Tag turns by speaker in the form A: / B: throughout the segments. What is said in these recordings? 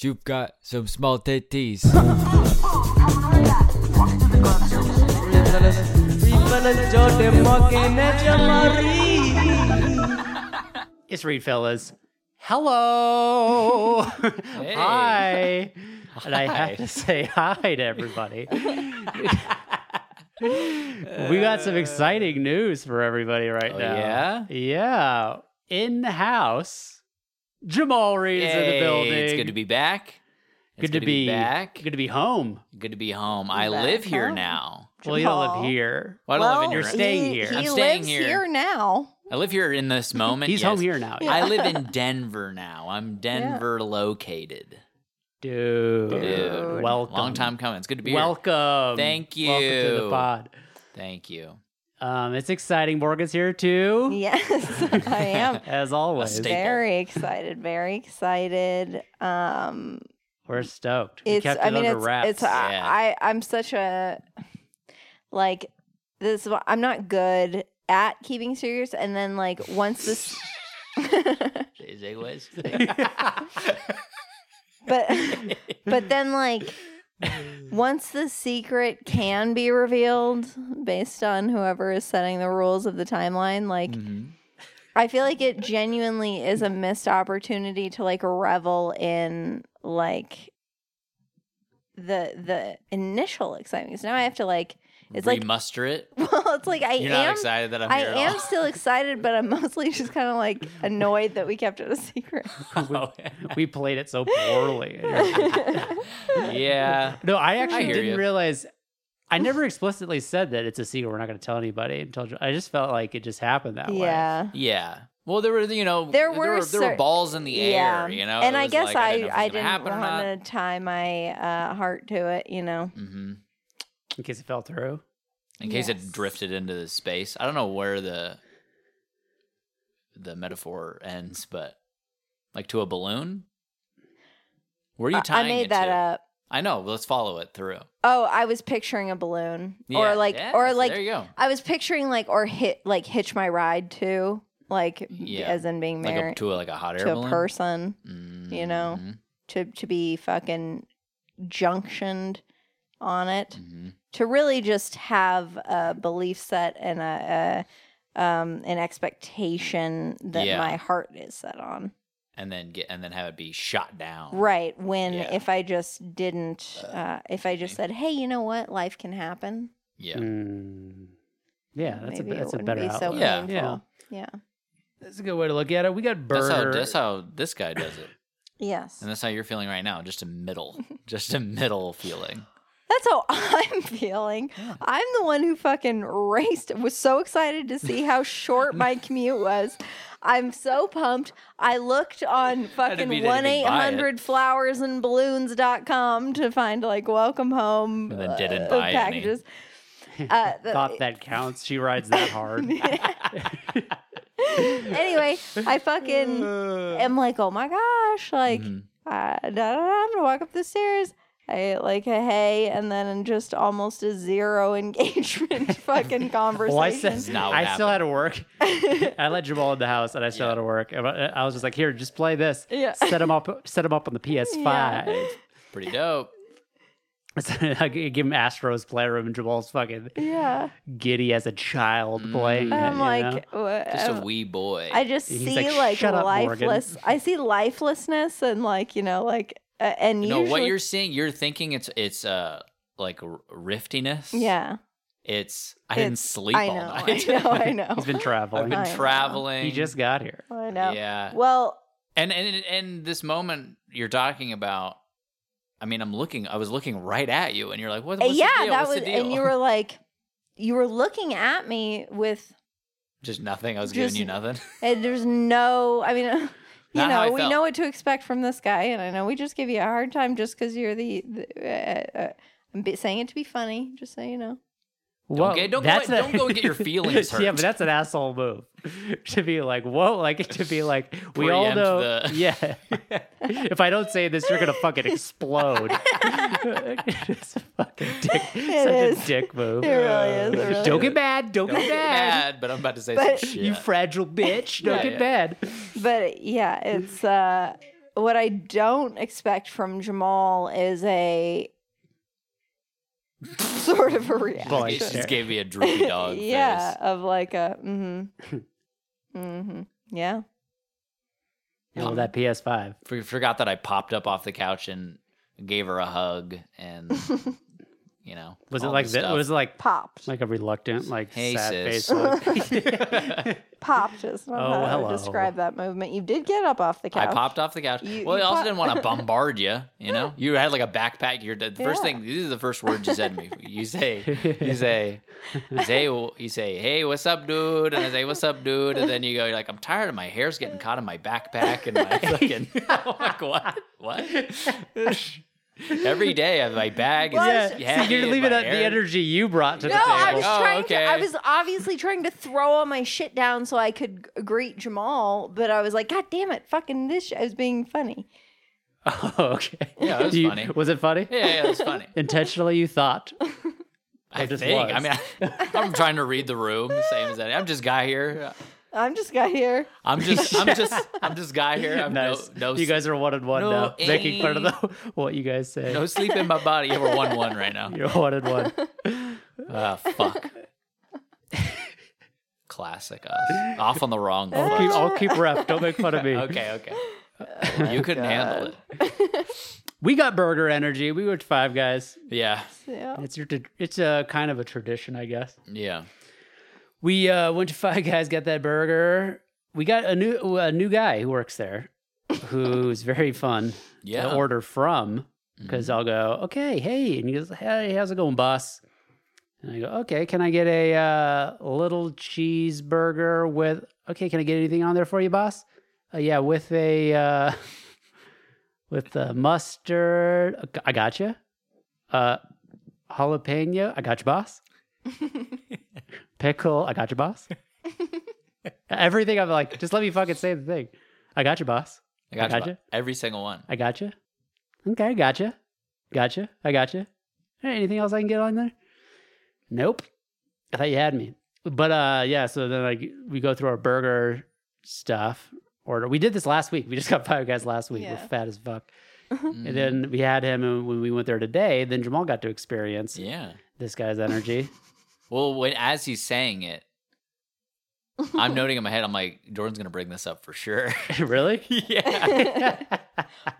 A: You've got some small titties.
B: It's Reed, fellas. Hello. Hi. And I have to say hi to everybody. we got some exciting news for everybody right
C: Oh,
B: now.
C: yeah?
B: Yeah. In the house, Jamal Reed is in
C: Yay,
B: the building.
C: It's good to be back. It's
B: Good to be
C: back.
B: Good to be home.
C: Good to be home. I
D: back
C: live here
D: home.
C: now.
B: Well, you don't
D: Jamal.
B: live here.
C: Well, I don't live in
D: Well,
C: your.
B: you're staying
D: he-
B: here.
D: He
C: I'm
D: lives
C: staying here.
D: here. now.
C: I live here in this moment.
B: He's
C: yes.
B: home here now.
C: I live in Denver now. I'm Denver located.
B: Dude.
C: Dude.
B: Welcome.
C: Long time coming. It's good to be
B: Welcome.
C: Thank
B: Welcome to the
C: you.
B: pod.
C: here. Thank you.
B: Um, it's exciting. Morgan's here too.
D: Yes, I am.
B: As always,
C: staple.
D: Very excited. Very excited. Um,
B: we're stoked. We
D: it's.
B: kept it
D: I mean,
B: under
D: it's.
B: wraps.
D: It's.
C: Yeah.
D: I, I. I'm such a like. This. is why- I'm not good at keeping secrets, and then like once this.
C: Segues.
D: but but then like once the secret can be revealed based on whoever is setting the rules of the timeline like
B: Mm.
C: Mhm.
D: i feel like it genuinely is a missed opportunity to like revel in like the the initial excitement 'Cause now i have to like it's like
C: Remuster it.
D: well it's like i
C: You're not
D: am
C: excited that I'm
D: I
C: here at
D: am
C: all.
D: still excited, but I'm mostly just kind of like annoyed that we kept it a secret.
C: Oh.
B: we played it so poorly.
C: yeah.
B: no, I actually
C: hear
B: didn't
C: you.
B: realize. I never explicitly said that it's a secret. We're not going to tell anybody. Until I just felt like it just happened that way.
D: yeah.
C: Yeah. Well, there were you know
D: There were
C: there were,
D: cer-
C: balls in the air, you know.
D: And
C: It
D: I
C: was
D: guess
C: like,
D: I,
C: didn't know if
D: I
C: it was gonna
D: didn't
C: happen or not.
D: want to tie my uh, heart to it, you know.
C: hmm
B: In case it fell through.
C: In case
D: Yes.
C: it drifted into the space, I don't know where the the metaphor ends, but like to a balloon. Where are
D: I-
C: you
D: I
C: tying
D: made
C: it
D: that
C: to?
D: up.
C: I know. Let's follow it through.
D: Oh, I was picturing a balloon,
C: Yeah,
D: or like,
C: yeah,
D: or
C: so there
D: like,
C: you go,
D: I was picturing like, or hit like hitch my ride to, like,
C: Yeah.
D: as in being
C: like a,
D: married
C: to a, like a hot air
D: to a
C: balloon.
D: person you know?
C: Mhm,
D: to to be fucking junctioned on it,
C: mhm.
D: to really just have a belief set and a, a um an expectation that
C: Yeah.
D: my heart is set on.
C: and then get and then have it be shot down.
D: Right. When
C: Yeah.
D: if I just didn't, uh, if I just said, "Hey, you know what? Life can happen."
C: Yeah.
B: Mm. Yeah, that's a
D: maybe it
B: that's a
D: wouldn't
B: better
D: be so
B: outlook.
C: Yeah.
D: painful.
B: Yeah.
D: Yeah.
B: That's a good way to look at it. We got
C: That's how
B: burner.
C: that's how this guy does it.
D: Yes.
C: And that's how you're feeling right now, just a middle, just a middle feeling.
D: That's how I'm feeling. I'm the one who fucking raced. Was so excited to see how short my commute was. I'm so pumped. I looked on fucking
C: mean
D: 1
C: anything by it.
D: 800 flowersandballoons.com to find like welcome home
C: And then didn't
D: uh,
C: buy any.
D: packages. Uh, the-
B: Thought that counts. She rides that hard.
D: anyway, I fucking am like, oh my gosh, like,
C: Mhm.
D: uh, da, da, da, I'm gonna walk up the stairs. I like a hey, and then just almost a zero engagement fucking conversation.
B: Well, I said
C: It's not what
B: I still had to work. I let Jamal in the house, and I still had to work. And I I was just like, "Here, just play this.
D: Yeah.
B: Set him up. Set him up on the PS5.
C: Pretty dope.
B: I g- give him Astro's Playroom, and Jamal's fucking
D: yeah,
B: giddy as a child playing.
C: Mm.
B: it,
D: I'm
B: you know?
D: like, what-
C: Just a
D: um,
C: wee boy.
D: I just
B: He's
D: see
B: like,
D: like,
B: "Shut up, Morgan."
D: lifeless. I see lifelessness and like you know like uh, and
C: you know
D: usually
C: what you're seeing. You're thinking it's it's uh like r- riftiness.
D: yeah.
C: It's I didn't
D: It's-
C: sleep
D: I
C: all
D: know,
C: night.
D: I know. I know.
B: he's been traveling.
C: I've been
D: I know.
C: traveling.
B: he just got here.
D: I know.
C: Yeah.
D: Well,
C: And and and this moment you're talking about. I mean, I'm looking. I was looking right at you, and you're like, "What? What's
D: Uh, yeah,
C: the deal?
D: that
C: what's
D: was,
C: the deal?
D: and you were like, you were looking at me with
C: just nothing. I was giving
D: just-
C: you nothing.
D: And Eh, there's no, I mean, you
C: Not how I
D: know, we
C: felt.
D: know what to expect from this guy, and I know we just give you a hard time just because you're the. the uh, uh, I'm be- saying it to be funny, just so you know.
B: Whoa,
C: get- don't go-
B: that's
C: don't go get your feelings
B: yeah,
C: hurt.
B: but that's an asshole move to be like, whoa, like to be like, we all
C: Preempt
B: know.
C: the-
B: Yeah, if I don't say this, you're gonna fucking explode. it's a fucking dick, such
D: is.
B: a dick move.
D: It really is. It really
B: Don't get mad. Don't,
C: Don't
B: get
C: get
B: mad.
C: mad, but I'm about to say
D: But-
C: some shit.
B: You fragile bitch. Don't
C: Yeah,
B: get
C: yeah.
B: mad.
D: But yeah, it's. uh what I don't expect from Jamal is a sort of a
B: Well,
C: She
B: I
D: reaction.
C: just
B: share.
C: gave me a droopy dog.
D: yeah,
C: face.
D: of like a mm-hmm. mm-hmm. Yeah.
B: Oh, that PS5.
C: For- forgot that I popped up off the couch and gave her a hug, and you know,
B: Was it
C: all
B: like
C: the
B: that?
C: stuff.
B: Was it like
D: Popped.
B: like a reluctant, like
C: Hey,
B: sad
C: sis.
B: face? look?
D: Popped is not
B: Oh,
D: how
B: hello.
D: to describe that movement. You did get up off the couch.
C: I popped off the couch.
D: You-
C: well, I
D: you
C: also
D: pop-
C: didn't want to bombard you. You know, you had like a backpack. You're the first
D: Yeah.
C: thing. These are the first words you said to me. You say, you say, you say, you say, hey, what's up, dude? And I say, what's up, dude? And then you go, you're like, I'm tired of my hair's getting caught in my backpack and my fucking. I'm like what? What? Every day, I have my bag is
D: Well,
C: yeah.
D: it's-
B: See, you're leaving out the energy you brought to
D: No,
B: the table.
D: I was
C: Oh,
D: trying
C: okay.
D: to. I was obviously trying to throw all my shit down so I could g- greet Jamal, but I was like, God damn it, fucking this. Sh-. I was being funny.
B: Oh, okay.
C: Yeah, it was
B: Do you-
C: funny.
B: Was it funny?
C: Yeah, yeah, it's funny.
B: Intentionally, you thought.
C: I
B: just
C: think. I
B: was.
C: mean, I, I'm trying to read the room, same as that. I'm just guy here.
D: I'm just got here.
C: I'm just, I'm just, I'm just guy here. I'm
B: nice.
C: no, no,
B: you guys are one and one
C: no
B: now, making fun of
C: any-
B: the, what you guys say.
C: no sleep in my body. Yeah, we're one one right now.
B: You're one and one.
C: Ah, fuck. Classic us. Off on the wrong
B: I'll
C: foot.
B: keep, I'll keep rep. Don't make fun of me.
C: Okay, okay. you couldn't handle it.
B: We got burger energy. We went to Five Guys.
C: Yeah,
D: Yeah.
B: It's your. It's a kind of a tradition, I guess.
C: yeah.
B: We uh, went to Five Guys, got that burger. We got a new a new guy who works there, who's very fun
C: Yeah. Mm-hmm.
B: to order from. Because I'll go, okay, hey, and he goes, hey, how's it going, boss? And I go, okay, can I get a uh, little cheeseburger with? Okay, can I get anything on there for you, boss? Uh, yeah, with a uh, with uh mustard. I gotcha. Uh, jalapeno. I got you, boss. Pickle. I got you, boss. Everything. I'm like, just let me fucking say the thing. I got you, boss.
C: I got
B: Gotcha.
C: you. Every single one.
B: I gotcha. Okay, gotcha. Gotcha. I gotcha. Hey, anything else I can get on there? Nope. I thought you had me. But uh yeah, so then like we go through our burger stuff order. We did this last week. We just got five guys last week.
D: Yeah. Mm-hmm.
B: We're fat as fuck.
C: Mhm.
B: And then we had him and when we went there today, then Jamal got to experience
C: Mm-hmm. Yeah.
B: this guy's energy.
C: Well, when as he's saying it, I'm noting in my head, I'm like, Jordan's gonna bring this up for sure.
B: really?
C: yeah.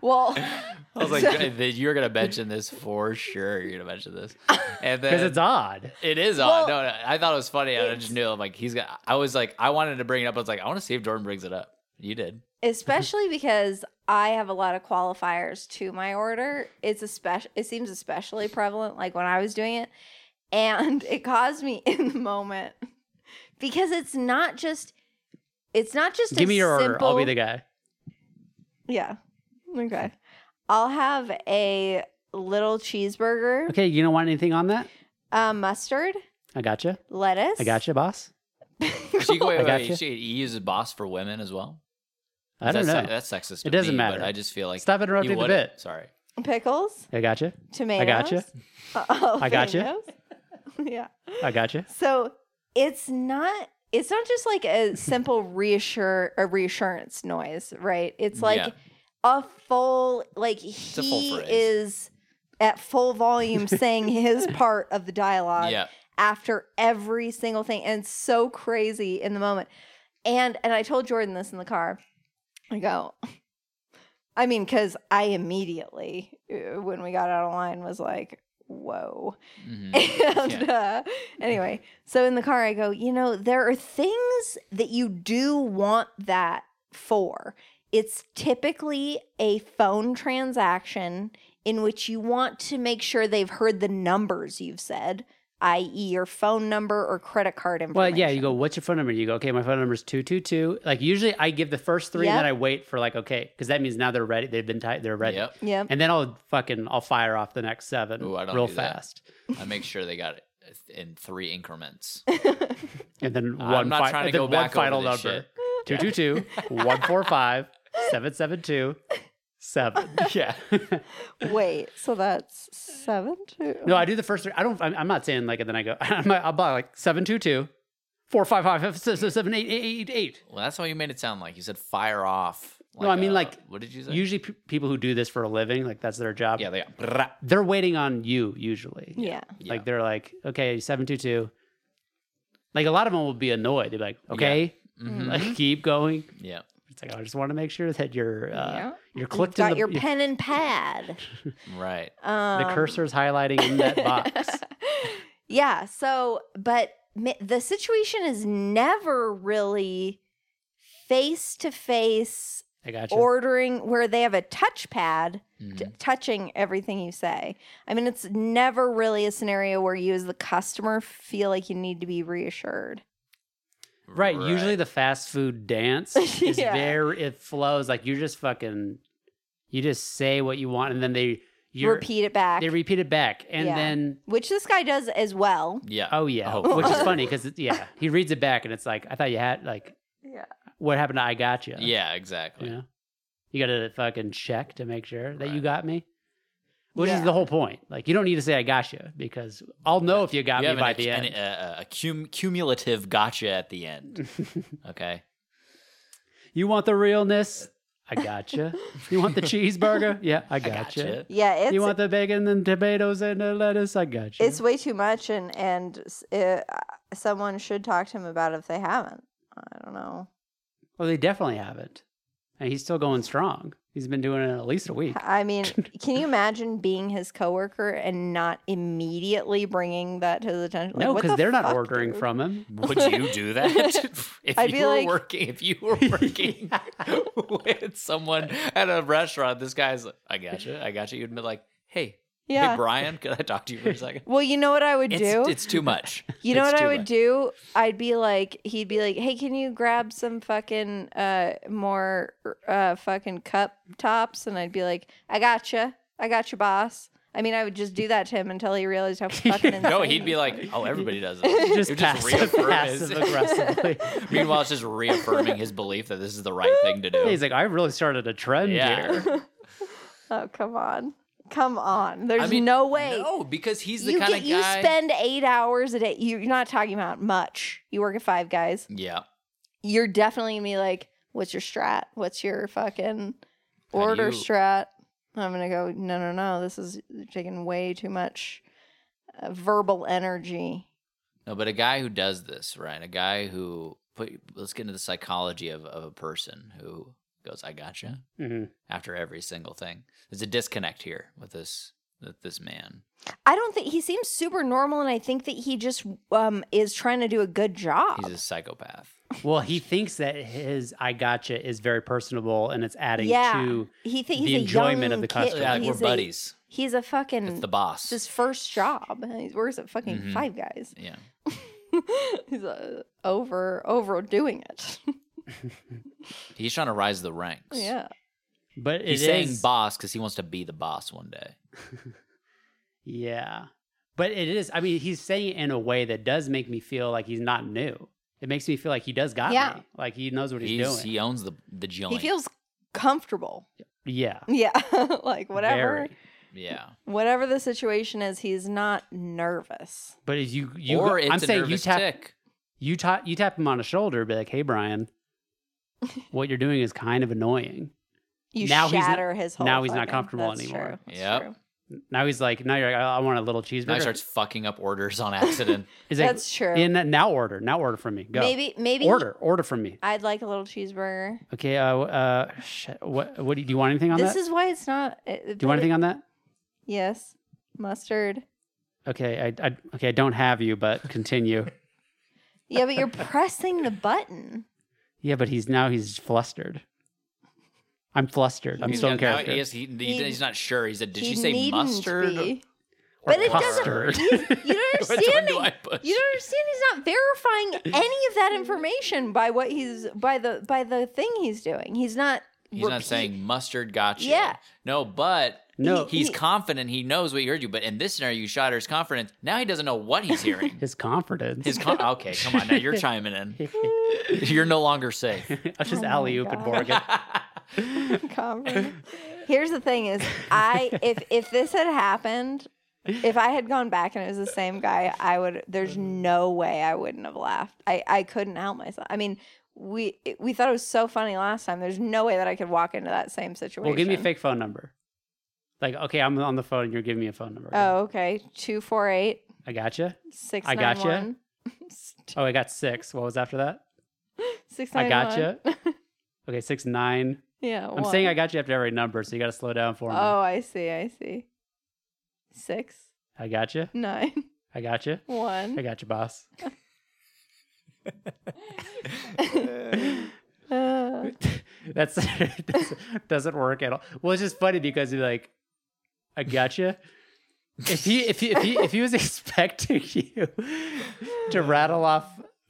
D: well,
C: I was like, "Th- th- you're gonna mention this for sure. You're gonna mention this, and then
B: Because it's odd.
C: it is
D: Well,
C: on. No, no, I thought it was funny. I
D: it's-
C: just knew. I'm like, he's got. I was like, I wanted to bring it up. I was like, I want to see if Jordan brings it up. You did.
D: especially because I have a lot of qualifiers to my order. It's especially it seems especially prevalent like when I was doing it and it caused me in the moment because it's not just it's not just
B: Give me your
D: simple,
B: order. I'll be the guy.
D: Yeah. Okay.
B: Hmm.
D: I'll have a little cheeseburger,
B: Okay, you don't want anything on that?
D: uh, mustard,
B: I gotcha.
D: lettuce.
B: I gotcha, boss.
C: She, wait,
B: I
C: wait,
B: got you.
C: she, he uses boss for women as well.
B: I don't
C: that's
B: know.
C: That's sexist. to
B: It doesn't
C: me, but
B: matter.
C: I just feel like
B: Stop
C: he
B: interrupting the
C: wouldn't-
B: bit.
C: Sorry.
D: Pickles,
B: I gotcha.
D: tomatoes.
B: gotcha.
D: uh,
B: I gotcha.
D: jalapenos. yeah.
B: I gotcha.
D: So it's not it's not just like a simple reassure a reassurance noise, right? It's like
C: Yeah.
D: a full like
C: a full
D: he
C: phrase.
D: is at full volume saying his part of the
B: Uh,
D: dialogue
C: Yeah.
D: after every single thing and it's so crazy in the moment. And and I told Jordan this in the car. I go I mean cuz I immediately uh, when we got out of line was like, "Whoa."
C: Mhm.
D: And uh, anyway, so in the car, I go, you know, there are things that you do want that for. It's typically a phone transaction in which you want to make sure they've heard the numbers you've said, i.e., your phone number or credit card
B: Well,
D: information.
B: yeah, you go, what's your phone number? You go, okay, my phone number is 222. Like, usually I give the first three and then
D: Yep.
B: I wait for, like, okay, because that means now they're ready. They've been tight. They're ready.
C: Yep.
D: Yep.
B: And then I'll fucking, I'll fire off the next seven
C: Ooh, I don't
B: real
C: do that.
B: fast.
C: I make sure they got it in three increments.
B: And then
C: I'm
B: one,
C: not
B: fi-
C: trying to
B: and then
C: go
B: one
C: back over
B: final
C: this
B: number 222 145 772 7.
C: yeah.
D: Wait, so that's seven, two.
B: No, I do the first three. I don't, I'm, I'm not saying, like, and then I go, I'm, I'll buy like 722 455 788.
C: Well, that's how you made it sound like. You said fire off
B: No, I mean,
C: uh,
B: like,
C: what did you say?
B: Usually, pe people who do this for a living, like that's their job.
C: yeah, they got,
B: they're waiting on you usually.
D: Yeah.
C: Yeah.
B: Like they're like, okay, seven two two. Like a lot of them will be annoyed. They're like, okay,
C: Mhm.
B: like keep going.
C: yeah.
B: It's like I just want to make sure that you're uh,
D: Yeah.
B: you're
D: You've
B: clicked in
D: got
B: the,
D: your
B: your-
D: pen and pad.
C: Right.
D: Um,
B: the cursor's highlighting in that box.
D: yeah. So, but mi- the situation is never really face to face
B: I got you.
D: ordering where they have a touchpad t-
C: Mhm.
B: Mm-hmm.
D: touching everything you say. I mean, it's never really a scenario where you, as the customer, feel like you need to be reassured.
B: right. Usually the fast food dance is
D: Yeah.
B: very it flows. Like you just fucking you just say what you want and then they you
D: Repeat it back,
B: they repeat it back. And
D: Yeah.
B: then
D: which this guy does as well.
C: Yeah.
B: Oh yeah,
C: Oh,
B: which is
C: yeah.
B: funny because yeah, he reads it back and it's like I thought you had like
D: Yeah.
B: what happened to I got you?
C: Yeah, exactly.
B: you know, you got to fucking check to make sure that you
C: Right.
B: got me, which is
D: Yeah.
B: the whole point. Like you don't need to say I got you because I'll know if you got
C: You
B: me
C: have
B: by
C: an,
B: the
C: an, uh,
B: end.
C: a, a cum- cumulative gotcha at the end. Okay.
B: you want the realness? I got you. you want the cheeseburger? Yeah, I got
C: gotcha.
B: you.
D: Yeah, it's
B: You want the bacon and tomatoes and the lettuce? I got you.
D: it's way too much, and and s- it, uh, someone should talk to him about it if they haven't. I don't know.
B: well, they definitely haven't, and he's still going strong. He's been doing it at least a week.
D: I mean, can you imagine being his coworker and not immediately bringing that to his attention? Like,
B: no,
D: what
B: because
D: the
B: they're not
D: fuck,
B: ordering
D: dude?
B: from him.
C: Would you do that if
D: I'd be
C: you were
D: like-
C: working? If you were working with someone at a restaurant, this guy's like, "I got you, I got you." You'd be like, "Hey, hey,
D: Yeah.
C: Brian, could I talk to you for a second?
D: Well, you know what I would
C: It's,
D: do.
C: it's too much.
D: you know
C: it's
D: what I
C: too
D: would
C: much.
D: do? I'd be like, he'd be like, "Hey, can you grab some fucking uh more uh fucking cup tops?" And I'd be like, "I gotcha, I got you, boss." I mean, I would just do that to him until he realized how fucking insane.
C: No, he'd be like, "Oh, everybody does it."
B: Just
C: It would
B: passive,
C: reaffirm
B: passive aggressively.
C: his- Meanwhile, it's just reaffirming his belief that this is the right thing to do.
B: He's like, I really started a trend
C: Yeah.
B: here.
D: "Oh, come on, come on." There's
C: I mean,
D: no way.
C: No, because he's the
D: you
C: kind
D: get
C: of
D: you
C: guy.
D: spend eight hours a day. You, you're not talking about much. You work at Five Guys.
C: yeah.
D: You're definitely gonna be like, "What's your strat? What's your fucking
C: How do
D: order
C: you-
D: strat?" I'm gonna go. No, no, no. This is you're taking way too much uh, verbal energy.
C: No, but a guy who does this, right? A guy who put let's get into the psychology of, of a person who goes, I gotcha
B: Mhm.
C: after every single thing. There's a disconnect here with this with this man.
D: I don't think he seems super normal, and I think that he just um is trying to do a good job.
C: He's a psychopath.
B: Well, he thinks that his I gotcha is very personable and it's adding
D: Yeah.
B: to.
D: he thinks
B: the
D: he's a
B: enjoyment
D: young
B: of the
D: kid.
B: customer.
C: Yeah, like, we're
D: He's a- mm,
C: buddies.
D: He's a fucking.
C: It's the boss.
D: It's his first job. and He works at fucking
C: Mhm.
D: Five Guys.
C: yeah.
D: He's uh, over overdoing it.
C: He's trying to rise the ranks.
D: yeah.
B: But it
C: He's saying
B: is-
C: boss because he wants to be the boss one day.
B: Yeah. But it is, I mean, he's saying it in a way that does make me feel like he's not new. It makes me feel like he does got
D: Yeah.
B: me. Like he knows what he's,
C: He's,
B: doing.
C: he owns the the joint.
D: He feels comfortable.
B: yeah.
D: Yeah. like whatever
B: Very.
C: yeah.
D: whatever the situation is, he's not nervous.
B: But if you, you,
C: or
B: go-
C: it's
B: I'm
C: a
B: saying you
C: nervous
B: tap,
C: tick.
B: you tap, you tap him on the shoulder, be like, "Hey, Brian, what you're doing is kind of annoying."
D: You
B: Now he's not-
D: shatter his whole
B: now he's not
D: fucking-
B: comfortable
D: that's
B: anymore.
D: true, that's
C: Yep.
D: true.
B: Now he's like, "Now you're like, I, I want a little cheeseburger."
C: Now he starts fucking up orders on accident.
B: He's like,
D: That's true.
B: In that now order, now order from me. Go.
D: Maybe maybe
B: order, order from me.
D: I'd like a little cheeseburger.
B: Okay. Uh, uh, shit, what? What do you, do you want anything on
D: This
B: that?
D: is why it's not uh,
B: do you want anything on that?
D: Yes. Mustard.
B: Okay. I, I okay. I don't have you, but continue.
D: Yeah, but you're pressing the button.
B: yeah, but he's now he's flustered. I'm flustered. I'm
C: He's
B: still in
C: got- now
B: character.
C: He is, he, he-
D: He-
C: he's not sure. He said, "Did
D: He
C: she say
D: needn't
C: mustard?" or-
D: be.
B: Or
D: But it doesn't-
B: custard.
D: You don't
C: Which one
D: understand.
C: do
D: it.
C: I push?
D: You don't understand. He's not verifying any of that information by what he's by the by the thing he's doing. He's not.
C: He's not
D: repeat-
C: saying mustard gotcha.
D: Yeah.
C: No, but
B: no,
D: he-
C: he's confident. He knows what you heard you. But in this scenario, you shot his confidence. Now he doesn't know what he's hearing.
B: his confidence.
C: his con- okay, come on. Now you're chiming in. You're no longer safe.
B: I'll just
D: Oh my
B: alley oop and
D: God.
B: Morgan.
D: Conference. Here's the thing: is I if if this had happened, if I had gone back and it was the same guy, I would. There's no way I wouldn't have laughed. I I couldn't help myself. I mean, we it- we thought it was so funny last time. There's no way that I could walk into that same situation.
B: Well, give me a fake phone number. Like, okay, I'm on the phone. You're giving me a phone number.
D: Oh, okay. Two four eight
B: I gotcha.
D: six.
B: I gotcha.
D: nine, one.
B: Oh, I got six. What was after that?
D: Six.
B: I
D: nine, one.
B: gotcha. Okay, six nine.
D: yeah.
B: I'm saying I got you after every number, so you got to slow down for me.
D: Oh, I see. I see. Six
B: I got you.
D: nine
B: I got you. I
D: Mm. one.
B: got you, boss.
D: Uh,
B: That's doesn't- doesn't work at all. Well, it's just funny because you're like, I gotcha. If he if he if he if he was expecting you to rattle off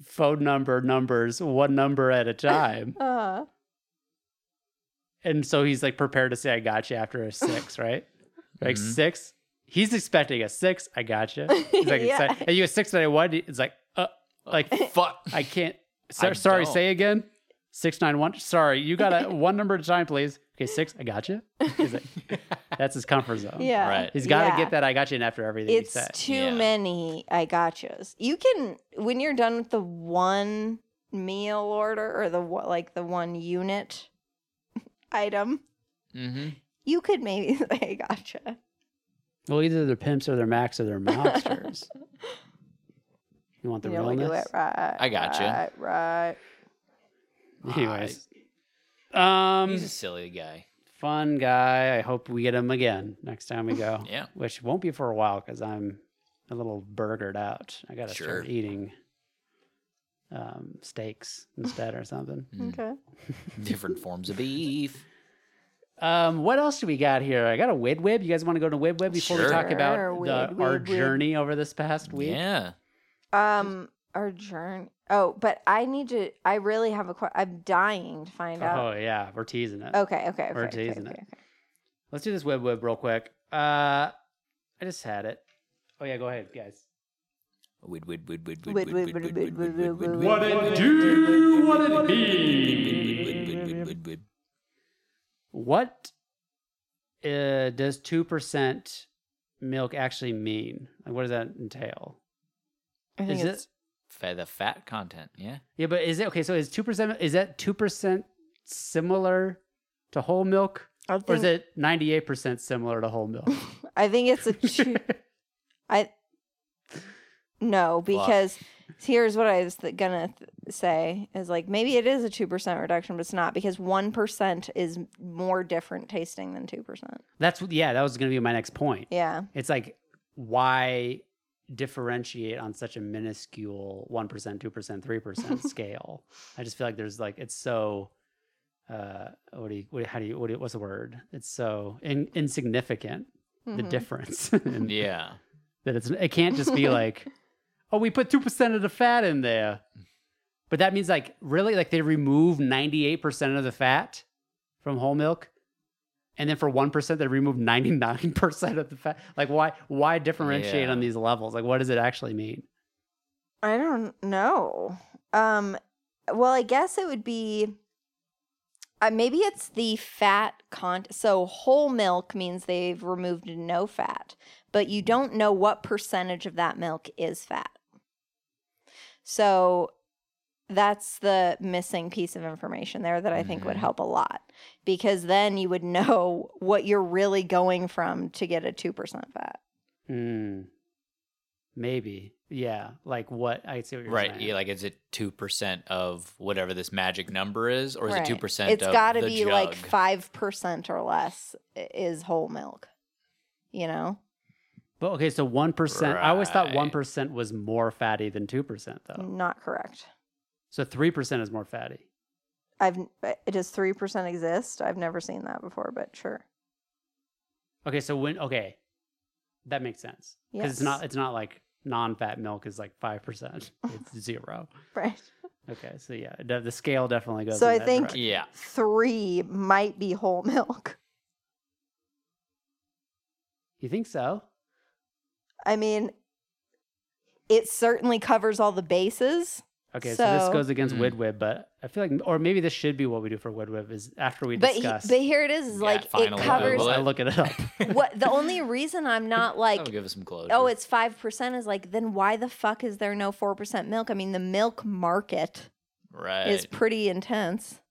B: phone number numbers one number at a time,
D: uh,
B: and so he's like prepared to say I gotcha after a six, right? Like
C: Mhm.
B: six. He's expecting a six. I gotcha. He's like,
D: Yeah.
B: excited. and you a six nine one. It's like, uh, like
C: Fuck.
B: I can't. So,
C: I
B: sorry,
C: don't.
B: say again. Six nine one. Sorry, you got a one number at a time, please. Okay, six. I got you. He's like, that's his comfort zone.
D: yeah.
C: Oh, Right.
B: he's got to
D: yeah.
B: get that. I got you. in after everything he
D: It's
B: said,
D: too
C: Yeah.
D: many I gotchas. You can when you're done with the one meal order or the one- like the one unit item,
C: Mm-hmm.
D: you could maybe say I gotcha.
B: well, either they're pimps or they're max or they're monsters. you want the
D: You know, we do
B: realness?
D: it right.
C: I gotcha.
D: Right. right.
B: Anyways, um,
C: He's a silly guy.
B: fun guy. I hope we get him again next time we go.
C: Yeah.
B: which won't be for a while because I'm a little burgered out. I gotta
C: Sure.
B: start eating um, steaks instead or something.
C: Mm.
D: Okay.
C: Different forms of beef.
B: Um, what else do we got here? I got a wid wib. You guys want to go to wid wib before we talk about
D: Sure,
B: the,
D: Wid
B: our
D: Wib.
B: journey over this past week?
C: Yeah.
D: Um, our journey. Oh, but I need to. I really have a question. I'm dying to find out.
B: Oh yeah, we're teasing it.
D: Okay. Okay. Okay.
B: We're
D: okay,
B: teasing
D: okay,
B: it. Let's do this wib wib real quick. Uh, I just had it. Oh yeah, go ahead, guys.
C: Wid wid wid wid
D: Wid, wid, wid, wid, wid, wid, wid,
B: What it do? What it be?
C: wid.
B: What uh, does two percent milk actually mean? Like, what does that entail?
D: I think
B: Is
D: it's
B: it?
C: Fa- The fat content. Yeah.
B: Yeah, but is it okay? So is two percent? Is that two percent similar to whole milk,
D: I
B: or is
D: think-
B: it ninety-eight percent similar to whole milk?
D: I think it's a two. I no because here's what I was th- gonna th- say is like maybe it is a two percent reduction, but it's not because one percent is more different tasting than two percent.
B: That's what- yeah. That was going to be my next point.
D: Yeah,
B: It's like why differentiate on such a minuscule 1%, 2%, 3% scale? I just feel like there's like it's so uh what do you what, how do you what do you, what's the word? It's so in, insignificant the
D: Mhm.
B: difference and
C: Yeah.
B: that it's it can't just be like oh we put 2% of the fat in there. But that means like really like they remove 98% of the fat from whole milk. And then for one percent, they remove ninety nine percent of the fat. Like, why? Why differentiate
C: Yeah.
B: on these levels? Like, what does it actually mean?
D: I don't know. Um, well, I guess it would be. Uh, maybe it's the fat con. So whole milk means they've removed no fat, but you don't know what percentage of that milk is fat. So that's the missing piece of information there that I think would
C: Mhm.
D: help a lot because then you would know what you're really going from to get a 2% fat.
B: Hmm. Maybe. Yeah. Like what? I see what you're
C: Right.
B: saying.
C: Yeah, like is it two percent of whatever this magic number is, or is it
D: Right.
C: two percent
D: It's
C: of
D: gotta
C: the
D: be
C: jug?
D: like five percent or less i- is whole milk. You know?
B: But okay, so one percent. I always thought
C: Right.
B: one percent was more fatty than two percent,
C: Oh.
B: though.
D: Not correct.
B: So three percent is more fatty.
D: I've uh, does three percent exist? I've never seen that before, but sure.
B: Okay, so when okay, that makes sense because it's not
D: Yes.
B: it's not like non-fat milk is like five percent. It's zero.
D: Right.
B: Okay, so yeah, the the scale definitely goes.
D: So
B: in
D: I
B: that
D: think-
B: direction.
C: Yeah.
D: Three might be whole milk.
B: you think so.
D: I mean it certainly covers all the bases.
B: Okay, so, this
D: So-
B: goes against
C: Mhm.
B: Widwib, but I feel like, or maybe this should be what we do for Widwib is after we
D: But he,
B: discuss.
D: but here it is, is
C: Yeah,
D: like it
C: finally,
D: covers
C: Google
B: I
C: it.
B: look it up.
D: what the only reason I'm not like
C: That'll give us some closure.
D: oh it's five percent is like then why the fuck is there no four percent milk? I mean the milk market
C: Right.
D: is pretty intense.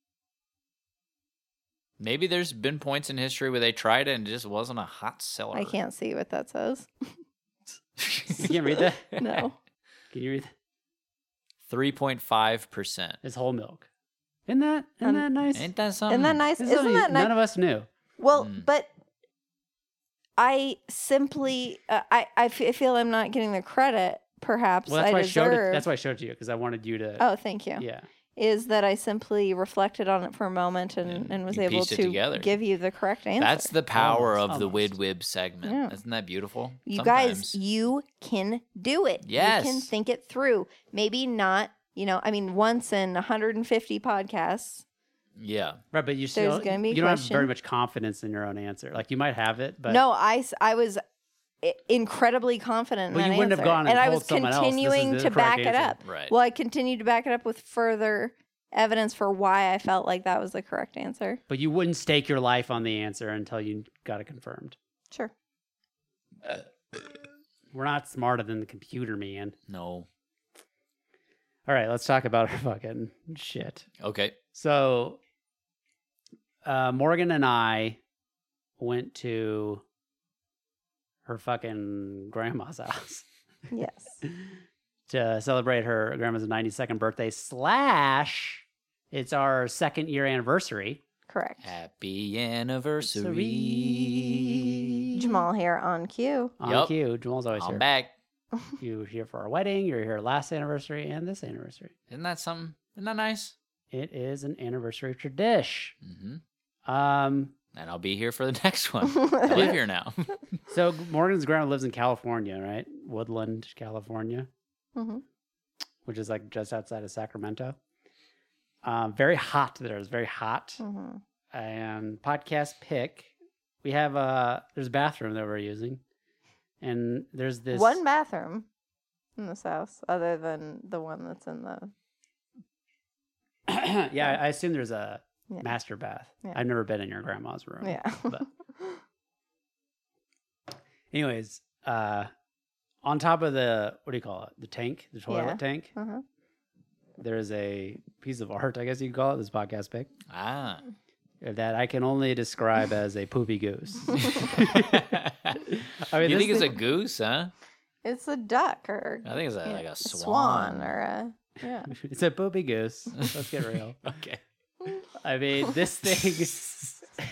C: Maybe there's been points in history where they tried it and it just wasn't a hot seller.
D: I can't see what that says.
B: You can't read that?
D: No.
B: Can you read that?
C: 3.5%.
B: It's whole milk. Isn't that, isn't
D: Um,
B: that nice?
C: Ain't that something?
D: Isn't that nice?
B: This is
D: Isn't
B: something
D: that nice?
B: None of us knew.
D: Well,
C: Mm.
D: but I simply, uh, I, I f- I feel I'm not getting the credit. Perhaps
B: Well, that's
D: I
B: why I showed it.
D: deserve.
B: That's why I showed it to you because I wanted you to.
D: Oh, thank you.
B: yeah.
D: Is that I simply reflected on it for a moment and,
C: And
D: and, was
C: you
D: able
C: pieced it
D: to
C: together.
D: give you the correct answer.
C: That's the power
B: Almost,
C: of the
B: almost.
C: Wid Wib segment.
D: Yeah.
C: Isn't that beautiful?
D: you
C: Sometimes.
D: guys, you can do it. You can
C: Yes.
D: think it through. Maybe not, you know, I mean, once in 150 podcasts.
C: Yeah.
B: Right, but you still
D: gonna be a
B: you don't have
D: question.
B: very much confidence in your own answer. Like you might have it, but
D: no, I, s- I was i- incredibly confident. in
B: Well,
D: that
B: you wouldn't have
D: answer.
B: gone and
D: I
B: told
D: was
B: someone else, "This is
D: continuing
B: the
D: to
B: correct
D: back it
B: answer.
D: up.
C: Right.
D: Well, I continued to back it up with further evidence for why I felt like that was the correct answer.
B: but you wouldn't stake your life on the answer until you got it confirmed.
D: Sure.
B: We're not smarter than the computer, man.
C: no.
B: All right, let's talk about our fucking shit.
C: Okay.
B: So, uh, Morgan and I went to her fucking grandma's house
D: Yes.
B: to celebrate her grandma's 92nd birthday slash it's our second year anniversary.
D: Correct.
C: Happy anniversary.
D: Jamal here on cue.
B: On
C: Yup.
B: cue, Jamal's always
C: I'm
B: here.
C: back.
B: You were here for our wedding. You were here last anniversary and this anniversary.
C: Isn't that something? Isn't that nice?
B: It is an anniversary tradition.
C: hmm
B: Um,
C: And I'll be here for the next one. I live here now.
B: so Morgan's grandma lives in California, right? Woodland, California,
D: Mhm.
B: which is like just outside of Sacramento. Um, very hot there. It's very hot.
D: Mhm.
B: And podcast pick. We have a there's a bathroom that we're using, and there's this
D: One bathroom in this house, other than the one that's in the.
B: yeah, I assume there's a
D: Yeah.
B: master bath.
D: Yeah.
B: I've never been in your grandma's room.
D: Yeah.
B: but- Anyways, uh, on top of the what do you call it? The tank, the toilet
D: Yeah.
B: tank.
D: Uh-huh.
B: There is a piece of art, I guess you could call it, this podcast pick
C: ah.
B: that I can only describe as a poopy goose. I mean,
C: you
B: this
C: think it's a
B: thing-
C: goose, huh?
D: It's a duck or
B: Uh,
C: I think it's a,
D: yeah,
C: like a
D: a
C: swan.
D: or a. Yeah.
B: it's a poopy goose. Let's get real.
C: Okay.
B: I mean, this thing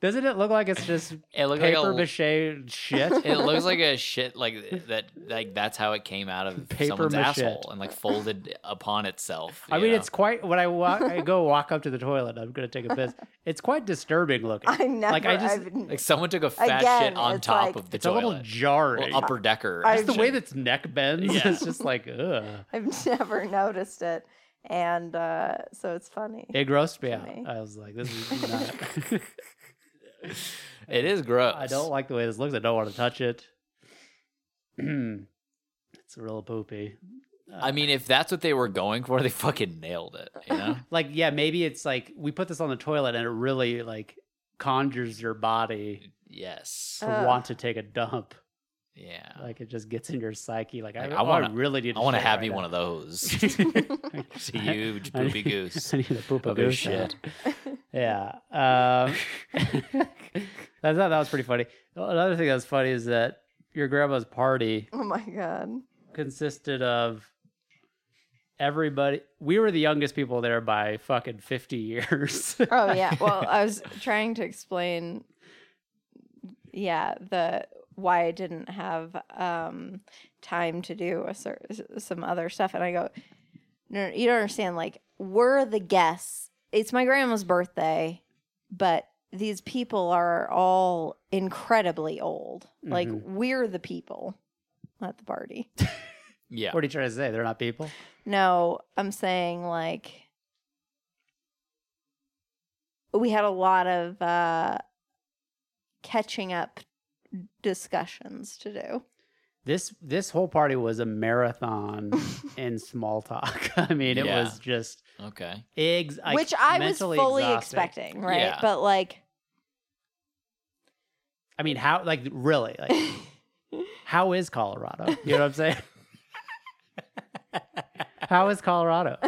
B: doesn't it look like it's just
C: It looks like
B: paper
C: a
B: mache shit?
C: it looks like a shit like that like that's how it came out of
B: Paper
C: someone's
B: mache.
C: asshole and like folded upon itself.
B: I
C: you
B: mean,
C: know?
B: it's quite when I walk, I go walk up to the toilet. I'm gonna take a piss. It's quite disturbing looking.
D: I never.
B: Like I just
D: I've, n-
C: like someone took a fat
D: Again,
C: shit on
D: it's
C: top
D: like-
C: of the
B: it's
C: toilet.
B: a little jarring.
C: Well, upper decker.
D: I-
B: just the way
C: action.
B: that its neck bends.
C: Yeah.
B: It's just like ugh.
D: I've never noticed it, and uh, so it's funny.
B: It grossed me out.
D: me.
B: I was like, this is not.
C: it is gross.
B: I don't like the way this looks. I don't want to touch it. it's real poopy. Uh,
C: I mean, if that's what they were going for, they fucking nailed it. You know,
B: Like, yeah, maybe it's like we put this on the toilet and it really like conjures your body
C: yes,
B: to
D: Ugh.
B: want to take a dump.
C: yeah.
B: Like it just gets in your psyche. Like,
C: Like,
B: I,
C: I
B: I want
C: wanna-
B: to really need.
C: I want to
B: shit
C: have
B: right
C: you
B: now.
C: one of those. It's a huge
B: I
C: poopy
B: need-
C: goose.
B: I need a poop a
C: of a
B: goose.
C: shit.
B: Yeah. Um, I thought that was pretty funny. Another thing that's funny is that your grandma's party
D: oh my god.
B: consisted of everybody. We were the youngest people there by fucking 50 years.
D: Oh yeah. Well, I was trying to explain yeah, the why I didn't have um time to do a cer- some other stuff and I go no, no, you don't understand like we're the guests. It's my grandma's birthday, but these people are all incredibly old. Like
B: Mhm.
D: we're the people at the party.
C: Yeah,
B: what are you trying to say? They're not people?
D: No, I'm saying like we had a lot of uh catching up discussions to do.
B: This this whole party was a marathon in small talk. I mean, it
C: Yeah.
B: was just
C: okay.
B: eggs.
D: which I was fully expecting, right?
C: Yeah.
D: But like
B: I mean, how like really like how is Colorado? You know what I'm saying? how is Colorado?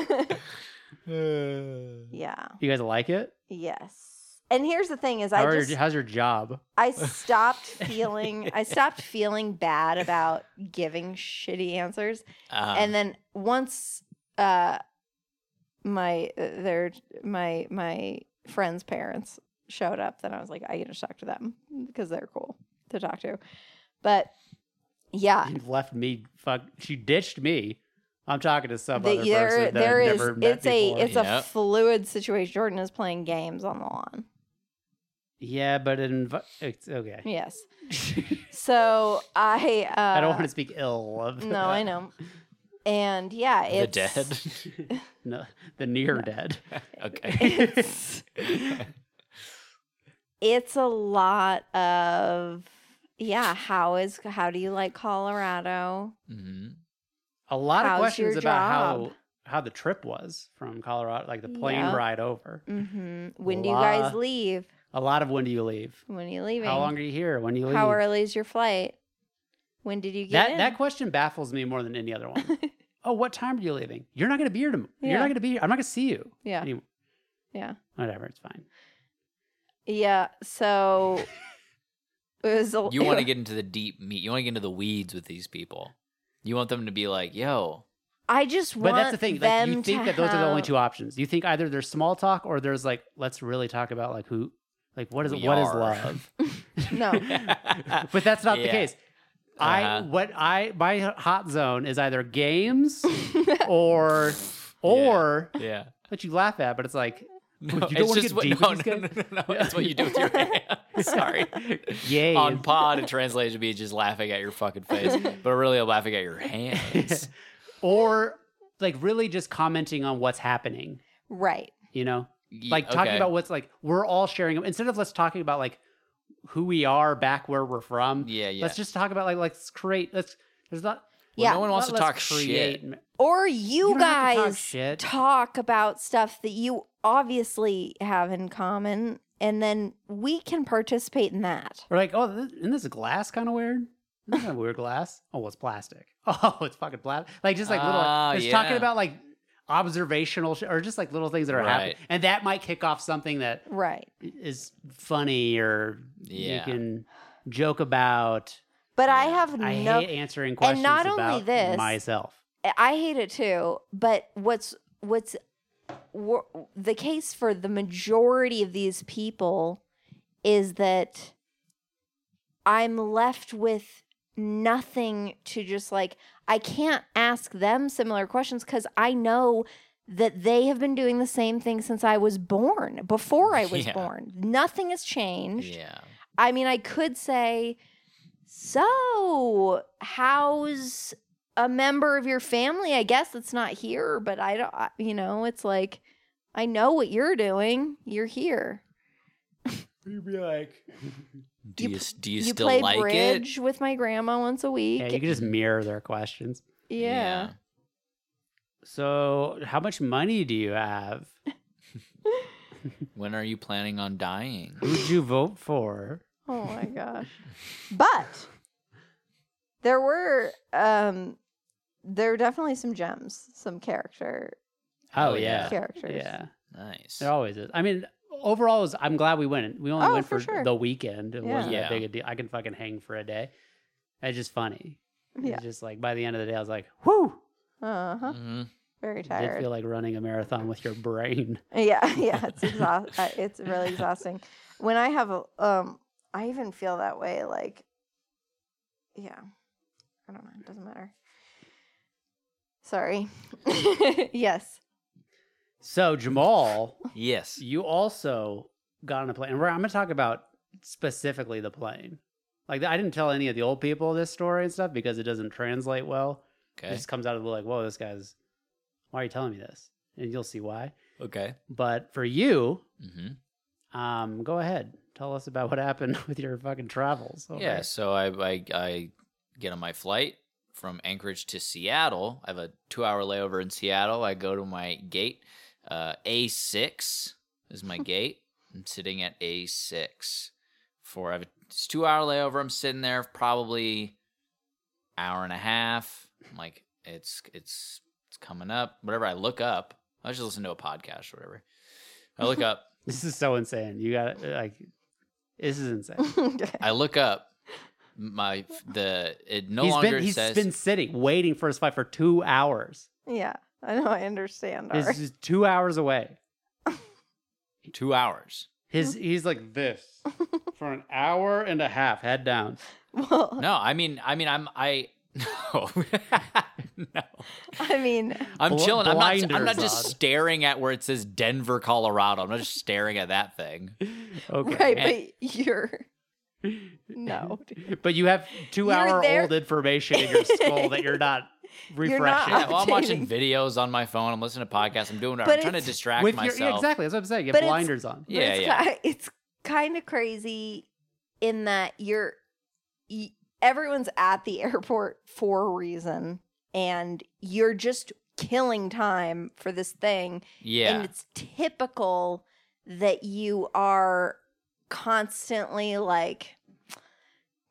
D: Yeah.
B: You guys like it?
D: Yes. And here's the thing: is
B: How
D: I
B: are your-
D: just
B: how's your job?
D: I stopped feeling I stopped feeling bad about giving shitty answers
B: Um,
C: Uh,
D: and then once uh my uh, their my my friend's parents showed up then i was like i can just talk to them because they're cool to talk to but yeah
B: You left me. Fuck. She ditched me. I'm talking to some
D: the,
B: other
D: there,
B: person that
D: there
B: I've
D: is
B: never met
D: it's a
B: before.
D: it's a
C: Yep.
D: fluid situation jordan is playing games on the lawn
B: yeah, but inv- it's okay.
D: yes so i uh
B: I don't want to speak ill of.
D: no i know and yeah
C: the
D: it's
C: dead.
B: no, the near dead.
C: okay.
D: it's a lot of yeah how is how do you like colorado
C: hmm
B: A lot
D: How's
B: of questions
D: your
B: about
D: job?
B: how how the trip was from Colorado, like the plane
D: Yeah.
B: ride over.
D: hmm when do you guys
B: Lot.
D: leave
B: A lot of when do you leave?
D: when are you leaving
B: How long are you here? When do you leave?
D: How early is your flight when did you get
B: that
D: in?
B: that question baffles me more than any other one. oh, what time are you leaving? You're not going to be here tomorrow. You're
D: Yeah.
B: not going to be here. I'm not going to see you.
D: yeah
B: anymore.
D: yeah
B: Whatever, it's fine.
D: yeah so it was a,
C: You want to get into the deep meat. You want to get into the weeds with these people. You want them to be like, "Yo,
D: i just
B: But
D: want
B: that's the thing. Like
D: them
B: you think
D: to
B: that those are the only
D: have-
B: two options. You think either there's small talk or there's like let's really talk about like who like what is
C: We
B: what is
C: are.
B: love.
D: no
B: but that's not the
C: Yeah.
B: case. I
C: Uh-huh.
B: what I my hot zone is either games or or
C: yeah."
B: what you laugh at, but it's like
C: No,
B: you don't wanna get
C: what,
B: deep
C: no,
B: with
C: no, no,
B: this
C: no, no, It's what you do with your hands. Sorry.
B: yay.
C: On pod, it translates to be just laughing at your fucking face, but really laughing at your hands.
B: or like really just commenting on what's happening,
D: right
B: you know?
C: Ye-
B: like talking
C: okay.
B: about what's like we're all sharing instead of let's talking about like who we are back where we're from
C: Yeah, yeah.
B: let's just talk about like let's create let's there's not
C: Well,
D: yeah
C: No one wants to
B: not let's
C: talk shit.
B: create-
D: or you,
B: You don't have to
D: guys
B: talk shit.
D: talk about stuff that you obviously have in common and then we can participate in that
B: we're like oh this, isn't this glass kind of weird Isn't that weird glass oh well, it's plastic oh it's fucking plastic like just like little
C: Ah,
B: it's talking
C: yeah.
B: about like observational sh- or just like little things that are happening
C: Right.
B: and that might kick off something that
D: right
B: is funny or
C: Yeah.
B: you can joke about
D: but i have
B: i
D: no
B: hate answering questions
D: not only
B: about
D: this-
B: myself
D: i hate it too but what's what's wor- the case for the majority of these people is that i'm left with nothing to just like i can't ask them similar questions because i know that they have been doing the same thing since i was born before i was
C: Yeah.
D: born nothing has changed
C: Yeah.
D: I mean, I could say, so how's a member of your family? I guess it's not here, but I don't, I- you know, it's like, I know what you're doing. You're here.
B: You'd be like,
C: Do
D: You
C: you,
D: p-
C: s- do you,
D: You,
C: still
D: play
C: like
D: bridge with my grandma once a week.
B: yeah, you can just mirror their questions.
C: it?
D: yeah.
B: So, how much money do you have?
C: When are you planning on dying?
B: Who'd you vote for?
D: Oh my gosh. But there were um there were definitely some gems, some character
B: Oh,
C: Oh,
B: yeah,
D: characters.
B: yeah,
C: Nice.
B: there always is. I mean, overall, it was, I'm glad we went. We only
D: Oh,
B: went
D: for
B: for,
D: sure.
B: the weekend. It wasn't
C: Yeah.
B: that big a deal. I can fucking hang for a day. It's just funny.
D: Yeah.
B: It's just like by the end of the day, I was like, "Whoo!"
D: Uh-huh.
C: Mhm.
D: Very
B: I did
D: tired.
B: feel like running a marathon with your brain.
D: Yeah, yeah, it's exhaust. uh, it's really exhausting. When I have a, um, I even feel that way. Like, yeah, I don't know. It doesn't matter. Sorry. yes.
B: So Jamal,
C: Yes.
B: you also got on a plane. And we're, I'm going to talk about specifically the plane. Like I didn't tell any of the old people this story and stuff because it doesn't translate well. It
C: Okay.
B: just comes out of the blue like, "Whoa, this guy's. Why are you telling me this?" And you'll see why.
C: Okay.
B: But for you,
C: hmm
B: um, go ahead. Tell us about what happened with your fucking travels. over
C: Yeah, so I, I I get on my flight from Anchorage to Seattle. I have a two hour layover in Seattle. I go to my gate. Uh, A six is my gate. I'm sitting at A six for I have a, it's two hour layover. I'm sitting there probably hour and a half. I'm like it's it's it's coming up. Whatever. I look up. I was just listening to a podcast or whatever. I look up.
B: This is so insane. You got to like, this is insane.
C: I look up. My the it no
B: He's
C: longer
B: been he's
C: says
B: been sitting waiting for his fight for two hours.
D: yeah, I know. I understand.
B: This
D: Art.
B: is two hours away.
C: two hours.
B: His he's like this for an hour and a half, head down.
D: well,
C: No, I mean, I mean, I'm I no, no.
D: I mean,
C: I'm
B: Bl-
C: chilling. I'm not. I'm
B: blinders
C: not just
B: on.
C: staring at where it says Denver, Colorado. I'm not just staring at that thing.
B: Okay.
D: right, but you're no,
B: But you have two
D: You're
B: hour
D: there-
B: old information in your skull that you're not
D: You're
B: refreshing.
C: Yeah,
D: not
C: well, I'm watching
D: Updating.
C: videos on my phone. I'm listening to podcasts. I'm doing.
D: But
C: I'm trying to
D: it's-
C: distract
B: With your,
C: myself.
B: yeah, exactly. That's what I'm saying. You
D: But
B: have
D: it's-
B: blinders on.
D: But
C: Yeah,
D: it's
C: yeah.
D: ki- it's kind of crazy in that you're y- everyone's at the airport for a reason, and you're just killing time for this thing, and
C: yeah.
D: it's typical that you are constantly like.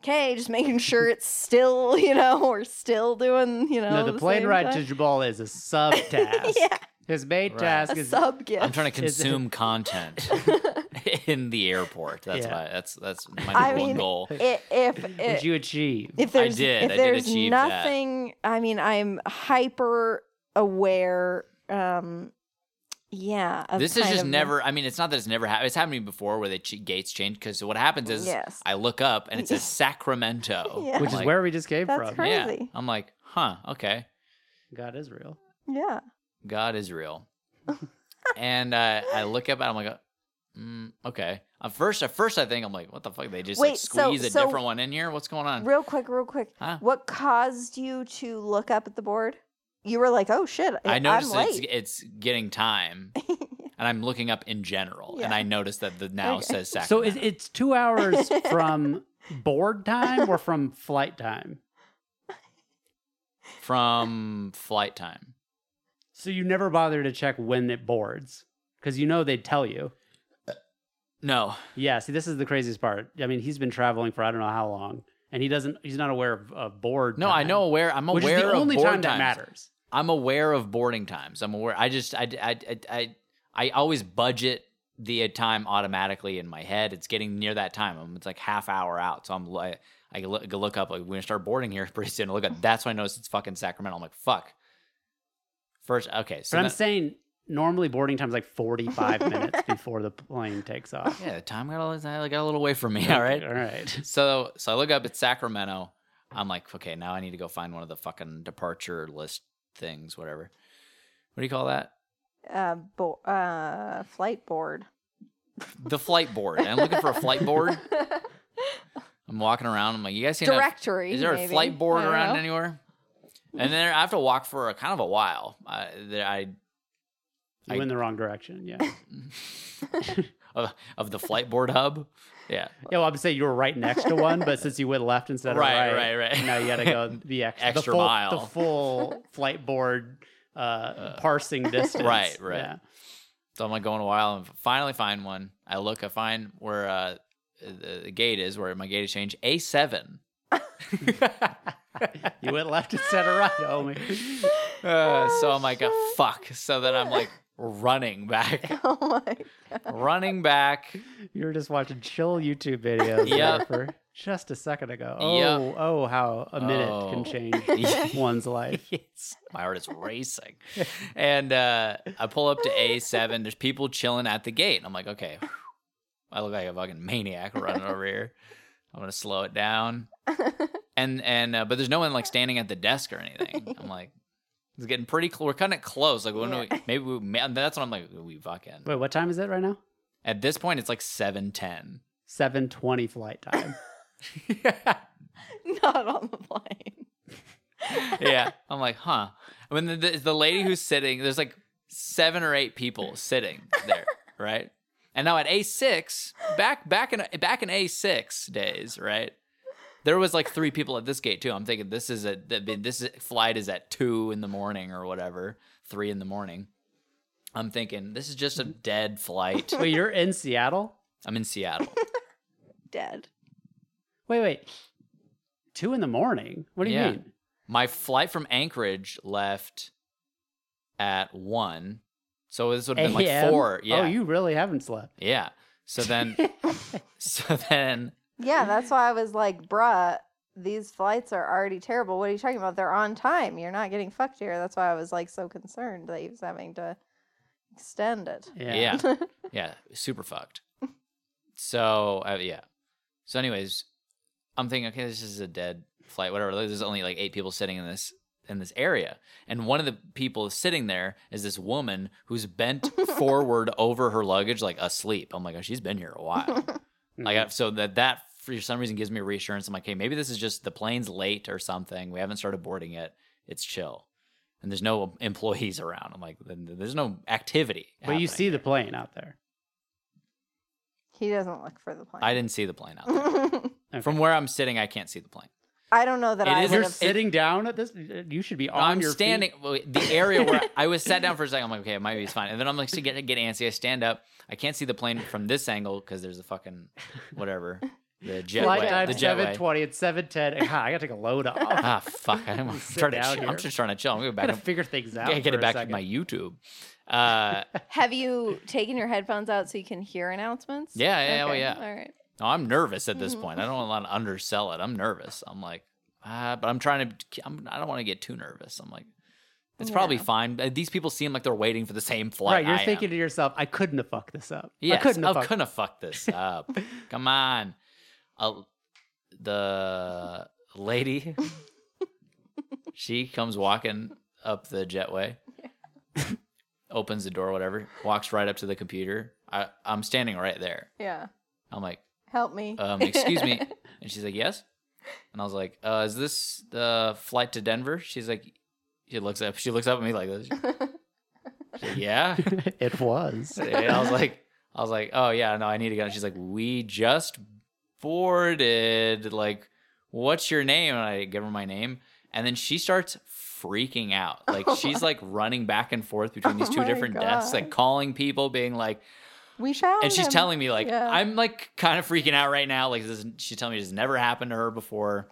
D: Okay, just making sure it's still, you know, we're still doing, you know.
B: No, the plane
D: same
B: ride to
D: thing.
B: Jabal is a subtask.
D: yeah,
B: His main
C: Right.
B: task
D: a
B: is
D: sub gift.
C: I'm trying to
B: Is it-
C: consume content in the airport. That's
B: Yeah.
C: my. That's that's my number
D: I
C: one
D: mean,
C: goal.
D: I- if
B: would
D: if,
B: you achieve?
D: if there's
C: did,
D: if
C: I did
D: there's
C: achieve that.
D: nothing, I mean, I'm hyper aware. Um, yeah, of
C: This is
D: kind
C: just
D: of-
C: never. I mean, it's not that it's never happened. It's happened to me before where the ch- gates change. Because what happens is
D: Yes.
C: I look up and it says Sacramento,
D: Yeah.
C: I'm
B: Which is
C: like,
B: where we just came
D: That's
B: from.
D: correct.
C: Yeah.
D: Crazy.
C: I'm like, huh, okay.
B: God is real.
D: Yeah,
C: God is real. and uh, I look up and I'm like, mm, okay. At first, at first, I think I'm like, what the fuck? They just like
D: Wait, so-
C: squeeze a
D: so-
C: different one in here. What's going on?
D: real quick, real quick.
C: Huh?
D: What caused you to look up at the board? You were like, "Oh shit,
C: I noticed
D: I'm
C: that it's,
D: late."
C: it's getting time, and I'm looking up in general, and
D: Yeah.
C: I noticed that the now
D: Okay.
C: says Sacramento.
B: So is, it's two hours from board time or from flight time?
C: from flight time.
B: So you never bother to check when it boards because you know they'd tell you.
C: No,
B: Yeah. See, this is the craziest part. I mean, he's been traveling for I don't know how long, and he doesn't. He's not aware of, of board.
C: no, I
B: time,
C: know aware. I'm
B: Which
C: aware
B: is the
C: of
B: only
C: board
B: time that
C: times.
B: matters.
C: I'm aware of boarding times. I'm aware. I just I I I I, I always budget the time automatically in my head. It's getting near that time. I'm, it's like half hour out, so I'm like I can look, go look up like we're gonna start boarding here pretty soon. I look up. That's when I notice it's fucking Sacramento. I'm like fuck. First, okay, so
B: but I'm
C: then-
B: saying normally boarding time's like 45 minutes before the plane takes off.
C: yeah, the time got a little, got a little away from me. All right,
B: All right.
C: so so I look up at Sacramento. I'm like, okay, now I need to go find one of the fucking departure list things, whatever. What do you call that?
D: uh, bo- uh, flight board.
C: The flight board. I'm looking for a flight board. I'm walking around. I'm like, you guys seen a,
D: Directory.
C: is there a
D: maybe.
C: flight board
D: I don't
C: around
D: know.
C: anywhere? And then I have to walk for a kind of a while. I, there- I
B: You
C: I-
B: went the wrong direction. Yeah. Yeah.
C: of, of the flight board hub. Yeah,
B: Well, I'm saying you were right next to one, but since you went left instead of
C: Right, right,
B: right,
C: right.
B: now you got to go the extra, the
C: Extra
B: full,
C: mile.
B: the full flight board uh, parsing distance.
C: right, right.
B: Yeah.
C: so I'm like going a while and finally find one. I look, I find where uh, the, the gate is, where my gate is changed. A seven. Uh,
B: You went left instead of right, homie.
C: Uh, so I'm like, oh, fuck. So then I'm like running back,
D: Oh my!
C: running back.
B: You were just watching chill YouTube videos
C: Yeah.
B: there for just a second ago. Oh,
C: Yeah.
B: oh, how a minute
C: Oh.
B: can change one's life.
C: My heart is racing. And uh, I pull up to A7. There's people chilling at the gate. I'm like, okay, I look like a fucking maniac running over here. I'm going to slow it down. And, and, uh, but there's no one like standing at the desk or anything. I'm like, it's getting pretty close. We're cutting it close. Like, when do we, maybe we, man, that's when I'm like, we fucking.
B: Wait, what time is it right now?
C: At this point, it's like 710.
B: Seven twenty flight time.
D: Not on the plane.
C: yeah. I'm like, huh. I mean, the, the, the lady who's sitting, there's like seven or eight people sitting there, right? And now at A6, back back in back in A6 days, right? There was like three people at this gate too. I'm thinking this is a that- this is, flight is at two in the morning or whatever, three in the morning. I'm thinking this is just a dead flight.
B: Wait, you're in Seattle?
C: I'm in Seattle.
D: Dead.
B: Wait, wait. Two in the morning? What do you
C: Yeah.
B: mean?
C: My flight from Anchorage left at one. So this would have been like
B: AM?
C: four. Yeah.
B: Oh, you really haven't slept.
C: yeah. So then, so then,
D: Yeah, that's why I was like, bruh, these flights are already terrible. What are you talking about? They're on time. You're not getting fucked here. That's why I was like so concerned that he was having to extend it.
C: yeah, yeah, super fucked. So uh, yeah. So anyways, I'm thinking, okay, this is a dead flight, whatever. There's only like eight people sitting in this in this area, and one of the people sitting there is this woman who's bent forward over her luggage, like asleep. I'm like, oh, she's been here a while.
B: Mm-hmm.
C: Like I, so that that for some reason gives me reassurance. I'm like, hey, maybe this is just the plane's late or something. We haven't started boarding yet. It's chill, and there's no employees around. I'm like, then there's no activity.
B: but you
C: happening
B: see the
C: here.
B: plane out there.
D: He doesn't look for the plane.
C: I didn't see the plane out there. From where I'm sitting, I can't see the plane.
D: I don't know that
C: It
D: I
C: is-
D: would
B: You're
D: have.
B: sitting down at this. You should be on
C: I'm
B: your feet.
C: standing. well, The area where I was sat down for a second, I'm like, okay, maybe it's fine. And then I'm like, to get get antsy. I stand up. I can't see the plane from this angle because there's a fucking whatever the
B: Flight
C: jetway.
B: time
C: The
B: seven
C: jetway.
B: twenty at seven ten. Ah, I got to take a load off.
C: Ah, fuck! I'm, I'm
B: Sit
C: trying to.
B: down
C: Chill. I'm
B: here.
C: just trying to chill. I'm going
B: I
C: back.
B: gotta
C: I'm,
B: figure things out.
C: I get
B: for
C: it
B: a
C: back to
B: second.
C: my YouTube. Uh,
D: Have you taken your headphones out so you can hear announcements?
C: Yeah, yeah, oh,
D: Okay,
C: yeah.
D: All right.
C: no, I'm nervous at this point. I don't want to undersell it. I'm nervous. I'm like, ah, but I'm trying to. I'm, I don't want to get too nervous. I'm like, it's probably
D: Yeah.
C: fine. Uh, These people seem like they're waiting for the same flight.
B: Right, you're
C: I am.
B: thinking to yourself, I couldn't have fucked this up.
C: Yes,
B: I couldn't have fucked.
C: fucked this up. Come on. Uh, the lady, she comes walking up the jetway, opens the door, whatever, walks right up to the computer. I, I'm standing right there.
D: Yeah.
C: I'm like,
D: Help me.
C: um, excuse me. And she's like, yes. And I was like, uh, is this the flight to Denver? She's like, she looks up. She looks up at me like this. She's like, yeah.
B: it was.
C: And I was like, I was like, oh yeah, no, I need to go. And she's like, we just boarded. Like, what's your name? And I give her my name, and then she starts freaking out. Like, she's like running back and forth between these
D: Oh
C: two
D: my
C: different desks,
D: God.
C: like calling people, being like,
D: we found
C: and she's
D: him.
C: telling me like,
D: Yeah.
C: I'm like kind of freaking out right now. Like, this, she's telling me this never happened to her before.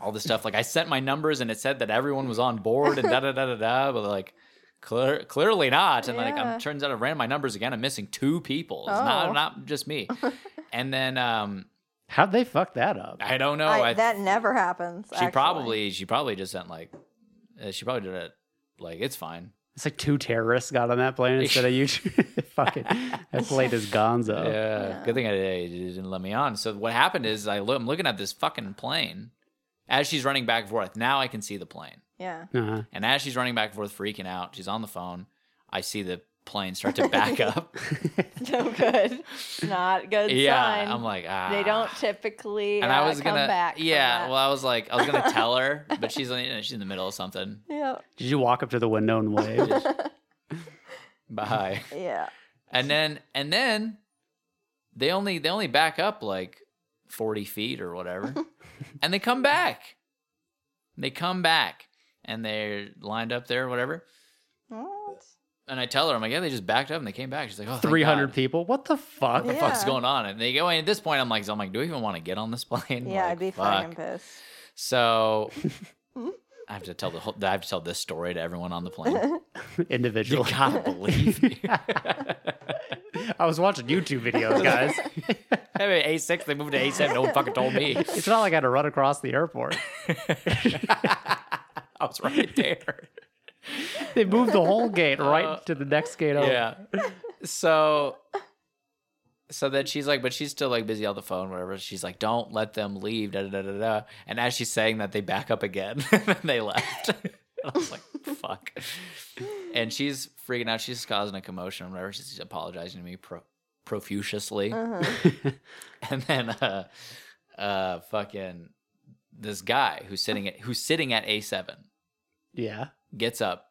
C: All this stuff. Like, I sent my numbers, and it said that everyone was on board, and da da da da da. But like. Clear, clearly not. And like,
D: Yeah.
C: I'm, turns out I ran my numbers again. I'm missing two people. It's
D: Oh.
C: not not just me. and then um,
B: How'd they fuck that up?
C: I don't know.
D: I-
C: I,
D: that never happens.
C: she
D: actually.
C: probably she probably just sent like uh, she probably did it like it's fine.
B: It's like two terrorists got on that plane instead of you. Fucking that plane is gonzo.
C: yeah,
D: Yeah.
C: good thing I I didn't let me on. So what happened is I look, I'm looking at this fucking plane as she's running back and forth. Now I can see the plane,
D: Yeah.
B: Uh-huh.
C: and as she's running back and forth, freaking out, she's on the phone. I see the plane start to back up.
B: Uh-huh.
D: No good. Not good
C: yeah,
D: sign.
C: I'm like ah.
D: they don't typically
C: and I
D: uh,
C: was
D: come
C: gonna,
D: back. from
C: yeah.
D: that.
C: Well, I was like, I was gonna tell her, but she's like, you know, she's in the middle of something.
D: Yeah.
B: Did you walk up to the window and
C: Oh
B: wave?
C: Bye.
D: Yeah.
C: and then, and then, they only they only back up like forty feet or whatever, and they come back. They come back, and they're lined up there, or whatever.
D: What?
C: And I tell her, I'm like, yeah, they just backed up and they came back. She's like, oh, thank
B: Three hundred
C: God.
B: people. What the fuck?
C: What the
D: Yeah.
C: fuck's going on? And they go. And at this point, I'm like, I'm like, do I even want to get on this plane?
D: Yeah,
C: Like,
D: I'd be
C: fuck.
D: fucking pissed.
C: So I have to tell the whole, I have to tell this story to everyone on the plane. You
B: Individual.
C: gotta believe me.
B: I was watching YouTube videos, guys.
C: I mean, A six, they moved to A seven. No one fucking told me.
B: it's not like I had to run across the airport.
C: I was right there.
B: They moved the whole gate right
C: Uh,
B: to the next gate over.
C: Yeah. So, so then she's like, but she's still like busy on the phone, whatever. She's like, don't let them leave. Da da da da. da. And as she's saying that, they back up again. and they left. and I was like, fuck. And she's freaking out. She's causing a commotion, whatever. She's apologizing to me pro- profusely.
D: Uh. Uh-huh.
C: and then uh uh fucking this guy who's sitting at who's sitting at A7
B: Yeah.
C: gets up,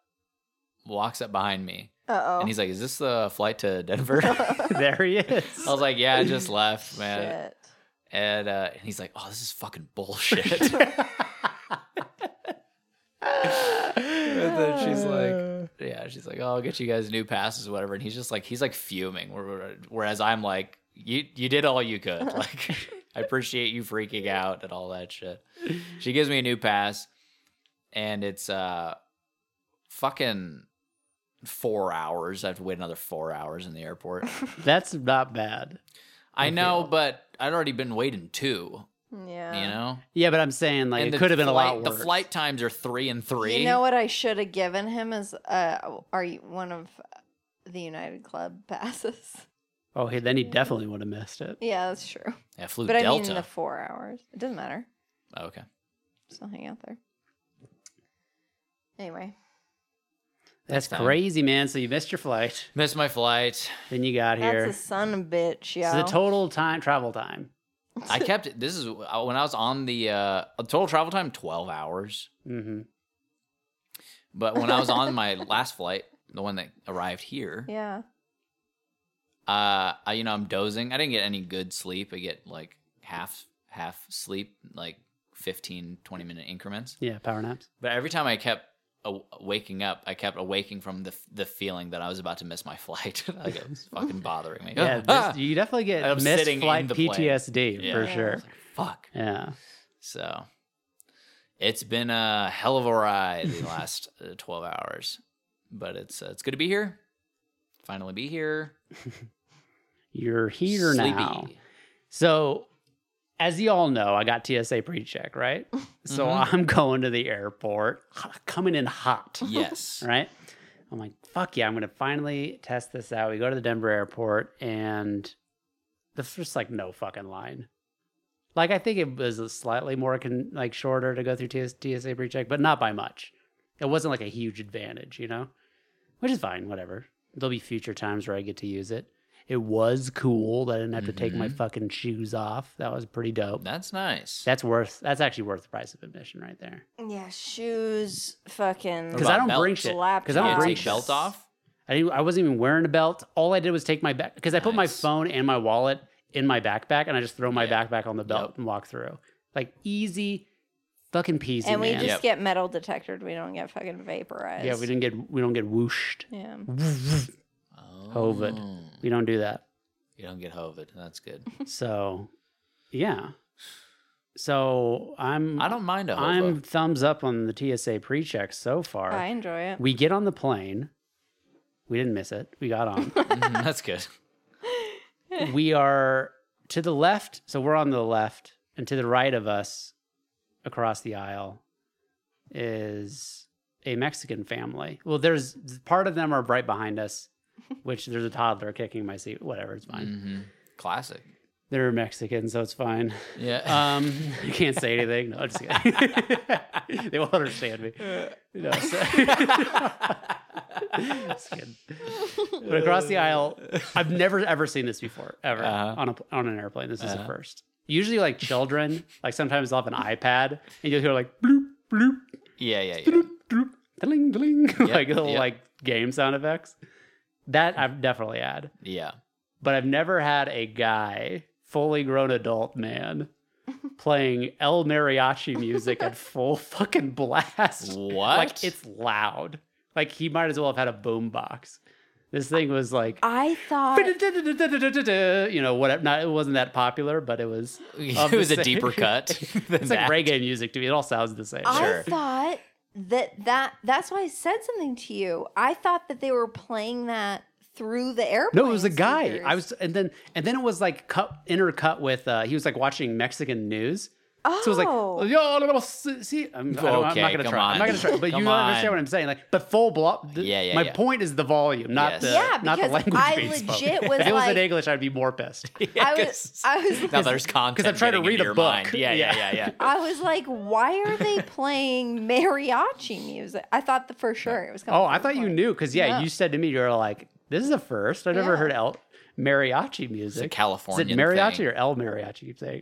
C: walks up behind me,
D: Uh oh.
C: and he's like, "Is this the flight to Denver?" I
B: there he is.
C: was like, "Yeah, I just left, man."
D: Shit.
C: And uh and he's like, "Oh, this is fucking bullshit." Oh. And then she's like, yeah, she's like, oh, I'll get you guys new passes, whatever. And he's just like, he's like fuming. where- Whereas I'm like, you you did all you could. Like, I appreciate you freaking out and all that shit. She gives me a new pass, and it's uh, fucking four hours. I have to wait another four hours in the airport.
B: That's not bad.
C: I know, but I'd already been waiting two.
D: Yeah.
C: You know,
B: Yeah, but I'm saying like
C: And
B: it
C: the
B: could have been a lot
C: flight-
B: worse.
C: The flight times are three and three.
D: You know what I should have given him is uh are you one of the United Club passes?
B: Oh, he, then he definitely would have missed it.
D: Yeah, that's true.
C: I flew
D: But I
C: Delta.
D: mean the four hours. It doesn't matter.
C: Oh, okay.
D: Still hang out there. Anyway.
B: That's
C: time.
B: crazy, man. So you missed your flight,
C: Missed my flight.
B: then you got here.
D: That's a son of a bitch, yo.
B: So the total time travel time.
C: I kept it. This is when I was on the uh, total travel time, 12 hours.
B: hmm
C: But when I was on my last flight, the one that arrived here,
D: yeah.
C: uh, I, you know, I'm dozing. I didn't get any good sleep. I get like half, half sleep, like 15, 20 minute increments.
B: Yeah, power naps.
C: But every time I kept aw- waking up, I kept awaking from the, f- the feeling that I was about to miss my flight. like it was fucking bothering me.
B: Yeah,
C: Ah!
B: this, you definitely get
C: I'm
B: missed
C: sitting in
B: flight
C: the plane.
B: PTSD
C: Yeah.
B: for
D: Yeah.
B: sure.
C: Fuck.
B: Yeah.
C: So it's been a hell of a ride the last uh, 12 hours, but it's uh, it's good to be here. Finally be here.
B: You're here
C: Sleepy.
B: now. So, as you all know, I got TSA pre check, right? So
C: Mhm.
B: I'm going to the airport, coming in hot,
C: Yes.
B: right? I'm like, fuck yeah, I'm going to finally test this out. We go to the Denver airport, and there's just like no fucking line. Like, I think it was slightly more con- like shorter to go through TS- TSA pre check, but not by much. It wasn't like a huge advantage, you know? Which is fine, whatever. There'll be future times where I get to use it. It was cool that I didn't have to take my
C: Mhm.
B: fucking shoes off. That was pretty dope.
C: That's nice.
B: That's worth, that's actually worth the price of admission right there.
D: Yeah, shoes fucking
C: What
B: Because I
C: about
B: don't bring
C: belt?
B: shit.
D: Slap
B: Because
C: You
B: I
D: you.
C: didn't
B: don't bring
C: take
B: shit.
C: belt off.
B: I didn't, I wasn't even wearing a belt. All I did was take my back because I put my
C: Nice.
B: phone and my wallet in my backpack and I just throw my
C: Yeah.
B: backpack on the belt
C: Yep.
B: and walk through. Like easy, fucking peasy.
D: and we
B: man.
D: just
C: Yep.
D: get metal detected. We don't get fucking vaporized.
B: yeah, we didn't get we don't get whooshed.
D: Yeah.
C: Oh.
B: Hovid. We don't do that.
C: You don't get hovid. That's good.
B: Mm-hmm. So, yeah. So I'm
C: I don't mind a
B: I'm
C: hovid.
B: thumbs up on the TSA pre-check so far.
D: I enjoy it.
B: We get on the plane. We didn't miss it. We got on.
C: Mhm, That's good.
B: we are to the left, so we're on the left, and to the right of us, across the aisle, is a Mexican family. Well, there's part of them are right behind us, which there's a toddler kicking my seat. Whatever, it's fine.
C: hmm Classic.
B: They're Mexican, so it's fine.
C: Yeah.
B: Um, I can't say anything. No, I'm just kidding. they won't understand me. No, so- Just kidding. But across the aisle, I've never ever seen this before, ever
C: Uh-huh.
B: on a pl- on an airplane. This is the
C: Uh-huh.
B: first. Usually, like children, like sometimes they'll have an iPad, and you'll hear like bloop bloop
C: yeah, yeah, yeah.
B: bloop, dling dling, like little
C: yep.
B: like game sound effects. That I've definitely had,
C: Yeah.
B: but I've never had a guy, fully grown adult man, playing El Mariachi music at full fucking blast.
C: What?
B: Like it's loud. Like he might as well have had a boombox. This thing was like
D: I thought
B: you know whatever. Not it wasn't that popular, but it was. of
C: it
B: the
C: was a
B: same-
C: deeper cut. than
B: It's
C: that.
B: like reggae music to me. It all sounds the same.
D: I
C: Sure.
D: thought that that that's why I said something to you. I thought that they were playing that through the airplane.
B: No, it was a guy.
D: speakers.
B: I was, and then and then it was like cut intercut with. uh He was like watching Mexican news.
D: Oh,
B: So it was like, yo, I don't know, see, see, I'm, I don't, I'm
C: Okay,
B: not gonna
C: come
B: try. I'm not
C: on.
B: gonna try. But you
C: Come
B: understand
C: on.
B: what I'm saying? Like, but full block.
C: Yeah, yeah,
B: My
C: yeah.
B: point is the volume, not
C: Yes.
B: the
D: Yeah,
B: not the
D: because
B: language.
D: I
B: being spoken.
D: legit was
B: if it was in
D: like-
B: English, I'd be more pissed.
D: I
C: Yeah,
D: was- I was
C: now
D: like-
C: there's content
B: 'Cause I'm trying to
C: getting
B: read
C: into
B: a
C: your
B: book.
C: mind. Yeah, yeah, yeah, yeah.
D: I was like, why are they playing mariachi music? I thought the for sure it was coming.
B: Oh, I
D: from
B: thought you
D: Florida.
B: knew because yeah,
D: No.
B: you said to me you were like, "This is a first. I've never
D: Yeah.
B: heard El mariachi music.
C: Californian
B: Is it mariachi
C: thing.
B: or El mariachi? You keep saying,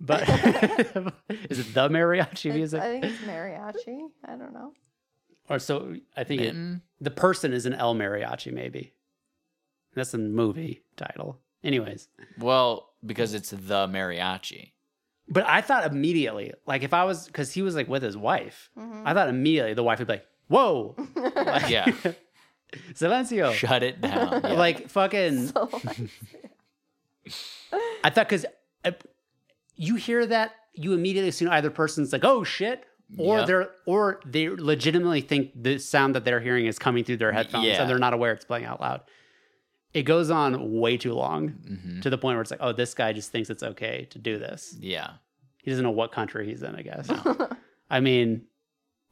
B: but is it the mariachi
D: It's-
B: music?
D: I think it's mariachi. I don't know.
B: or so I think it,
C: Mm.
B: the person is an El mariachi, maybe. That's a movie title, anyways.
C: Well, because it's the mariachi.
B: But I thought immediately, like if I was, because he was like with his wife,
D: Mhm.
B: I thought immediately the wife would be like, "Whoa, Like,
C: Yeah.
B: silencio."
C: Shut it down. Yeah.
B: Like fucking
D: So, like,
B: uh, I thought because you hear that, you immediately assume either person's like, "Oh shit," or
C: Yep.
B: they're or they legitimately think the sound that they're hearing is coming through their headphones
C: yeah.
B: and they're not aware it's playing out loud. It goes on way too long
C: Mhm.
B: to the point where it's like, oh, this guy just thinks it's okay to do this.
C: Yeah.
B: He doesn't know what country he's in, I guess. I mean,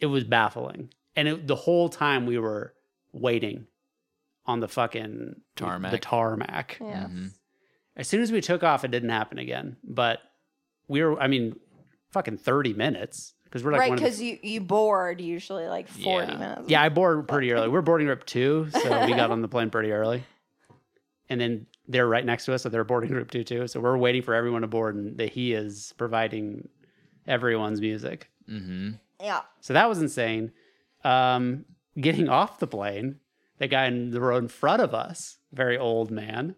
B: it was baffling. And it, the whole time we were waiting on the fucking the
C: Tarmac.
B: tarmac.
D: Yeah.
C: Mhm.
B: As soon as we took off, it didn't happen again. But we were, I mean, fucking 30 minutes because we're like,
D: right,
B: one of the-
D: because you you board usually like forty
C: Yeah.
D: minutes.
B: yeah, I boarded pretty early. We We're boarding group two, so we got on the plane pretty early. And then they're right next to us, so they're boarding group two too. So we're waiting for everyone to board, and that he is providing everyone's music.
C: Mhm.
D: yeah.
B: So that was insane. Um, getting off the plane, the guy in the row in front of us, very old man,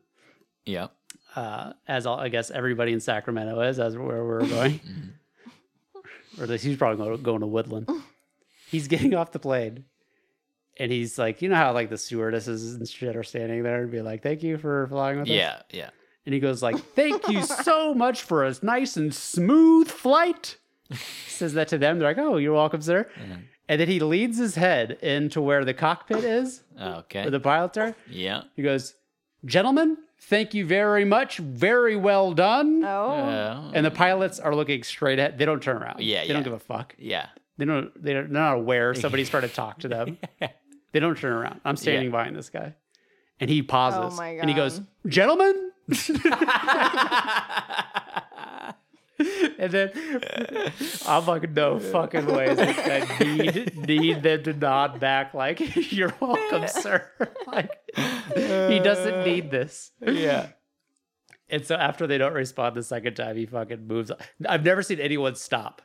C: Yep.
B: uh, as all, I guess everybody in Sacramento is, as where we're going.
C: Mm-hmm.
B: or at least he's probably going to, going to Woodland. He's getting off the plane. And he's like, you know how like the stewardesses and shit are standing there and be like, thank you for flying with us.
C: Yeah. Yeah.
B: And he goes like, "Thank you so much for a nice and smooth flight." Says that to them. They're like, "Oh, you're welcome, sir." And then he leads his head into where the cockpit is,
C: Uh, Okay.
B: where the pilots are.
C: yeah.
B: He goes, "Gentlemen, thank you very much. Very well done."
D: Oh.
C: Uh,
B: And the pilots are looking straight at. They don't turn around.
C: Yeah,
B: they don't
C: yeah.
B: give a fuck.
C: yeah.
B: They don't. they don't- They're not aware somebody's trying to talk to them. They don't turn around. I'm standing behind this guy, and he pauses.
D: Oh my
B: And he goes,
D: God.
B: "Gentlemen." And then I'm like, no fucking way. is This guy need need them to nod back like, you're welcome, sir. like he doesn't need this.
C: Uh, yeah.
B: And so after they don't respond the second time, he fucking moves. on. I've never seen anyone stop.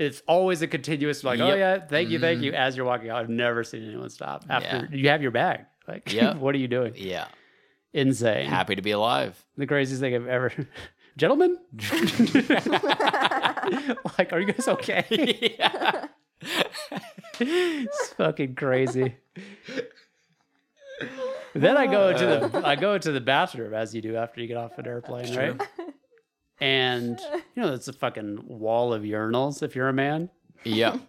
B: It's always a continuous like, oh
C: Yep. Mm-hmm.
B: yeah, thank you, thank you, as you're walking out. I've never seen anyone stop after you have your bag. Like,
C: Yep.
B: what are you doing?
C: Yeah.
B: Insane.
C: Happy to be alive.
B: The craziest thing I've ever. Gentlemen, Uh. like, are you guys okay?
C: yeah.
B: it's fucking crazy. then I go into the I go into the bathroom as you do after you get off an airplane, right? And you know that's a fucking wall of urinals if you're a man.
C: Yep.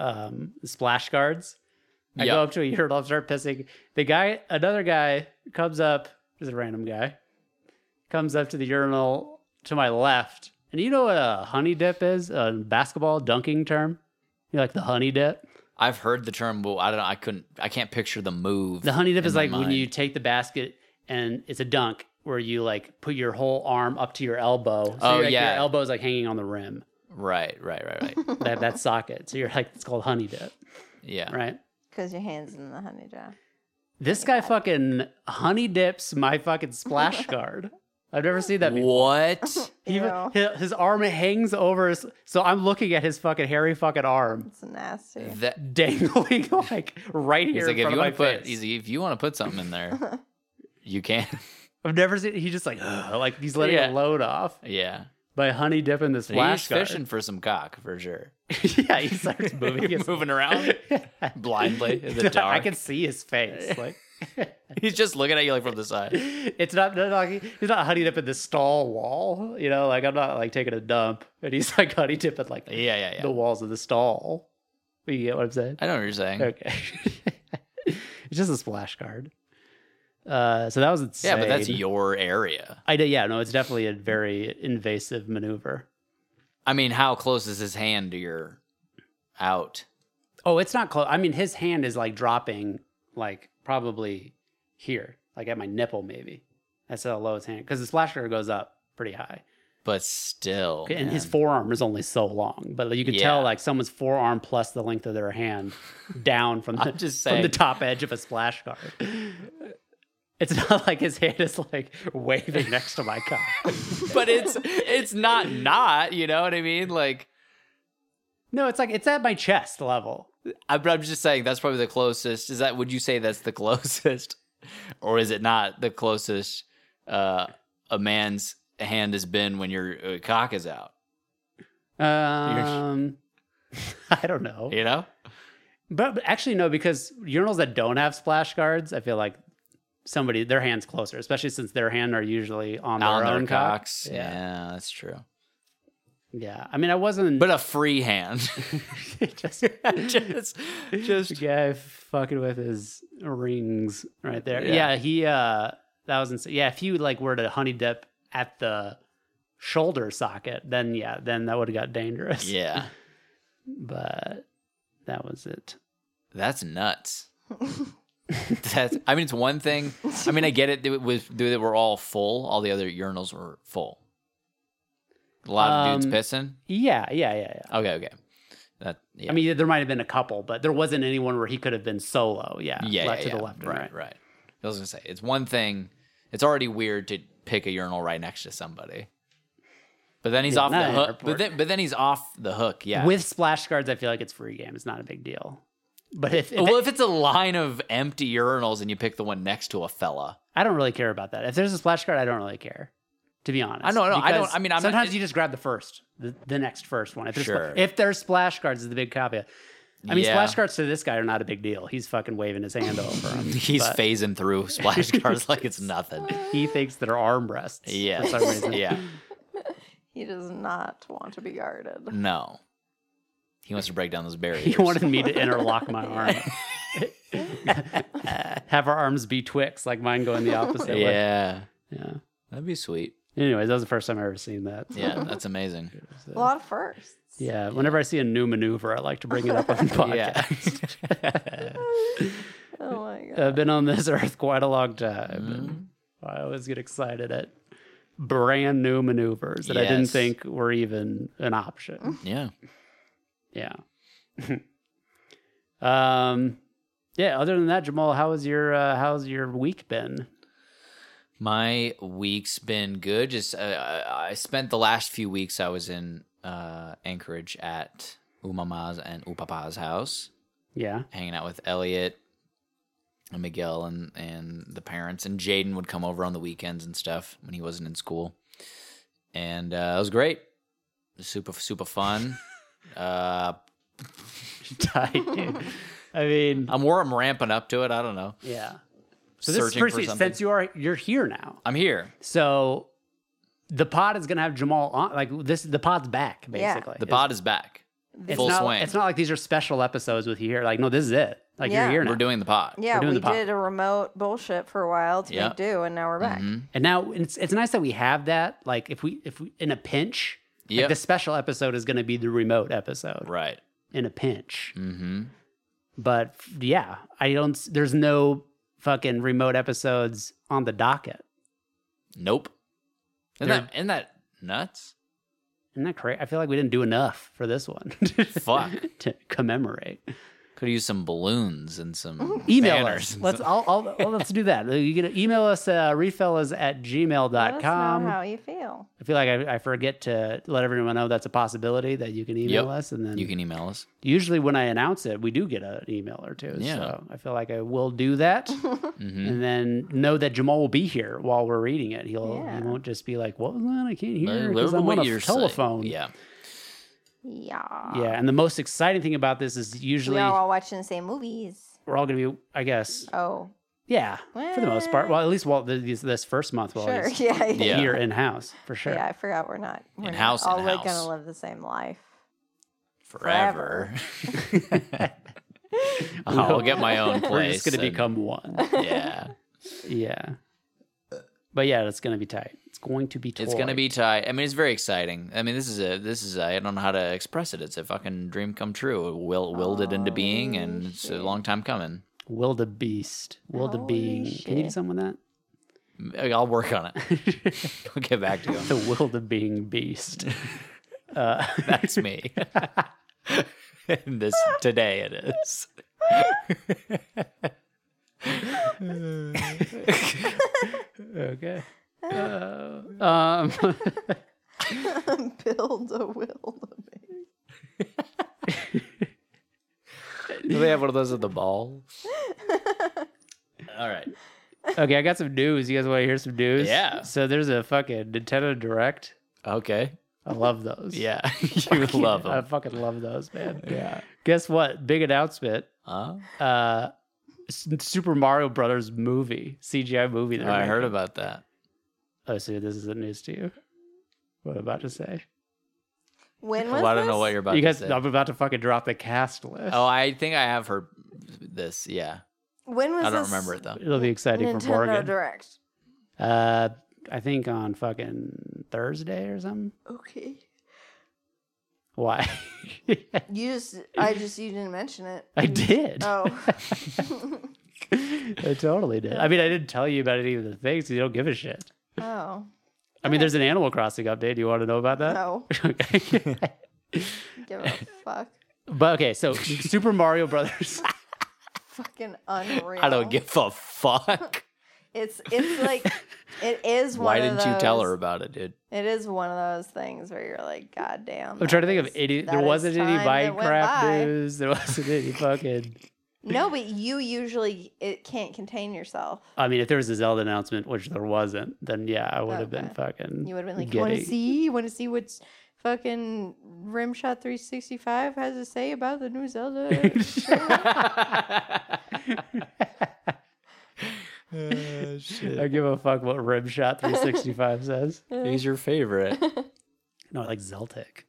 B: Um, splash guards. I
C: Yep.
B: go up to a urinal, start pissing. The guy, another guy, comes up. Just a random guy comes up to the urinal to my left, and you know what a honey dip is? A basketball dunking term. You know, like the honey dip.
C: I've heard the term. Well, I don't. I couldn't. I can't picture the move.
B: The honey dip
C: in
B: is
C: my
B: like when
C: mind.
B: you take the basket and it's a dunk where you like put your whole arm up to your elbow. So
C: Oh,
B: you're, like,
C: yeah.
B: your elbow's like hanging on the rim.
C: Right. Right. Right. Right.
B: That that socket. So you're like it's called honey dip,
C: Yeah.
B: right?
D: Because your hands in the honey jar.
B: This guy fucking honey dips my fucking splash guard. I've never seen that before.
C: What?
B: He,
D: Ew.
B: his, his arm hangs over his, so I'm looking at his fucking hairy fucking arm
D: It's
B: Uh.
D: nasty.
C: that
B: dangling like right here
C: he's like if
B: in front
C: you
B: of my
C: want to put
B: face.
C: he's like, if you want to put something in there, you can.
B: I've never seen he just like like he's letting
C: Yeah.
B: a load off
C: yeah.
B: by honey dipping this
C: He's
B: splash guard.
C: fishing for some cock for sure.
B: yeah, he starts moving his
C: moving around blindly in the dark.
B: I can see his face. Like
C: He's just looking at you like from the side.
B: it's not, not like he's not honey dipping the stall wall. You know, like I'm not like taking a dump, and he's like honey dipping like
C: Yeah, yeah, yeah.
B: the walls of the stall. You get what I'm saying?
C: I know what you're saying.
B: Okay. it's just a splash guard. Uh, so that was insane.
C: Yeah, but that's your area.
B: I did, yeah, no, it's definitely a very invasive maneuver.
C: I mean, how close is his hand to your out?
B: Oh, it's not close. I mean, his hand is like dropping, like probably here, like at my nipple, maybe. That's how low his hand, because the splash guard goes up pretty high,
C: But still,
B: and his
C: man.
B: forearm is only so long. But you can tell
C: Yeah.
B: like someone's forearm plus the length of their hand down from the,
C: I'm just
B: from the
C: saying.
B: top edge of a splash guard. It's not like his hand is like waving next to my cup.
C: but it's it's not not. You know what I mean? Like,
B: No, it's like it's at my chest level.
C: I'm, I'm just saying that's probably the closest. Is that would you say that's the closest, or is it not the closest uh, a man's hand has been when your uh, cock is out?
B: Um, I don't know.
C: You know?
B: But but actually, no, because urinals that don't have splash guards, I feel like somebody their hands closer, especially since their hand are usually on their
C: on
B: own
C: their
B: cock.
C: cocks. Yeah. that's true.
B: Yeah. I mean, I wasn't.
C: but a free hand.
B: just,
C: just,
B: the
C: just
B: guy fucking with his rings right there. Yeah,
C: Yeah.
B: he uh that was insane. Yeah, if you like were to honey dip at the shoulder socket, then yeah, then that would have got dangerous.
C: yeah.
B: But that was it.
C: That's nuts. That's. I mean, it's one thing. I mean, I get it. That was that we're all full. All the other urinals were full. A lot of
B: Um,
C: dudes pissing.
B: Yeah, yeah, yeah, yeah.
C: Okay, okay. That. Yeah.
B: I mean, there might have been a couple, but there wasn't anyone where he could have been solo. Yeah,
C: yeah,
B: left
C: yeah,
B: to the
C: yeah.
B: left and
C: right,
B: right.
C: right. I was gonna say it's one thing. It's already weird to pick a urinal right next to somebody. But then he's
B: Yeah,
C: off
B: not
C: the
B: in an
C: hook. But
B: airport.
C: then, but then he's off the hook. Yeah.
B: With splash guards, I feel like it's free game. It's not a big deal. But if, if
C: well, if it's a line of empty urinals and you pick the one next to a fella,
B: I don't really care about that. If there's a splash card, I don't really care. To be honest,
C: I know, I know. I don't-
B: Because
C: I mean, I'm not-
B: sometimes
C: it-
B: you just grab the first, the, the next first one. If there's,
C: Sure.
B: if there's splash cards, is the big caveat. I mean,
C: Yeah.
B: splash cards to this guy are not a big deal. He's fucking waving his hand over him.
C: He's
B: But
C: phasing through splash guards like it's nothing.
B: he thinks that are armrests.
C: Yeah.
B: for some reason.
C: Yeah.
D: He does not want to be
B: Uh.
D: guarded.
C: No. He wants to break down those barriers.
B: He wanted me to interlock my arm. Have our arms be twixt, like mine going the opposite way.
C: yeah.
B: Yeah.
C: That'd be sweet.
B: Anyways, that was the first time I ever seen that.
C: Yeah, that's amazing.
B: So-
D: A lot of firsts.
B: Yeah, whenever I see a new maneuver, I like to bring it up on the
C: Yeah.
B: podcast.
D: Oh my god.
B: I've been on this earth quite a long time.
C: Mhm.
B: I always get excited at brand new maneuvers that I didn't
C: Yes.
B: think were even an option.
C: Yeah.
B: Yeah.
C: Mm.
B: um yeah, other than that, Jamal, how was your uh, how's your week been?
C: My week's been good. Just uh, I I spent the last few weeks I was in uh, Anchorage at Umama's and Upapa's house,
B: Yeah.
C: hanging out with Elliot and Miguel and and the parents. And Jaden would come over on the weekends and stuff when he wasn't in school, and uh, it was great. Super super fun. uh,
B: Tight, dude. I mean,
C: I'm where I'm ramping up to it. I don't know.
B: yeah. So this is
C: Searching for
B: pretty-
C: something.
B: since you are you're here now.
C: I'm here.
B: So the pod is gonna have Jamal on like this the pod's back,
D: Yeah.
B: basically.
C: The
B: It's-
C: pod is back.
B: it's
C: full
B: not,
C: swing.
B: It's not like these are special episodes with you here. Like, no, this is it. Like
D: Yeah.
B: you're here now.
C: We're doing the pod.
D: Yeah,
B: We're doing
D: we
B: the pod.
D: did a remote bullshit for a while to
C: Yeah.
D: make do, and now we're back.
C: Mm-hmm.
B: And now it's it's nice that we have that. Like if we if we in a pinch, like,
C: Yep.
B: the special episode is going to be the remote episode
C: Right.
B: in a pinch.
C: Mm-hmm.
B: But f- yeah, I don't. s- There's no fucking remote episodes on the docket.
C: Nope. Isn't
B: They're-
C: that, isn't that nuts?
B: Isn't that crazy? I feel like we didn't do enough for this one.
C: Fuck.
B: to commemorate.
C: Could use some balloons and some
B: Email
C: banners
B: us.
C: and
B: Let's
C: some-
B: I'll, I'll, well, let's do that. You can email us uh, refillas at
D: Let us know
B: gmail.com.
D: how you feel.
B: I feel like I, I forget to let everyone know that's a possibility that you can email
C: Yep.
B: us, and then
C: You can email us.
B: usually when I announce it, we do get an email or two.
C: Yeah.
B: So I feel like I will do that,
C: Mm-hmm.
B: and then know that Jamal will be here while we're reading it. He'll
D: Yeah.
B: he won't just be like, "What was that? I can't hear because I'm on a telephone."
C: Yeah.
D: Yeah.
B: Yeah, and the most exciting thing about this is
D: We
B: usually
D: are all watching the same movies.
B: we're all going to be, I guess,
D: Oh,
B: yeah, for the most part. Well, at least while the, these- this first month, we'll
D: Eh. sure.
B: always
D: Yeah.
C: Yeah.
B: here in house for sure.
D: Yeah, I forgot we're not. We're not
C: In-house,
D: all
C: in-house.
D: like gonna live the same life.
C: Forever.
B: We'll-
C: I'll get my own place.
B: we're just going to
C: and-
B: become one.
C: Yeah.
B: Yeah. But yeah, it's gonna be tight. It's going to be tight.
C: It's gonna be tight. I mean, it's very exciting. I mean, this is a this is a, I don't know how to express it. It's a fucking dream come true. Will willed it into being,
B: Oh,
C: and it's a long time coming.
B: Will the beast. Will the
D: Holy
B: being. Can you do
D: shit.
B: something with that?
C: I'll work on it. I'll get back to you.
B: The will the being beast.
C: That's me. and this today it is.
B: okay. Uh, um
D: Build a will.
C: Do they have one of those at the ball? All right.
B: Okay, I got some news. You guys wanna hear some news?
C: Yeah.
B: So there's a fucking Nintendo Direct.
C: Okay.
B: I love those.
C: Yeah. you love
B: I
C: them.
B: fucking love those, man. yeah. Guess what? Big announcement.
C: Huh?
B: Uh S- Super Mario Brothers movie, CGI movie. they're
C: I heard
B: making.
C: about that.
B: Oh, so this isn't news to you. What I'm about to say.
D: When was
C: Well, I don't know
D: this?
C: what you're about
B: you
C: to
B: guys,
C: say.
B: I'm about to fucking drop the cast list.
C: Oh, I think I have heard this. Yeah,
D: When was
C: I don't
D: this
C: remember it though.
B: It'll be exciting
D: Nintendo
B: for Morgan.
D: Direct.
B: Uh, I think on fucking Thursday or something.
D: Okay.
B: Why?
D: You just, I just, you didn't mention it.
B: I did.
D: Oh.
B: I totally did. I mean, I didn't tell you about any of the things. 'cause You don't give a shit.
D: oh.
B: I mean, there's an Animal Crossing update. Do you want to know about that?
D: No.
B: Okay.
D: Give a fuck.
B: but okay, so Super Mario Brothers.
D: Fucking unreal.
C: I don't give a fuck.
D: It's it's like it is one.
C: Why
D: of
C: didn't you tell
D: those-
C: her about it, dude?
D: It is one of those things where you're like, God damn.
B: I'm
D: that
B: trying to think of
D: is-
B: any.
D: that
B: There
D: is
B: wasn't any
D: time that went by.
B: Minecraft news. There wasn't any fucking.
D: No, but you usually it can't contain yourself.
B: I mean, if there was a Zelda announcement, which there wasn't, then yeah, I would have been
D: Okay.
B: fucking.
D: Oh, You would have been like, want to
B: getting.
D: see? You want to see what's fucking Rimshot 365 has to say about the new Zelda?
B: I give a fuck what Rimshot 365 says.
C: He's your favorite.
B: No, I like Zeltic.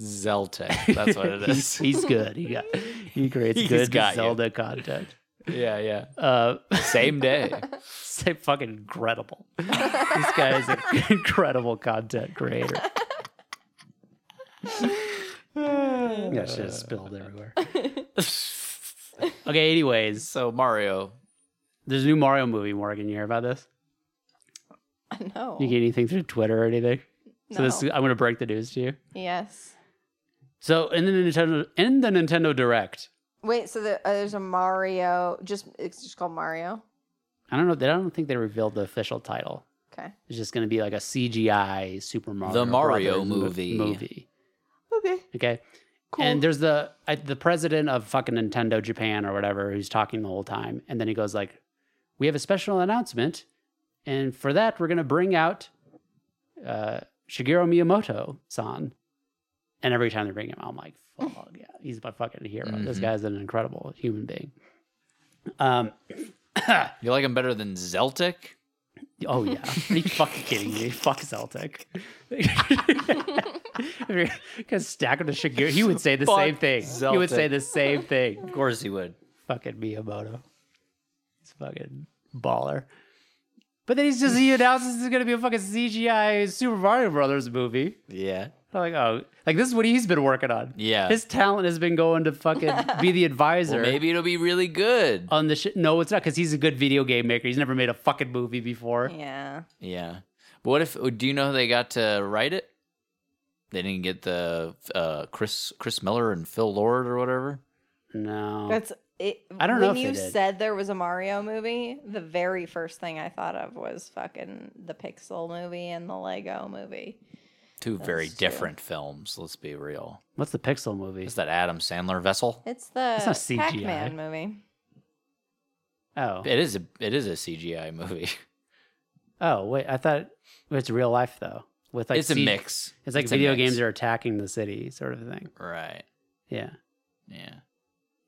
C: Zeltec. That's what it
B: he's,
C: is.
B: he's good. He got he creates
C: He's
B: good
C: got you.
B: Zelda content.
C: yeah, yeah.
B: Uh,
C: Same day.
B: say fucking incredible. this guy is an incredible content creator. That shit is spilled everywhere. okay. Anyways,
C: So Mario,
B: there's a new Mario movie. Morgan, you hear about this?
D: no.
B: You get anything through Twitter or anything? So this
D: No.
B: I'm gonna break the news to you.
D: yes.
B: So in the Nintendo in the Nintendo Direct,
D: Wait, so the, uh, there's a Mario. Just it's just called Mario.
B: I don't know. They I don't think they revealed the official title.
D: Okay.
B: It's just gonna be like a CGI Super Mario
C: Mario
B: Brothers mo-
C: movie.
B: movie.
D: Okay.
B: Okay.
D: Cool.
B: And there's the I, the president of fucking Nintendo Japan or whatever who's talking the whole time, and then he goes like, "We have a special announcement, and for that we're gonna bring out uh, Shigeru Miyamoto-san." And every time they bring him, I'm like, "Fuck yeah, he's my fucking hero. This
C: Mhm.
B: guy's an incredible human being." Um.
C: you like him better than Zeltic?
B: Oh yeah. Are you fucking kidding me? Fuck Celtic. Because stack him to Shigeru, he would say the
C: Fuck
B: same thing. He would say
C: Celtic.
B: the same thing.
C: Of course he would.
B: fucking Miyamoto. He's fucking baller. But then he's just he announces this is gonna be a fucking CGI Super Mario Brothers movie.
C: Yeah.
B: I'm like, oh, like this is what he's been working on.
C: Yeah.
B: His talent has been going to fucking be the advisor.
C: Well, maybe it'll be really good.
B: On the shit, no, it's not because he's a good video game maker. He's never made a fucking movie before.
D: Yeah.
C: Yeah. But what if? oh, Do you know how they got to write it? They didn't get the uh, Chris Chris Miller and Phil Lord or whatever.
B: No,
D: That's it.
B: I don't
D: when
B: know if
D: you
B: they did.
D: said there was a Mario movie, the very first thing I thought of was fucking the Pixel movie and the Lego movie.
C: Two very
D: That's true.
C: different films. Let's be real.
B: What's the Pixel movie?
C: Is that Adam Sandler vessel?
D: It's the
B: not CGI.
D: Pac-Man movie.
B: Oh,
C: It is a it is a CGI movie.
B: oh, wait. I thought it's real life though. With like
C: it's a
B: C-
C: mix.
B: It's like
C: a
B: video
C: mix.
B: games are attacking the city, sort of thing.
C: right.
B: Yeah,
C: Yeah,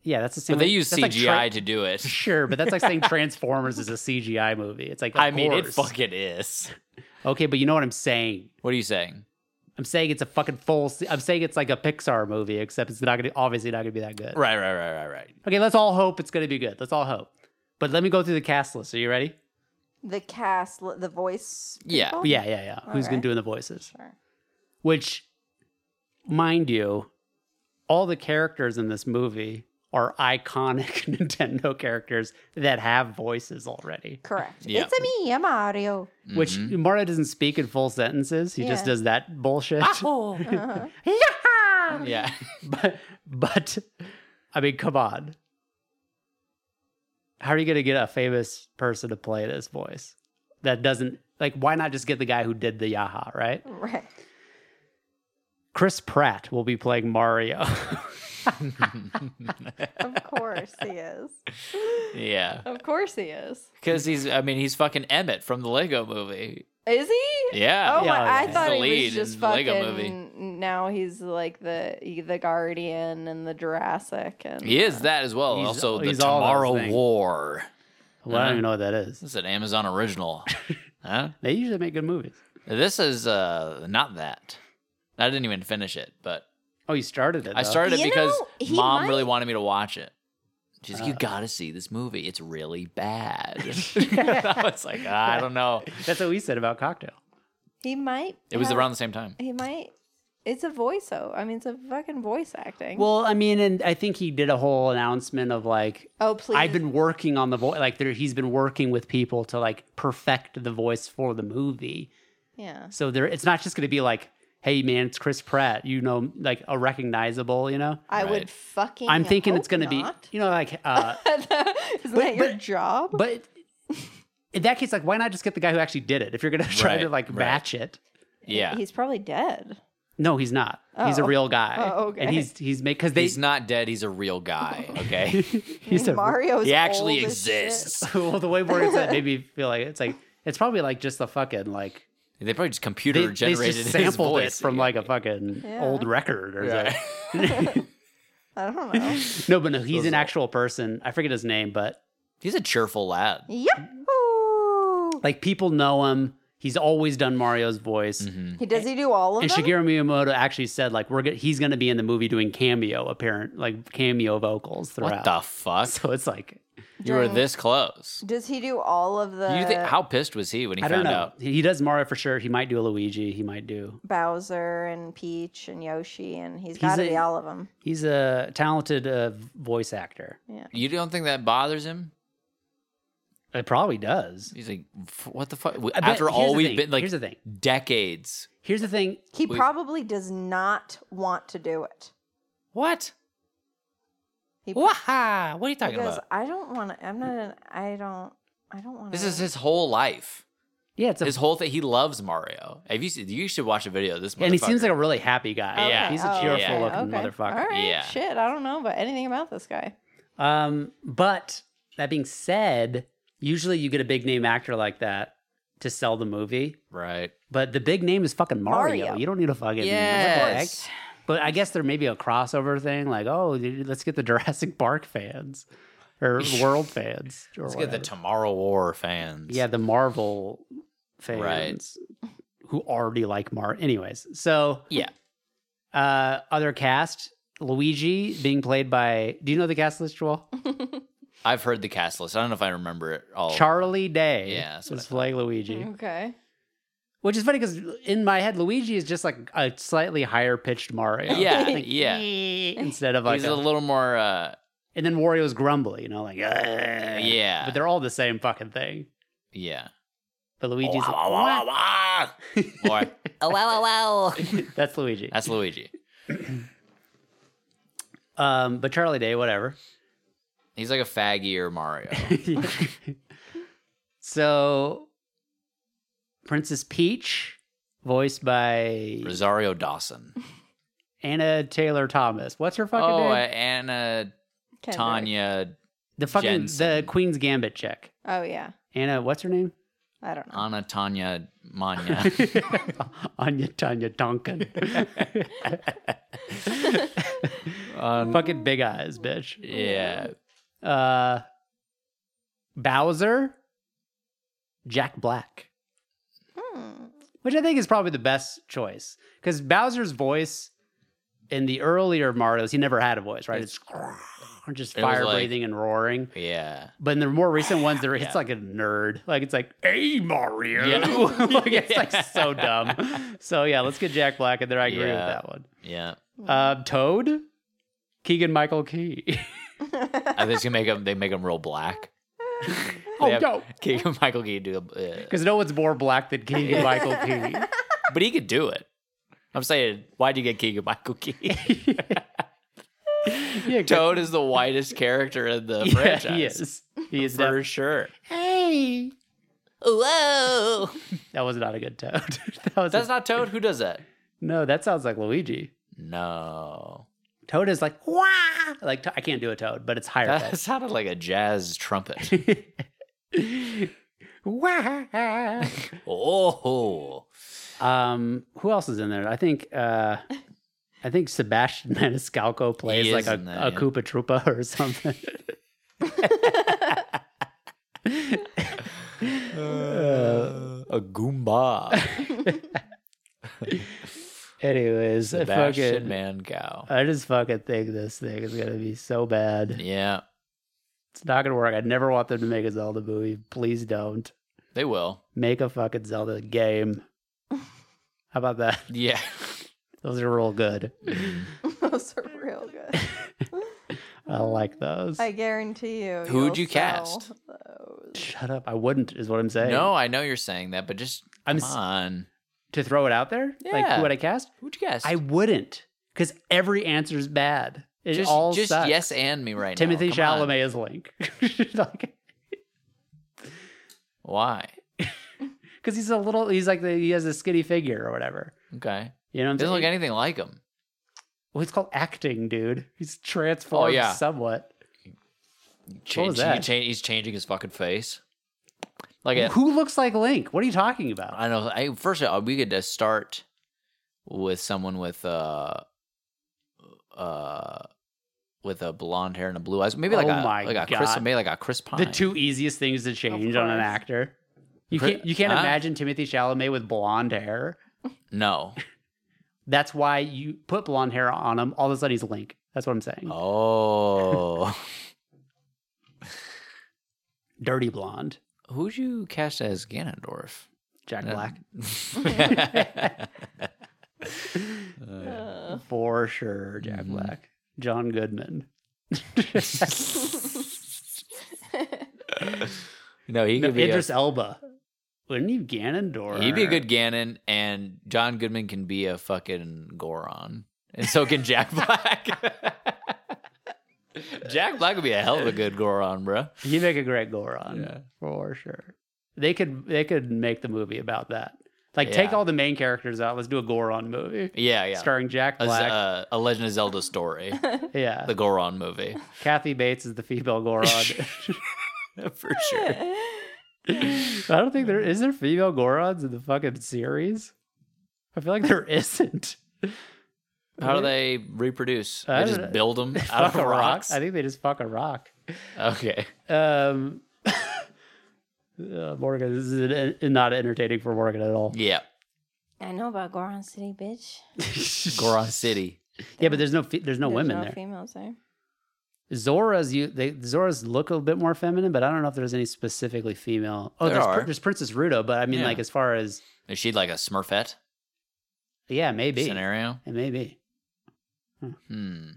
B: yeah. That's the same.
C: but they
B: way-
C: use
B: that's like
C: CGI
B: Tra-
C: to do it.
B: sure, but that's like saying Transformers is a CGI movie. It's like of
C: I mean, it
B: course.
C: fucking is.
B: okay, but you know what I'm saying.
C: What are you saying?
B: I'm saying it's a fucking full. C- I'm saying it's like a Pixar movie, except it's not gonna obviously not gonna be that good.
C: Right, right, right, right, right.
B: Okay, let's all hope it's gonna be good. Let's all hope. But let me go through the cast list. Are you ready?
D: The cast, li- the voice.
C: Yeah.
D: people?
B: Yeah, yeah, yeah. Who's been
D: Oh, Alright.
B: doing the voices?
D: Sure.
B: Which, mind you, all the characters in this movie are iconic Nintendo characters that have voices already.
D: Correct.
C: Yeah.
D: It's a me, a Mario.
B: Which
C: Mhm.
B: Mario doesn't speak in full sentences. He just
D: Yeah.
B: does that bullshit.
D: Uh-huh.
B: Yeah!
C: Mm-hmm. yeah,
B: But, but, I mean, come on. How are you going to get a famous person to play this voice? That doesn't, like, why not just get the guy who did the Yaha, right?
D: right.
B: Chris Pratt will be playing Mario.
D: Of course he is.
C: yeah.
D: Of course he is.
C: Because he's, I mean, he's fucking Emmett from the Lego Movie.
D: Is he?
C: Yeah.
D: Oh,
B: Yeah,
D: my, I
B: yeah.
C: He's
D: thought
C: the
D: he
C: lead
D: was just
C: in the Lego
D: fucking.
C: movie.
D: Now he's like the e, the guardian and the Jurassic and
C: He is that as well.
B: He's-
C: also, the
B: he's all those
C: Tomorrow
B: things.
C: War.
B: well,
C: Uh-huh.
B: I don't even know what that is.
C: This is an Amazon original. huh?
B: They usually make good movies.
C: This is uh not that. I didn't even finish it, but
B: Oh, you started it.
C: I
B: though.
C: started it
D: You
C: because
D: know, he
C: mom
D: might-
C: really wanted me to watch it. She's like,
B: Oh.
C: "You got to see this movie. It's really bad." I was like, "Ah, "I don't know."
B: That's what we said about cocktail.
D: He might.
C: It was
D: have-
C: around the same time.
D: He might. It's a voiceover. I mean, it's a fucking voice acting.
B: Well, I mean, and I think he did a whole announcement of like,
D: oh please.
B: I've been working on the voice. Like, there, he's been working with people to like perfect the voice for the movie.
D: Yeah.
B: So there, it's not just going to be like, hey man, it's Chris Pratt. You know, like a recognizable. You know,
D: I would
C: Right.
D: fucking.
B: I'm thinking it's
D: hope
B: going to be,
D: not.
B: you know, like, uh,
D: Isn't that your
B: but-
D: job?
B: but. In that case, like, why not just get the guy who actually did it? If you're gonna try
C: Right,
B: to like
C: right.
B: match it,
C: Yeah,
D: He's probably dead.
B: no, he's not. He's a
D: Oh.
B: real guy,
D: Oh, okay.
B: and he's he's made because they
C: he's not dead. He's a real guy. Okay,
B: he's a
D: Mario's.
C: he actually
D: old as shit.
C: exists.
B: well, the way Morgan said it made me feel like it's like it's probably like just the fucking like
C: They probably just
B: they,
C: computer
B: they
C: generated his
B: just sampled it
C: voice
B: from like a fucking
D: Yeah.
B: old record or
C: Yeah.
B: something.
D: I don't know.
B: No, but no, he's
C: Those
B: an
C: are-
B: actual person. I forget his name, but
C: He's a cheerful lad.
D: Yahoo!
B: like people know him. He's always done Mario's voice.
C: hmm
D: He does he do all of
B: And
D: them?
B: Shigeru Miyamoto actually said like we're go- he's going to be in the movie doing cameo apparent like cameo vocals
C: What
B: throughout.
C: the fuck?
B: so it's like
C: You were
D: During-
C: this close.
D: Does he do all of the
C: you think how pissed was he when he
B: I
C: found
B: don't know.
C: out?
B: He he does Mario for sure. He might do a Luigi. He might do.
D: Bowser and Peach and Yoshi and he's
B: He's
D: got to
B: a-
D: be all of them.
B: He's a talented uh, voice actor.
C: You don't think that bothers him?
B: It probably does.
C: He's like, "F- what the fuck? We-
B: I bet-
C: After
B: here's
C: all
B: the
C: we've
B: thing,
C: been like
B: here's the thing.
C: decades.
B: Here's the thing.
D: He
C: We-
D: probably does not want to do it.
C: What?
D: He
C: Waha! What are you talking
D: because
C: about?
D: I don't want to. I'm not. An, I don't. I don't want.
C: This is his whole life.
B: Yeah, it's a,
C: His whole thing. He loves Mario. Have you? seen- You should watch a video of this.
B: and he
C: motherfucker.
B: seems like a really happy guy.
C: Okay, yeah.
B: he's a
C: oh,
B: cheerful
C: yeah,
B: looking motherfucker.
D: All right,
C: Yeah.
D: shit. I don't know about anything about this guy.
B: Um, but that being said, usually you get a big name actor like that to sell the movie.
C: right.
B: But the big name is fucking Mario.
D: Mario.
B: You don't need a fucking
C: Yes.
B: What the heck? But I guess there may be a crossover thing, like oh, dude, let's get the Jurassic Park fans or World fans. Or
C: Let's get the
B: whatever.
C: Tomorrow War fans.
B: Yeah, the Marvel fans
C: Right.
B: who already like Mar. Anyways, so
C: Yeah.
B: uh, other cast Luigi being played by. Do you know the cast list, Joel?
C: I've heard the cast list. I don't know if I remember it all.
B: Charlie Day.
C: Oh. Yeah, that's what
B: is
C: I
B: playing Luigi,
D: Okay.
B: which is funny because in my head, Luigi is just like a slightly higher pitched Mario.
C: Yeah,
B: Like,
C: yeah.
B: Instead of like,
C: He's a
B: a-
C: little more. uh
B: and then Wario's grumbly, you know, like "Ugh."
C: Yeah.
B: But they're all the same fucking thing.
C: Yeah.
B: But Luigi's like,
C: Wah, wah, wah, wah. Or, "Oh, wow, wow, wow."
B: that's Luigi.
C: That's Luigi.
B: Um, but Charlie Day, whatever.
C: He's like a faggier Mario.
B: so Princess Peach, voiced by
C: Rosario Dawson.
B: Anna Taylor Thomas. What's her fucking
C: Oh, uh,
B: name?
C: Anna
D: Kendrick.
C: Tanya
B: the fucking the
C: Jensen.
B: Queen's Gambit chick.
D: Oh yeah.
B: Anna, what's her name?
D: I don't know.
B: Oh.
C: Anna Tanya Manya.
B: Anya Tanya Duncan.
C: Um,
B: fucking big eyes, bitch.
C: yeah.
B: Uh Bowser, Jack Black.
D: Hmm.
B: which I think is probably the best choice because Bowser's voice in the earlier Mario's, he never had a voice, right? It's, just
C: It was
B: fire
C: like-
B: breathing and roaring.
C: Yeah.
B: But in the more recent ones, there it's
C: Yeah.
B: like a nerd, like it's like, "Hey Mario,"
C: Yeah.
B: like, it's like so dumb. So yeah, let's get Jack Black in there. I agree
C: Yeah.
B: with that one.
C: Yeah.
B: Uh, Toad, Keegan Michael Key.
C: I think they make him they make him real black.
B: oh
C: They have-
B: no,
C: Keegan Michael Key do uh,
B: because no one's more black than Keegan Michael Key.
C: but he could do it. I'm saying, why'd you get Keegan Michael Key?
B: Yeah, 'cause-
C: Toad is the whitest character in the
B: yeah,
C: franchise.
B: he is. He is
C: For sure.
B: Hey.
C: Whoa.
B: That was not a good toad. that was
C: That's
B: a,
C: not Toad. Who does that?
B: no. That sounds like Luigi.
C: No.
B: Toad is like wah. Like to- I can't do a toad, but it's higher.
C: That
B: pitched.
C: sounded like a jazz trumpet.
B: Wah.
C: oh.
B: um, who else is in there? I think. uh I think Sebastian Maniscalco plays
C: is
B: like a,
C: in that,
B: a
C: yeah.
B: Koopa Troopa or something.
C: Uh, a Goomba.
B: Anyways, I
C: Sebastian
B: fucking-
C: Mancow.
B: I just fucking think this thing is gonna be so bad.
C: Yeah,
B: It's not gonna work. I never want them to make a Zelda movie. Please don't
C: they will.
B: make a fucking Zelda game. How about that?
C: Yeah.
B: Those are real good.
C: Mhm.
D: Those are real good.
B: I like those.
D: I guarantee you.
C: Who'd
D: you'll
C: you cast?
D: sell those.
B: Shut up! I wouldn't is what I'm saying.
C: No, I know you're saying that, but just
B: I'm
C: come
B: s-
C: on.
B: to throw it out there. Like
C: Yeah.
B: who would I cast?
C: Who'd you guess?
B: I wouldn't because every answer is bad. It
C: just
B: all
C: just
B: sucks.
C: yes and me right
B: Timothy
C: now. Come on.
B: Chalamet is Link. like,
C: Why?
B: because he's a little. He's like the, he has a skinny figure or whatever.
C: Okay.
B: You know what I'm
C: Doesn't
B: saying?
C: look anything like him.
B: well, it's called acting, dude. He's transformed
C: Oh, yeah.
B: somewhat.
C: Change,
B: was that?
C: he cha- he's changing his fucking face. Like a,
B: Who looks like Link? What are you talking about?
C: I know. I, first of all, we could just start with someone with uh uh with a blonde hair and a blue eyes. Maybe like
B: Oh
C: a
B: my
C: like a Chris,
B: God.
C: maybe like a Chris Pine.
B: The two easiest things to change on an
D: course.
B: actor. You
C: Chris-
B: can't. You can't
C: huh?
B: imagine Timothy Chalamet with blonde hair.
C: No.
B: That's why you put blonde hair on him. All of a sudden, he's Link. That's what I'm saying.
C: Oh.
B: Dirty blonde,
C: Who'd you cast as Ganondorf? Uh,
B: Jack Black,
C: Black.
D: Uh,
B: for sure. Jack
C: Mhm.
B: Black, John Goodman.
C: no, he
B: No,
C: could be.
B: Idris
C: A,
B: Elba. Wouldn't he Ganondorf?
C: he'd be a good Ganon, and John Goodman can be a fucking Goron, and so can Jack Black. Jack Black would be a hell of a good Goron, bro.
B: He'd make a great Goron
C: Yeah.
B: for sure. They could they could make the movie about that. Like take
C: Yeah.
B: all the main characters out. Let's do a Goron movie
C: Yeah, yeah.
B: starring Jack
C: a, Z-
B: Black.
C: uh, a Legend of Zelda story,
B: yeah,
C: the Goron movie,
B: Kathy Bates is the female Goron.
C: for sure.
B: I don't think there is there female Gorons in the fucking series. I feel like there isn't.
C: How do they reproduce?
B: I
C: They
B: don't know.
C: just build them out
B: Uh, fuck
C: of
B: a rock?
C: rocks.
B: I think they just fuck a rock.
C: Okay.
B: Um, uh, Morgan, this is an- an- not entertaining for Morgan at all.
C: Yeah.
D: I know about Goron City, bitch.
C: Goron City.
B: Yeah, but there's no fe- there's no
D: There's
B: women
D: no
B: there.
D: females there.
B: Zora's you they Zora's look a little bit more feminine, but I don't know if there's any specifically female. Oh,
C: There
B: there's,
C: are.
B: Pr- there's Princess Ruto, but I mean
C: Yeah.
B: like as far as
C: Is she like a Smurfette
B: yeah, maybe.
C: scenario?
B: It may be.
C: Hmm.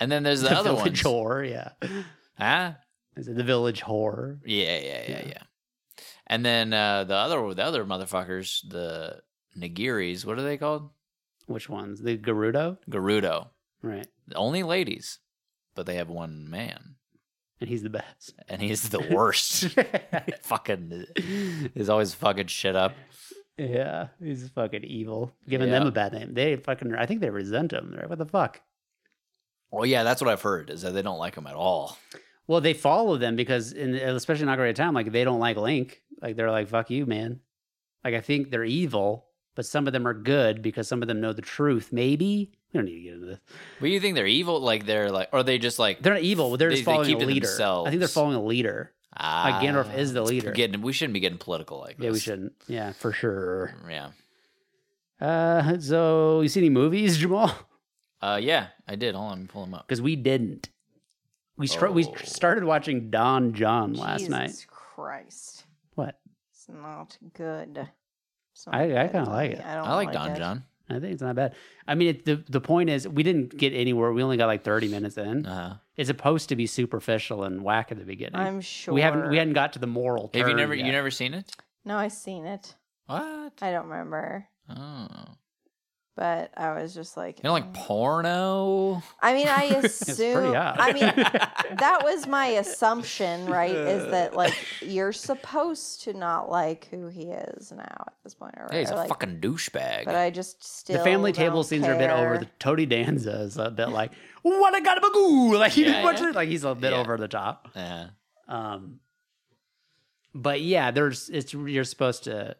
C: And then there's the, other one.
B: village whore, yeah.
C: Huh?
B: Is it the village whore?
C: Yeah, yeah, yeah,
B: Yeah.
C: yeah. And then uh, the other the other motherfuckers, the Nagiris, what are they called?
B: Which ones? The Gerudo?
C: Gerudo.
B: Right.
C: Only ladies, but they have one man,
B: And he's the best.
C: and he's the worst. fucking is always fucking shit up.
B: yeah. He's fucking evil. Giving them
C: Yeah.
B: a bad name. They fucking I think they resent him, right? What the fuck?
C: Well, yeah, that's what I've heard is that they don't like him at all.
B: Well, they follow them because, in, especially in Ocarina of Time, like they don't like Link. Like they're like, "Fuck you, man." Like I think they're evil, but some of them are good because some of them know the truth. Maybe we don't need to get into this.
C: But you think they're evil? Like they're like, or they just like
B: They're not evil. They're
C: They-
B: just
C: they
B: following
C: keep
B: a
C: to
B: leader. I think they're
C: themselves.
B: following a leader.
C: ah,
B: Ganondorf is the
C: it's
B: leader.
C: Getting, we shouldn't be getting political like this.
B: Yeah, we shouldn't. Yeah, for sure.
C: Yeah.
B: Uh, so you see any movies, Jamal?
C: Uh, yeah, I did. Hold on, let me pull them up.
B: Because we didn't. We str- we
C: Oh.
B: started watching Don John last
D: Jesus
B: night.
D: Christ.
B: What?
D: It's not good. It's
B: I- I
D: good
B: kinda
D: to
B: like
D: me.
B: it.
D: don't
C: I like
D: it.
C: Don John.
B: I think it's not bad. I mean, it, the the point is, we didn't get anywhere. We only got like thirty minutes in.
C: Uh huh.
B: It's supposed to be superficial and whack at the beginning.
D: I'm sure.
B: We haven't we hadn't got to the moral.
C: Have you
B: turn
C: never
B: yet.
C: you never seen it?
D: No, I seen it.
C: What?
D: I don't remember.
C: Oh,
D: But I was just like,
C: you don't like
D: "Mm."
C: porno?
D: I mean, I
B: It's pretty
D: assume.
B: hot.
D: I mean, that was my assumption, right? Is that like you're supposed to not like who he is now at this point, or,
C: hey, he's
D: or,
C: a
D: like,
C: fucking douchebag.
D: But I just still
B: the family
D: don't
B: table scenes are a bit over.
D: care.
B: The Tony Danza is a bit like what a gadabagoo. Like you
C: Yeah,
B: didn't watch
C: yeah.
B: it. Like he's a bit
C: Yeah.
B: over the top.
C: yeah.
B: Um, but yeah, there's it's you're supposed to,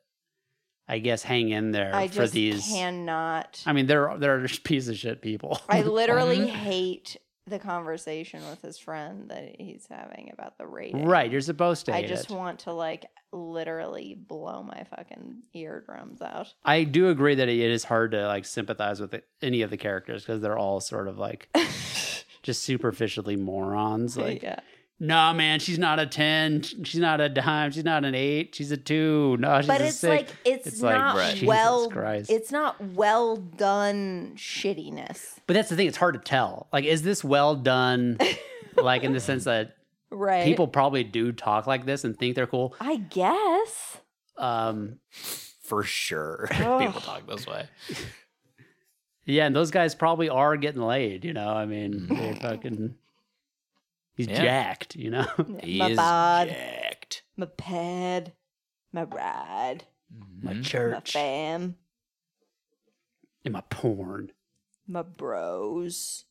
B: I guess, hang in there
D: I
B: for
D: just
B: these.
D: cannot.
B: I mean, they're they're just piece of shit people.
D: I literally hate the conversation with his friend that he's having about the rating.
B: Right, you're supposed to.
D: I
B: hate
D: just
B: it.
D: want to like literally blow my fucking eardrums out.
B: I do agree that it is hard to like sympathize with any of the characters because they're all sort of like just superficially morons. Like,
D: yeah.
B: nah, man, she's not a ten, she's not a dime, she's not an eight, she's a two. No, she's
D: But
B: a
D: it's
B: six.
D: like it's,
B: It's like,
D: not
C: right. Jesus
D: well
B: Christ.
D: it's not well done shittiness.
B: but that's the thing; it's hard to tell. Like, is this well done? like in the sense that
D: Right.
B: people probably do talk like this and think they're cool.
D: I guess.
B: Um,
C: for sure.
D: Ugh.
C: People talk this way.
B: yeah, and those guys probably are getting laid. You know, I mean, they're fucking. He's
C: Mm. Yeah.
B: jacked, you know.
C: He
D: my
C: is
D: bod,
C: jacked.
D: my pad, my ride,
B: My
C: Mhm.
D: my
B: church
D: fam,
B: and my porn.
D: my bros.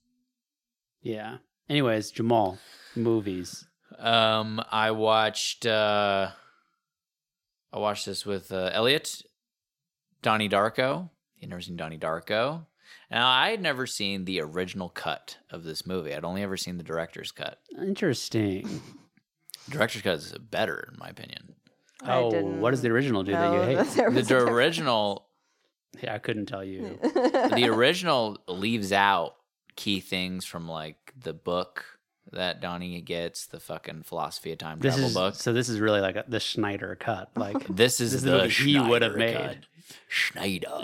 B: Yeah. Anyways, Jamal, movies.
C: Um, I watched. Uh, I watched this with uh, Elliot, Donnie Darko. He never seen Donnie Darko. Now I had never seen the original cut of this movie. I'd only ever seen the director's cut.
B: Interesting.
C: Director's cut is better, in my opinion.
D: I
B: Oh, what does the original do that you
D: know
B: hate?
D: there
C: The
D: was a
C: dir-
D: difference.
C: original,
B: Yeah, I couldn't tell you.
C: the original leaves out key things from like the book that Donnie gets, the fucking philosophy of time
B: This
C: travel
B: is
C: book.
B: so. This is really like a, the Schneider cut. Like
C: This is
B: This is the
C: the,
B: movie he
C: Schneider
B: would've made.
C: cut. Schneider.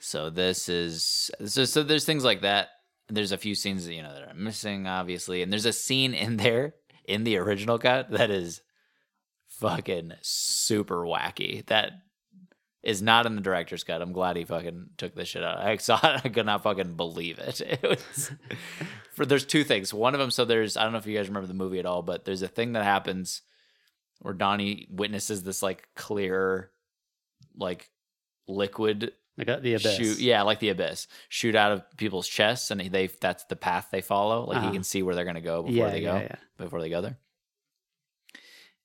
C: So this is so so there's things like that. There's a few scenes that you know that are missing, obviously, and there's a scene in there in the original cut that is fucking super wacky. That is not in the director's cut. I'm glad he fucking took this shit out. I saw it. I could not fucking believe it. It was for there's two things. One of them, so there's I don't know if you guys remember the movie at all, but there's a thing that happens where Donnie witnesses this like clear, like liquid
B: like uh, the abyss.
C: shoot, yeah, like the abyss shoot out of people's chests, and they that's the path they follow. Like
B: Uh-huh.
C: he can see where they're gonna go before
B: yeah,
C: they
B: yeah,
C: go
B: yeah.
C: before they go there.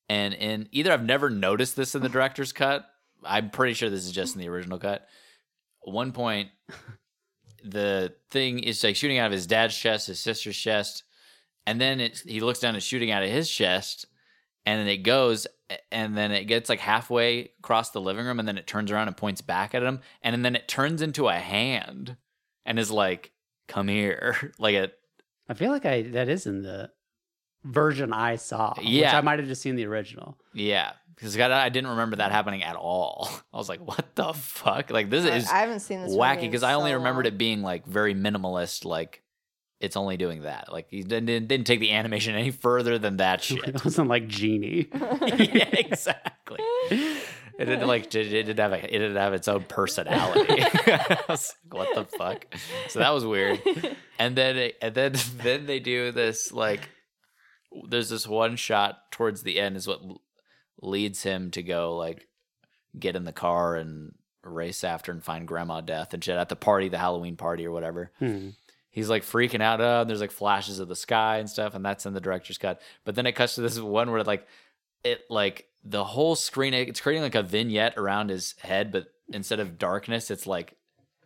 C: And in either I've never noticed this in the director's cut. I'm pretty sure this is just in the original cut. At one point, the thing is like shooting out of his dad's chest, his sister's chest, and then it's, he looks down and shooting out of his chest, and then it goes, and then it gets like halfway across the living room, and then it turns around and points back at him, and then it turns into a hand, and is like, "Come here," like it.
B: I feel like I that is in the version I saw. which
C: Yeah.
B: I might have just seen the original.
C: Yeah, because I didn't remember that happening at all. I was like, "What the fuck?" Like this
D: I,
C: is
D: I haven't seen this
C: wacky because I only remembered
D: remembered
C: it being like very minimalist. Like it's only doing that. Like he didn't didn't, didn't take the animation any further than that shit.
B: it wasn't like genie.
C: yeah, exactly. It didn't like it didn't have a, it didn't have its own personality. I was like, what the fuck? So that was weird. And then it, and then then they do this like there's this one shot towards the end is what l- leads him to go like get in the car and race after and find grandma death and shit at the party the halloween party or whatever
B: Hmm.
C: he's like freaking out. Uh, and there's like flashes of the sky and stuff, and that's in the director's cut. But then it cuts to this one where like it like the whole screen it's creating like a vignette around his head, but instead of darkness, it's like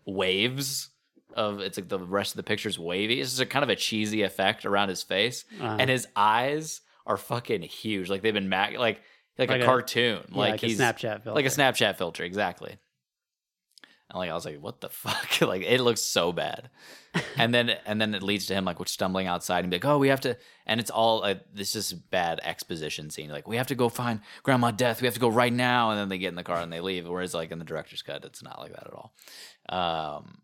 C: waves of it's like the rest of the picture's wavy. It's just a kind of a cheesy effect around his face,
B: Uh,
C: and his eyes are fucking huge, like they've been ma- like like,
B: Like
C: a,
B: a-
C: cartoon,
B: yeah,
C: like,
B: a
C: he's
B: Snapchat filter.
C: like a Snapchat filter, exactly. And like I was like, what the fuck? like it looks so bad. And then and then it leads to him like stumbling outside and be like, oh, we have to. And it's all uh, this is bad exposition scene. Like we have to go find Grandma Death. We have to go right now. And then they get in the car and they leave. Whereas like in the director's cut, it's not like that at all. Um,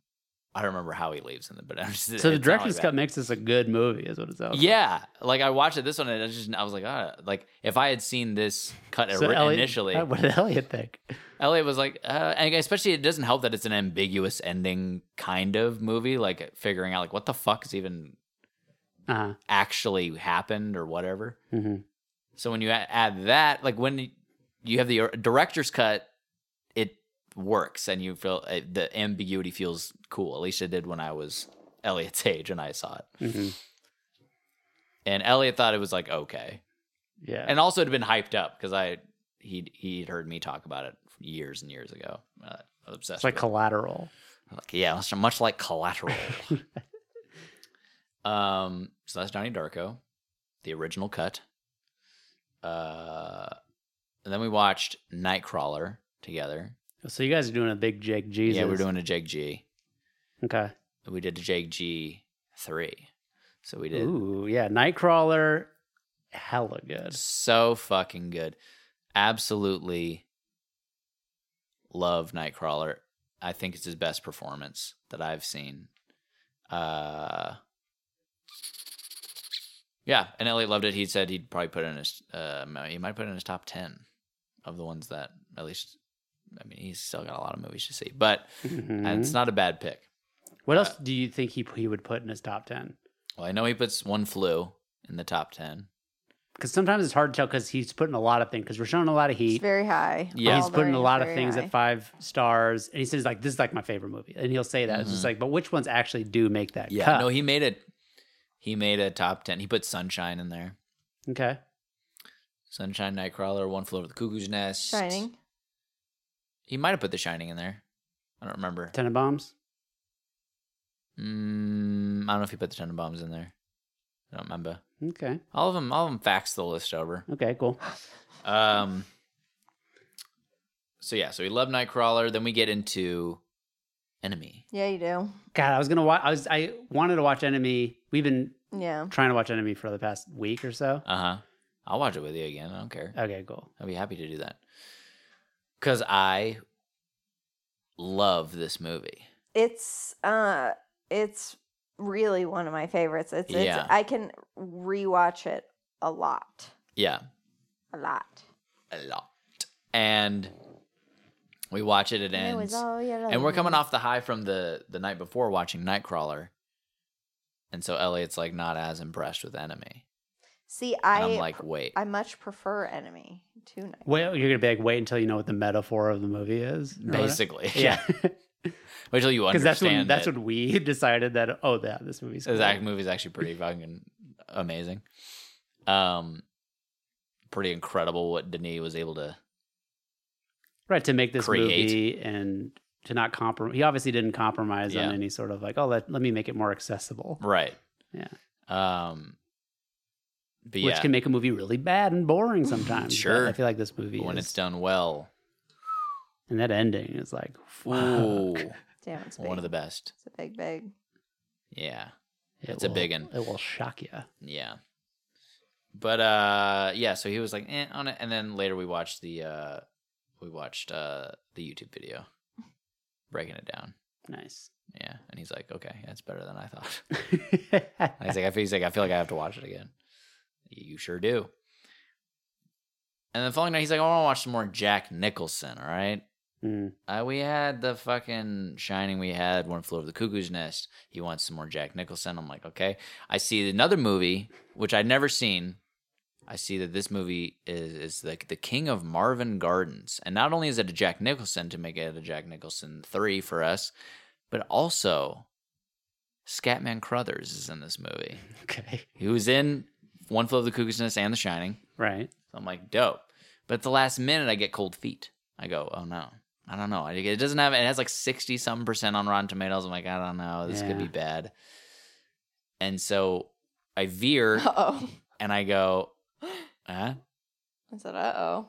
C: I don't remember how he leaves in the but it's- it's
B: So
C: not
B: the
C: like
B: director's
C: that.
B: cut makes this a good movie, is what it sounds. like.
C: Yeah, like I watched it this one and I just I was like, ah, like if I had seen this cut
B: So
C: ori-
B: Elliot-
C: initially,
B: uh, what did Elliot think?
C: Elliot was like, uh, and especially it doesn't help that it's an ambiguous ending kind of movie, like figuring out like what the fuck is even
B: Uh,
C: actually happened or whatever.
B: mhm.
C: So when you a- add that, like when you have the uh, director's cut, it works and you feel it, the ambiguity feels cool. At least it did when I was Elliot's age and I saw it.
B: Mhm.
C: And Elliot thought it was like okay,
B: Yeah.
C: and also it had been hyped up because I he he'd heard me talk about it years and years ago. Uh, I was obsessed.
B: it's like
C: with it.
B: collateral.
C: Like, yeah, it's much like collateral. Um, so that's Donnie Darko, the original cut. Uh, and then we watched Nightcrawler together.
B: So you guys are doing a big Jake Jesus.
C: Yeah, we're doing a Jake G.
B: Okay.
C: We did a Jake G three. So we did
B: Ooh, yeah. Nightcrawler, hella good.
C: so fucking good. Absolutely love Nightcrawler. I think it's his best performance that I've seen. Uh, yeah, and Elliot loved it. He said he'd probably put it in his. Uh, he might put it in his top ten of the ones that at least. I mean, he's still got a lot of movies to see, but
B: Mhm.
C: it's not a bad pick.
B: What else do you think he he would put in his top ten?
C: Well, I know he puts one flu in the top ten.
B: Because sometimes it's hard to tell because he's putting a lot of things. Because we're showing a lot of
D: It's
B: heat.
D: very high.
C: Yeah.
D: All
B: He's
D: the
B: putting a
D: ratings
B: lot of
D: very
B: things
D: high.
B: at five stars, and he says like, "This is like my favorite movie," and he'll say that. It's just like, but which ones actually do make that
C: Mm-hmm. Yeah,
B: cut?
C: no, he made it. He made a top ten. He put Sunshine in there.
B: okay,
C: Sunshine, Nightcrawler, One Flew Over the Cuckoo's Nest.
D: Shining.
C: He might have put The Shining in there. I don't remember.
B: ten bombs.
C: Mm, I don't know if he put the Tenenbaums in there. I don't remember.
B: Okay,
C: All of them. All of them faxed the list over.
B: okay, cool.
C: Um. So yeah, so we love Nightcrawler. Then we get into Enemy.
D: Yeah, you do.
B: God, I was gonna watch. I was. I wanted to watch Enemy. We've been
D: Yeah.
B: trying to watch Enemy for the past week or so.
C: Uh huh. I'll watch it with you again. I don't care.
B: Okay, cool.
C: I'd be happy to do that. Cause I love this movie.
D: It's uh it's really one of my favorites. It's it's
C: Yeah.
D: I can rewatch it a lot.
C: Yeah.
D: A lot.
C: a lot. And we watch it, it ends. And we're coming off the high from the, the night before watching Nightcrawler. And so Elliot's like not as impressed with Enemy.
D: See,
C: And
D: I
C: I, am like, wait.
D: I much prefer Enemy to Night.
B: Well, you're gonna be like, wait until you know what the metaphor of the movie is. or whatever.
C: basically.
B: Yeah,
C: Wait till you
B: because
C: understand.
B: that's when that's
C: it.
B: when we decided that. Oh, yeah, this movie's
C: This
B: cool.
C: act- movie's actually pretty fucking amazing. Um pretty incredible what Denis was able to
B: right to make this
C: create.
B: movie and to not compromise. He obviously didn't compromise
C: Yeah.
B: on any sort of like, oh, let, let me make it more accessible,
C: Right.
B: Yeah.
C: Um but
B: which
C: yeah,
B: can make a movie really bad and boring sometimes. but
C: Sure.
B: I feel like this movie
C: but when
B: is-
C: it's done well.
B: and that ending is like,
C: Ooh.
B: fuck.
D: Damn, it's
C: One of the
D: big.
C: best.
D: It's a big, big.
C: Yeah.
B: It
C: It's a
B: will-
C: biggin'.
B: It will shock you.
C: Yeah. But uh yeah, so he was like eh, on it and then later we watched the uh we watched uh the YouTube video breaking it down.
B: Nice.
C: Yeah. And he's like, Okay, that's better than I thought. And he's like, I feel he's like, I feel like I have to watch it again. You sure do. And the following night he's like, I wanna watch some more Jack Nicholson, all right?
B: Mm.
C: Uh, we had the fucking Shining. We had One Flew Over the Cuckoo's Nest. He wants some more Jack Nicholson. I'm like, okay. I see another movie which I'd never seen. I see that this movie is is like the King of Marvin Gardens, and not only is it a Jack Nicholson to make it a Jack Nicholson three for us, but also Scatman Crothers is in this movie.
B: Okay.
C: He was in One Flew Over the Cuckoo's Nest and The Shining.
B: Right.
C: So I'm like, dope. But at the last minute, I get cold feet. I go, oh no, I don't know. I- It doesn't have. It has like sixty some percent on Rotten Tomatoes. I'm like, I don't know. This could
B: Yeah.
C: be bad. And so I veer
D: Uh oh.
C: and I go, huh?
D: I said, uh oh.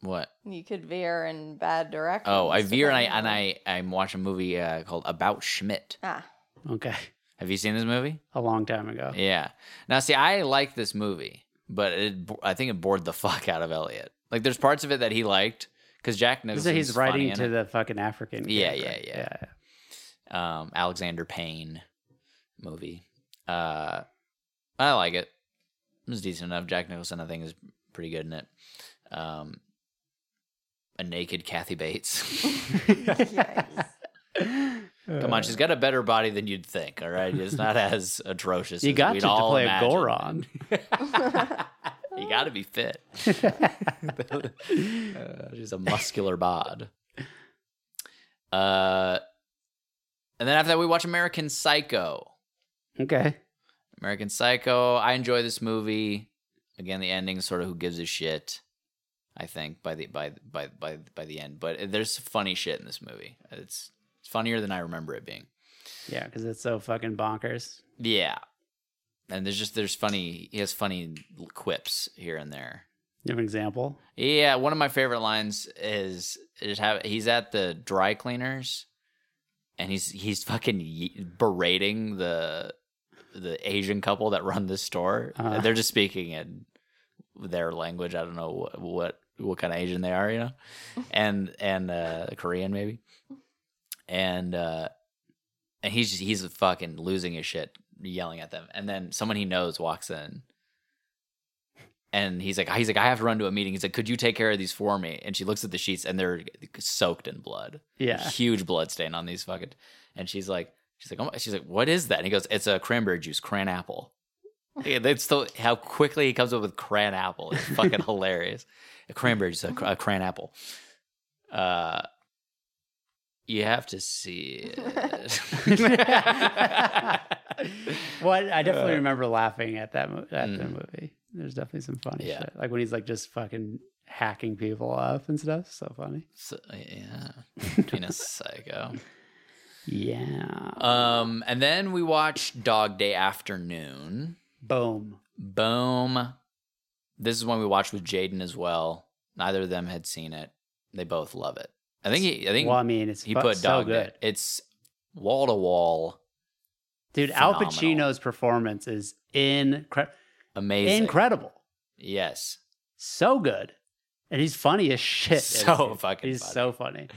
C: What?
D: You could veer in bad directions.
C: Oh, I veer and I and
D: depending
C: I I'm watching a movie uh, called About Schmidt.
D: on- Ah,
B: Okay.
C: Have you seen this movie?
B: A long time ago.
C: Yeah. Now, see, I like this movie, but it bo- I think it bored the fuck out of Elliot. Like, there's parts of it that he liked because Jack knows
B: So he's writing to the fucking African.
C: Yeah,
B: character.
C: yeah, yeah. um, Alexander Payne movie. Uh, I like it. It was decent enough. Jack Nicholson, I think, is pretty good in it. Um, a naked Kathy Bates.
D: Yikes.
C: Come on, she's got a better body than you'd think. All right, it's not as atrocious.
B: You
C: as
B: got
C: we'd
B: you to
C: all
B: play
C: imagine.
B: a Goron.
C: You got to be fit. Uh, she's a muscular bod. Uh, and then after that, we watch American Psycho.
B: Okay.
C: American Psycho. I enjoy this movie. Again, the ending sort of who gives a shit. I think by the by by by by the end, but there's funny shit in this movie. It's, it's funnier than I remember it being.
B: Yeah, because it's so fucking bonkers.
C: Yeah. And there's just there's funny he has funny quips here and there.
B: You have an example?
C: Yeah, one of my favorite lines is is have he's at the dry cleaners, and he's he's fucking ye- berating the the Asian couple that run this store.
B: Uh-huh.
C: They're just speaking in their language. I don't know what what, what kind of Asian they are, you know, and and uh, Korean maybe, and uh, and he's just, he's fucking losing his shit, yelling at them, and then someone he knows walks in. And he's like, he's like, I have to run to a meeting. He's like, could you take care of these for me? And she looks at the sheets, and they're soaked in blood
B: Yeah.
C: huge blood stain on these fucking. And she's like, she's like, oh, my- she's like, what is that? And he goes, it's a cranberry juice, cran apple. Yeah, that's the how quickly he comes up with cran apple. It's fucking hilarious. A cranberry juice, a, cr- a cran apple. Uh, you have to see it.
B: What I definitely
C: Uh,
B: remember laughing at that mo- at the
C: Mm.
B: movie. There's definitely some funny
C: Yeah.
B: shit, like when he's like just fucking hacking people up and stuff. So funny.
C: so, yeah, Gina's psycho.
B: Yeah.
C: Um, and then we watch Dog Day Afternoon.
B: Boom.
C: Boom. This is one we watched with Jaden as well. Neither of them had seen it. They both love it. I think he, I think
B: well, I mean, it's
C: he
B: fu-
C: put
B: so
C: dog
B: good,
C: Day. It's wall to wall
B: dude. Al
C: Phenomenal.
B: Pacino's performance is incre-
C: amazing.
B: incredible.
C: Yes.
B: So good, and he's funny as shit.
C: So
B: dude.
C: fucking
B: He's
C: funny.
B: so funny.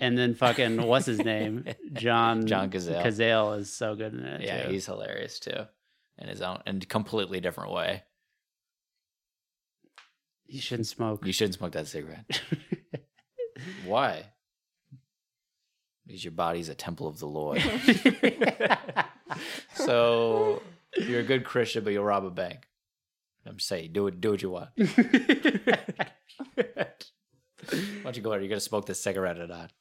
B: And then fucking what's his name? John
C: John Cazale.
B: Cazale is so good in it.
C: Yeah,
B: too.
C: he's hilarious too. In his own and completely different way.
B: you shouldn't smoke.
C: You shouldn't smoke that cigarette. Why? Because your body's a temple of the Lord. so you're a good Christian, but you'll rob a bank. I'm saying, do it. Do what you want. Why don't you go out? You're gonna smoke this cigarette or not?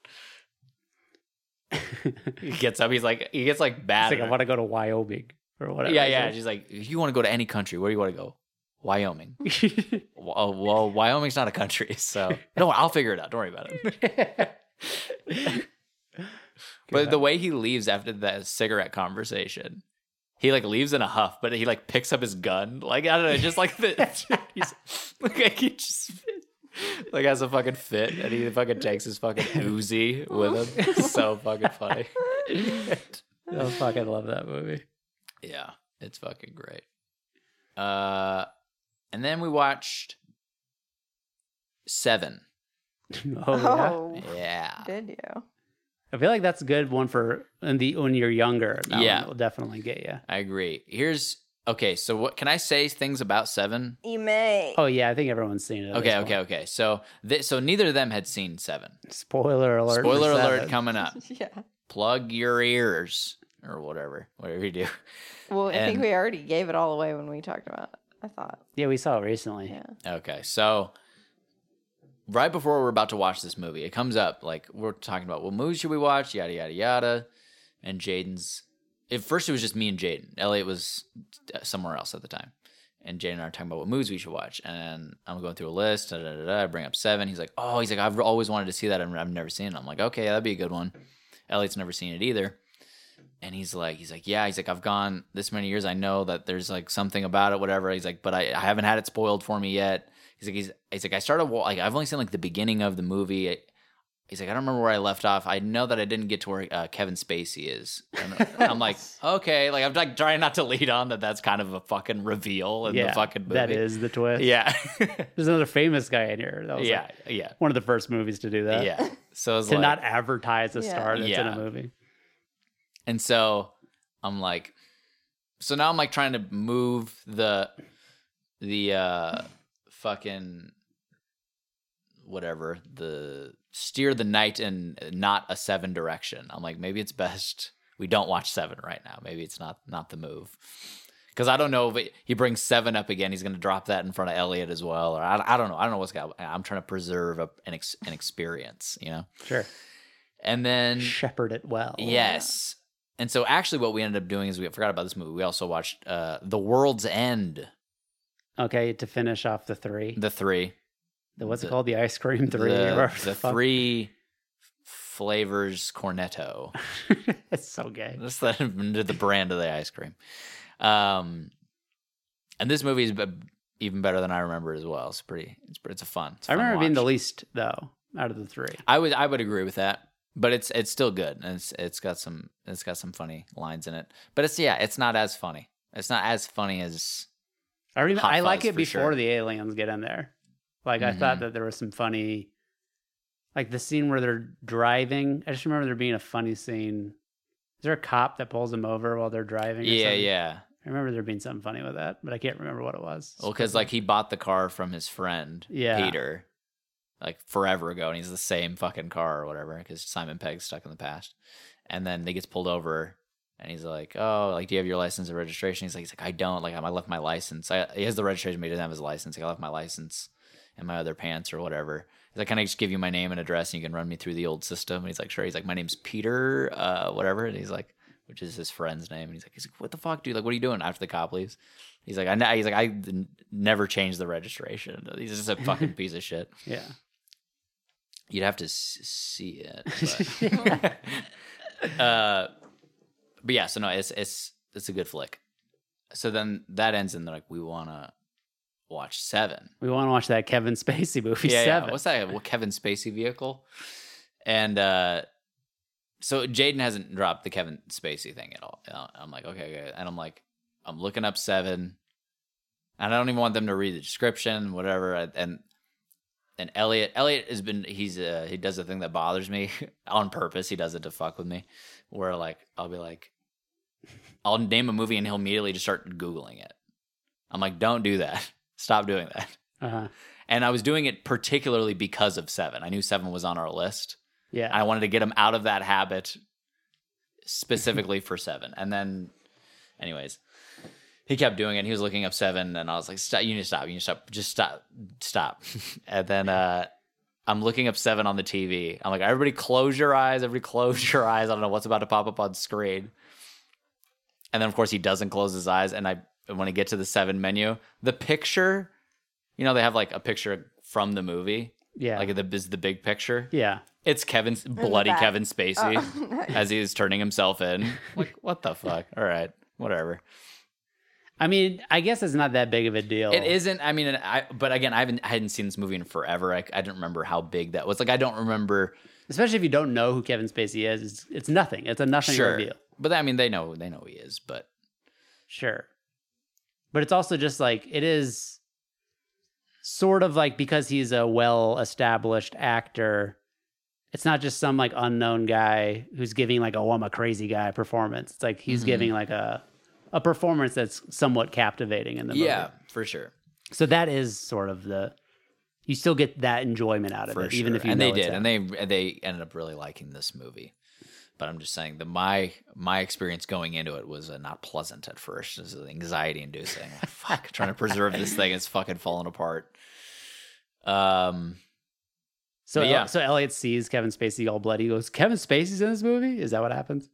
C: He gets up. He's like, he gets like
B: It's
C: bad.
B: like I want to go to Wyoming or whatever.
C: yeah, yeah. She's like, if you want to go to any country, where do you want to go? Wyoming.
B: yeah.
C: Well, oh, well, Wyoming's not a country, so no, I'll figure it out. Don't worry about it. But the way he leaves after that cigarette conversation, he like leaves in a huff, but he like picks up his gun. Like I don't know, just like the he's like he just like has a fucking fit and he fucking takes his fucking Uzi with him. It's so fucking funny.
B: I fucking love that movie.
C: Yeah, it's fucking great. Uh and then we watched Seven.
B: Oh, yeah.
D: Oh,
C: Yeah.
D: did you?
B: I feel like that's a good one for in the when you're younger. That
C: Yeah.
B: one will definitely get you.
C: I agree. Here's okay, so what can I say things about Seven?
D: You may.
B: Oh yeah, I think everyone's seen it. at
C: Okay,
B: this
C: okay,
B: point.
C: okay. So, th- so neither of them had seen Seven.
B: Spoiler alert. for
C: Spoiler alert
B: Seven.
C: coming up.
D: yeah.
C: Plug your ears or whatever, whatever you do.
D: Well, I
C: And-
D: think we already gave it all away when we talked about it. I thought.
B: Yeah, we saw it recently.
D: Yeah.
C: Okay, so right before we're about to watch this movie, it comes up like we're talking about what movies should we watch, yada yada yada, and Jaden's. At first, it was just me and Jaden. Elliot was uh, somewhere else at the time, and Jaden and I are talking about what movies we should watch. And I'm going through a list. Da, da, da, da, I bring up seven. He's like, "Oh, he's like, I've always wanted to see that, and I've never seen it." I'm like, "Okay, that'd be a good one." Elliot's never seen it either. And he's like, he's like, yeah, he's like, I've gone this many years. I know that there's like something about it, whatever. He's like, but I, I haven't had it spoiled for me yet. He's like, he's, he's like, I started wa- like I've only seen like the beginning of the movie. I- He's like, I don't remember where I left off. I know that I didn't get to where uh, Kevin Spacey is. And I'm like, okay, like I'm like trying not to lead on that. That's kind of a fucking reveal in
B: yeah,
C: the fucking movie.
B: that is the twist.
C: yeah,
B: there's another famous guy in here. That was
C: yeah,
B: like,
C: yeah,
B: one of the first movies to do that.
C: yeah. So it's
B: to
C: like,
B: not advertise a
D: Yeah.
B: star that's in
C: Yeah.
B: a movie.
C: And so I'm like, so now I'm like trying to move the, the, uh, fucking whatever, the steer the night in not a seven direction. I'm like, maybe it's best we don't watch seven right now. Maybe it's not, not the move. Cause I don't know if it, he brings seven up again. He's going to drop that in front of Elliot as well. Or I, I don't know. I don't know what's got, I'm trying to preserve a, an, ex, an experience, you know?
B: Sure.
C: And then
B: Shepherd it well.
C: Yes. And so actually what we ended up doing is we forgot about this movie. We also watched uh The World's End,
B: Okay, to finish off the three.
C: the 3.
B: The, what's
C: the-
B: it called? The ice cream three. or
C: the,
B: whatever
C: the
B: fuck.
C: 3 f- flavors cornetto.
B: it's so gay.
C: That's the, the brand of the ice cream. Um, and this movie is b- even better than I remember as well. It's pretty. It's it's a fun. It's a
B: I
C: fun
B: remember it being the
C: watch.
B: least though out of the three.
C: I would I would agree with that, but it's it's still good and it's it's got some it's got some funny lines in it. But it's yeah, it's not as funny. It's not as funny as
B: I remember
C: Hot
B: I like
C: Fuzz
B: it
C: for
B: before
C: sure.
B: the aliens get in there. Like I thought
C: Mhm.
B: that there was some funny, like the scene where they're driving. I just remember there being a funny scene. Is there a cop that pulls them over while they're driving? Or
C: yeah
B: something?
C: yeah.
B: I remember there being something funny with that, but I can't remember what it was.
C: Well, because like he bought the car from his friend
B: Yeah.
C: Peter, like forever ago, and he's the same fucking car or whatever. Because Simon Pegg's stuck in the past, and then he gets pulled over, and he's like, "Oh, like do you have your license or registration?" He's like, "He's like I don't. Like I left my license. I, he has the registration, but he doesn't have his license. Like I left my license in my other pants or whatever." He's like, "Can I just give you my name and address, and you can run me through the old system?" And he's like, "Sure." He's like, "My name's Peter, uh, whatever," and he's like. Which is his friend's name, and he's like, he's like, what the fuck, dude? Like, what are you doing after the cop leaves? He's like, I ne- he's like, I n- never changed the registration. He's just a fucking piece of shit.
B: yeah,
C: You'd have to s- see it. But. uh, but yeah, so no, it's it's it's a good flick. So then that ends, and they're like, we want to watch Seven.
B: we want to watch that Kevin Spacey movie
C: Yeah, yeah.
B: Seven.
C: What's that? Well, Kevin Spacey vehicle, and uh, so Jaden hasn't dropped the Kevin Spacey thing at all. And I- I'm like, okay, okay, and I'm like, I'm looking up seven, and I don't even want them to read the description, whatever. I- And and Elliot, Elliot has been he's uh, he does the thing that bothers me on purpose. He does it to fuck with me, where like I'll be like, I'll name a movie and he'll immediately just start googling it. I'm like, don't do that. Stop doing that.
B: Uh-huh.
C: And I was doing it particularly because of Seven. I knew Seven was on our list.
B: Yeah,
C: I wanted to get him out of that habit specifically for Seven. And then, anyways, he kept doing it. And he was looking up Seven, and I was like, "Stop! You need to stop! You need to stop! Just stop! Stop!" and then uh, I'm looking up Seven on the TV. I'm like, "Everybody, close your eyes! Everybody, close your eyes! I don't know what's about to pop up on screen." And then, of course, he doesn't close his eyes. And I, when I get to the Seven menu, the picture, you know, they have like a picture from the movie.
B: yeah,
C: Like the is the big picture.
B: yeah.
C: It's Kevin, bloody
D: back.
C: Kevin Spacey,
D: Oh, no.
C: as he is turning himself in. Like, what the fuck? All right, whatever.
B: I mean, I guess it's not that big of a deal.
C: It isn't. I mean, and I, but again, I haven't I hadn't seen this movie in forever. I, I didn't remember how big that was. Like, I don't remember.
B: especially if you don't know who Kevin Spacey is. It's, it's nothing. It's a nothing
C: sure,
B: reveal.
C: but I mean, they know they know who he is. But
B: Sure. But it's also just like it is sort of like because he's a well established actor, it's not just some like unknown guy who's giving like a oh I'm a crazy guy performance. It's like he's
C: Mhm.
B: giving like a a performance that's somewhat captivating in the movie.
C: yeah, for sure,
B: So that is sort of the you still get that enjoyment out of
C: for
B: it,
C: sure.
B: even if you
C: and
B: know
C: they did,
B: it's
C: and
B: him.
C: they and they ended up really liking this movie. But I'm just saying that my my experience going into it was uh, not pleasant at first. It was anxiety inducing. Like, fuck, trying to preserve this thing is fucking falling apart. Um,
B: so
C: but yeah.
B: so Elliot sees Kevin Spacey all bloody. He goes, Kevin Spacey's in this movie? Is that what happens?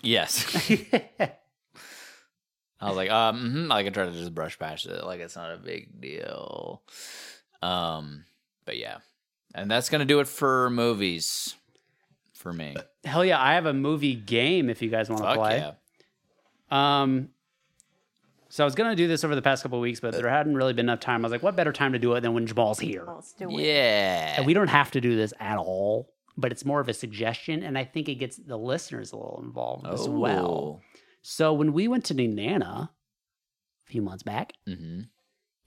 C: yes, I was like, um, mhm, I can try to just brush past it, like it's not a big deal. Um, but yeah, and that's gonna do it for movies for me.
B: Hell yeah, I have a movie game if you guys want to
C: Fuck
B: play.
C: yeah,
B: Um, so I was gonna do this over the past couple of weeks, but there hadn't really been enough time. I was like, what better time to do it than when Jamal's here?
D: Let's do it.
C: yeah.
B: And we don't have to do this at all, but it's more of a suggestion, and I think it gets the listeners a little involved
C: Oh.
B: as well. So when we went to Nana a few months back,
C: hmm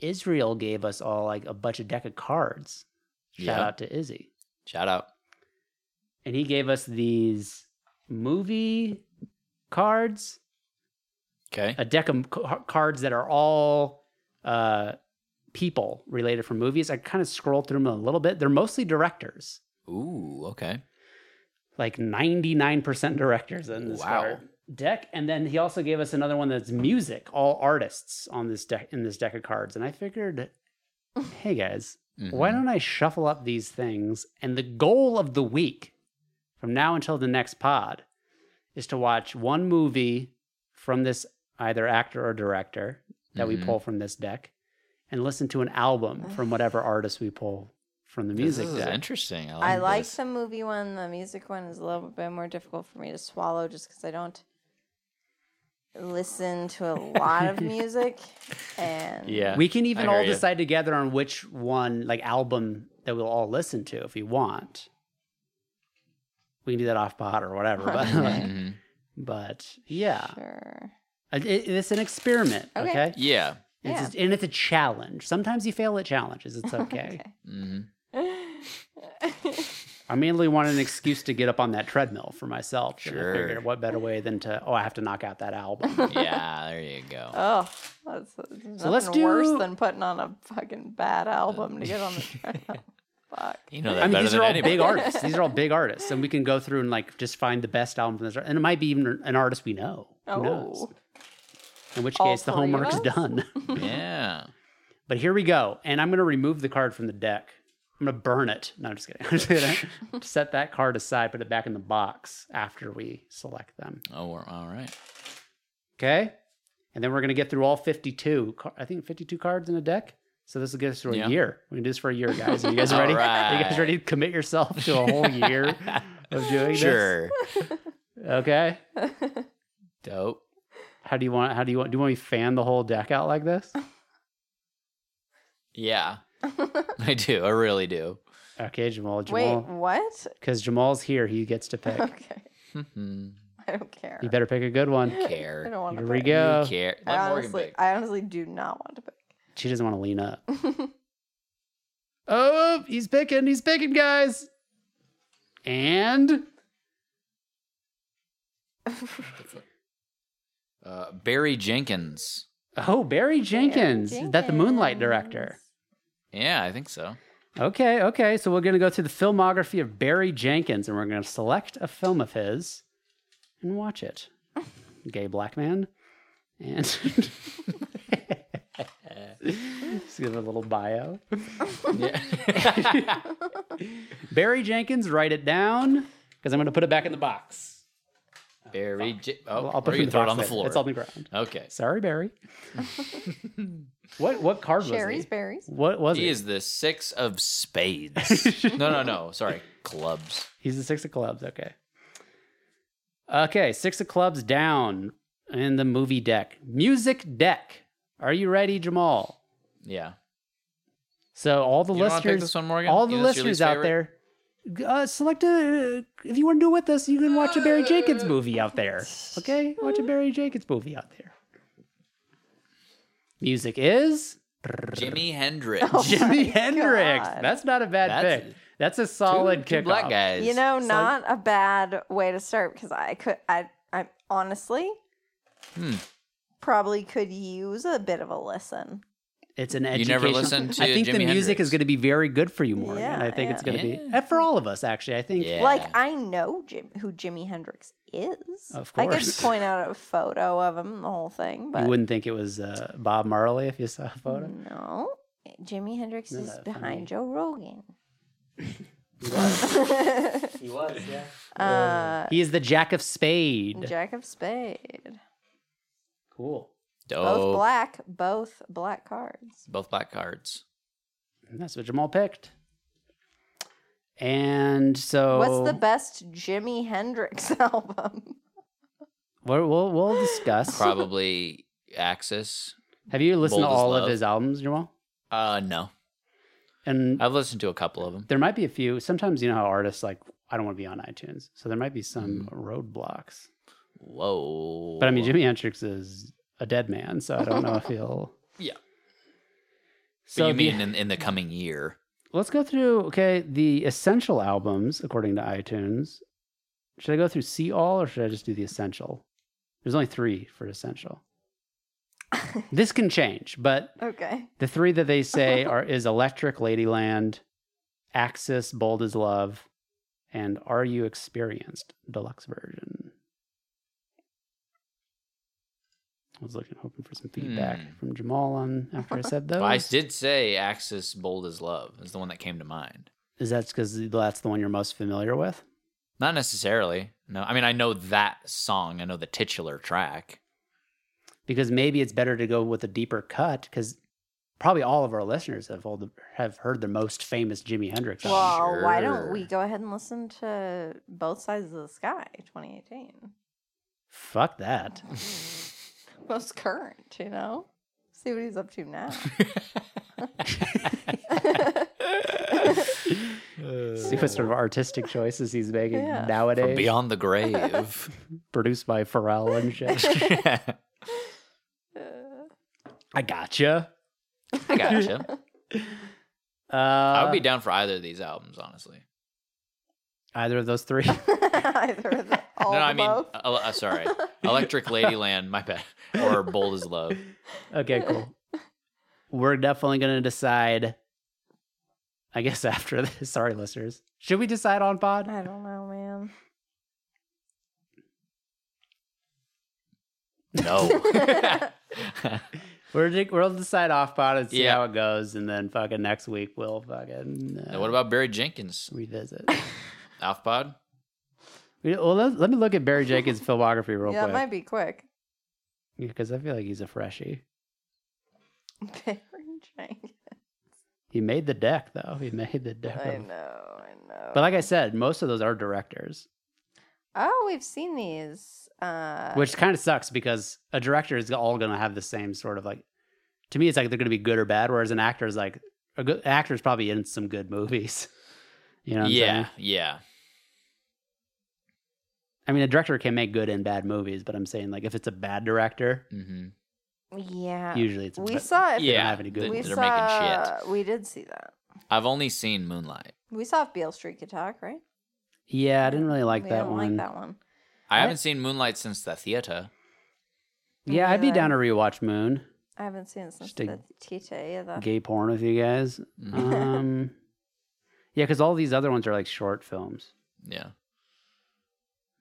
B: Israel gave us all like a bunch of deck of cards. Shout
C: Yeah.
B: out to Izzy.
C: Shout out.
B: and he gave us these movie cards,
C: Okay.
B: a deck of ca- cards that are all uh, people related from movies. I kind of scrolled through them a little bit. They're mostly directors,
C: Ooh. Okay.
B: like 99% directors in this
C: Wow.
B: card deck. And then he also gave us another one that's music, all artists on this deck in this deck of cards. And I figured, hey guys, Why
C: Mhm.
B: don't I shuffle up these things? And the goal of the week from now until the next pod is to watch one movie from this either actor or director that we
C: Mhm.
B: pull from this deck and listen to an album from whatever artist we pull from the music
C: This is
B: deck.
C: interesting. I like,
D: I like
C: this.
D: the movie one. The music one is a little bit more difficult for me to swallow just because I don't listen to a lot of music. And
C: Yeah.
B: We can even
C: I hear
B: all
C: ya.
B: decide together on which one, like album, that we'll all listen to if we want. We can do that off pod or whatever. But,
D: Okay.
C: Mhm.
B: but yeah, Uh,
D: Sure.
B: It- it- it's an experiment.
D: Okay.
B: Okay.
C: Yeah.
B: It's just- and it's a challenge. Sometimes you fail at challenges. It's okay.
C: hmm
B: I mainly wanted an excuse to get up on that treadmill for myself. and I
C: Sure.
B: figured, what better way than to, oh, I have to knock out that album.
C: Yeah. There you go.
D: oh, that's there's
B: So let's
D: nothing worse
B: do-
D: than putting on a fucking bad album to get on the treadmill. Fuck.
C: You know that
B: I mean,
C: better
B: these
C: than
B: are all
C: anybody.
B: big artists. These are all big artists, and we can go through and like just find the best album from this, and it might be even an artist we know. Who knows?
D: Oh,
B: In which
D: All
B: case, the
D: three of
B: homework's
D: us?
B: done.
C: Yeah.
B: But here we go, and I'm going to remove the card from the deck. I'm going to burn it. No, I'm just kidding. I'm just going to set that card aside, put it back in the box after we select them.
C: Oh, we're, all right.
B: Okay. And then we're going to get through all 52, car- I think 52 cards in a deck. So this will get us through
C: Yeah.
B: a year. We're going to do this for a year, guys. Are you guys ready?
C: All
B: Are you guys
C: right.
B: ready to commit yourself to a whole year of doing this?
C: Sure.
B: Okay.
C: Dope.
B: How do you want, how do you want, do you want me to fan the whole deck out like this?
C: Yeah. I do. I really do.
B: Okay, Jamal.
D: Oh. wait,
B: Jamal,
D: what?
B: because Jamal's here, he gets to pick.
D: Okay,
C: Mhm.
D: I don't care.
B: You better pick a good one.
D: I
C: Care.
D: don't want
B: Here
D: to.
B: we
D: pick.
B: go.
C: Care. Let
D: I
C: Morgan
D: honestly,
C: pick.
D: I honestly do not want to pick.
B: She doesn't want to lean up. oh, he's picking. He's picking, guys. And
C: Uh, Barry Jenkins.
B: oh, Barry Jenkins. Is that the Moonlight director?
C: Yeah, I think so.
B: Okay, okay. So we're going to go through the filmography of Barry Jenkins and we're going to select a film of his and watch it. Gay black man. And just give a little bio.
C: Yeah.
B: Barry Jenkins, write it down because I'm going to put it back in the box.
C: Barry. J-
B: I'll-
C: oh,
B: I'll
C: or
B: put
C: you
B: it in the
C: can throw
B: box
C: it on the
B: later.
C: floor.
B: It's on the ground.
C: okay.
B: Sorry, Barry. what what card was
D: Sherry's
B: he?
D: berries.
B: What was
C: He
B: he?
C: is the six of spades. no, no, no. Sorry, clubs.
B: He's the six of clubs. Okay. Okay, six of clubs down in the movie deck. Music deck. Are you ready, Jamal?
C: Yeah.
B: So all the
C: You don't wanna pick
B: listeners,
C: this one, Morgan?
B: all the
C: You- that's your
B: listeners
C: least
B: out
C: favorite?
B: there, uh, select a. If you want to do it with us, you can watch a Barry Jenkins movie out there. Okay, watch a Barry Jenkins movie out there. Music is
C: Jimi
D: Oh,
C: Hendrix.
B: Jimi Hendrix.
D: God.
B: That's not a bad
C: That's
B: pick.
C: a-
B: That's a
C: Two-
B: solid
C: two
B: kick.
C: black guys.
D: You know,
B: It's like-
D: not a bad way to start because I could, I, I honestly
C: Hmm.
D: probably could use a bit of a listen.
B: It's an
C: You
B: education.
C: never listened to
B: I think the
C: Jimi
B: music
C: Hendrix?
B: is going to be very good for you, Morgan.
D: Yeah,
B: I think it's
D: yeah.
B: going to be
C: Yeah.
B: uh, for all of us. Actually, I think
C: Yeah.
D: Like I know Jim, who Jimi Hendrix is.
B: Of
D: I could
B: course.
D: point out a photo of him, the whole thing, but
B: you wouldn't think it was uh, Bob Marley if you saw a photo.
D: no. Jimi Hendrix
B: Isn't
D: is
B: that funny?
D: behind Joe Rogan.
B: He was, yeah.
D: uh,
B: He is the Jack of Spade.
D: Jack of Spade.
B: Cool.
C: Dope.
D: Both
B: Oh.
D: black, both black cards.
C: Both black cards.
B: And that's what Jamal picked. And so,
D: What's the best Jimi Hendrix album?
B: we'll, we'll, we'll discuss.
C: Probably Axis.
B: Have you listened to
C: Bold as
B: all of
C: Love.
B: his albums, Jamal?
C: Uh, no.
B: And
C: I've listened to a couple of them.
B: there might be a few. Sometimes you know how artists like I don't want to be on iTunes, so there might be some
C: Mm.
B: roadblocks.
C: Whoa.
B: But I mean, Jimi Hendrix is a dead man, so I don't know if he'll.
C: Yeah. But
B: So
C: you
B: the-
C: mean in, in the coming year?
B: let's go through. Okay, the essential albums according to iTunes. Should I go through see all or should I just do the essential? There's only three for essential. this can change, but
D: Okay.
B: the three that they say are is Electric Ladyland, Axis Bold as Love, and Are You Experienced Deluxe Version. I was looking hoping for some feedback
C: Hmm.
B: from Jamal on after I said those.
C: Well, I did say Axis Bold as Love is the one that came to mind.
B: Is that because that's the one you're most familiar with?
C: Not necessarily. No, I mean I know that song. I know the titular track.
B: Because maybe it's better to go with a deeper cut because probably all of our listeners have all the, have heard the most famous Jimi Hendrix.
D: Well,
B: album.
D: why don't we
C: Sure.
D: go ahead and listen to Both Sides of the Sky 2018?
B: Fuck that.
D: Most current, you know? See what he's up to now.
B: See what sort of artistic choices he's making
D: Yeah.
B: nowadays.
C: From beyond the grave.
B: Produced by Pharrell and shit.
C: I
D: Uh,
B: I gotcha.
C: gotcha.
B: Uh,
C: I would be down for either of these albums, honestly.
B: either of those three.
D: Either of the, all
C: no,
D: of
C: I mean,
D: both.
C: uh, uh, sorry, Electric Ladyland. My bad. Or Bold as Love.
B: Okay, cool. We're definitely going to decide. I guess after this, sorry, listeners. Should we decide on pod?
D: I don't know, man.
C: No.
B: Oh. We're di- we'll decide off pod and see
C: Yeah.
B: how it goes, and then fucking next week we'll fucking uh,
C: now, what about Barry Jenkins?
B: revisit.
C: Alf Pod?
B: We- well, let, let me look at Barry Jenkins' filmography real
D: yeah, it
B: quick
D: might be quick.
B: because I feel like he's a freshie.
D: Barry Jenkins.
B: He made the deck though. He made the deck.
D: I
B: of-
D: know, I know.
B: But like I said, most of those are directors,
D: oh, we've seen these. Uh,
B: which kind of sucks because a director is all going to have the same sort of like. To me, it's like they're going to be good or bad. Whereas an actor is like a good an actor is probably in some good movies. You know? What I'm
C: yeah,
B: saying?
C: yeah.
B: I mean, a director can make good and bad movies, but I'm saying like if it's a bad director,
C: Mm-hmm.
D: yeah,
B: usually it's. a
D: we
B: bad-
D: saw it.
B: don't
C: Yeah,
B: have any good
C: they-
D: we
B: ones.
C: they're making shit.
D: saw. We did see that.
C: I've only seen Moonlight.
D: We saw if Beale Street could talk, right?
B: Yeah, I didn't really like
D: we
B: that
D: didn't
B: one.
D: Like that one.
C: I
B: I-
C: haven't seen Moonlight since the theater.
D: Me
B: Yeah, I'd be
D: neither.
B: down to rewatch Moon.
D: I haven't seen it since
B: Just a-
D: the Tite either.
B: Gay porn with you guys.
C: Mhm.
B: Um, yeah, because all these other ones are like short films.
C: Mm-hmm. Yeah.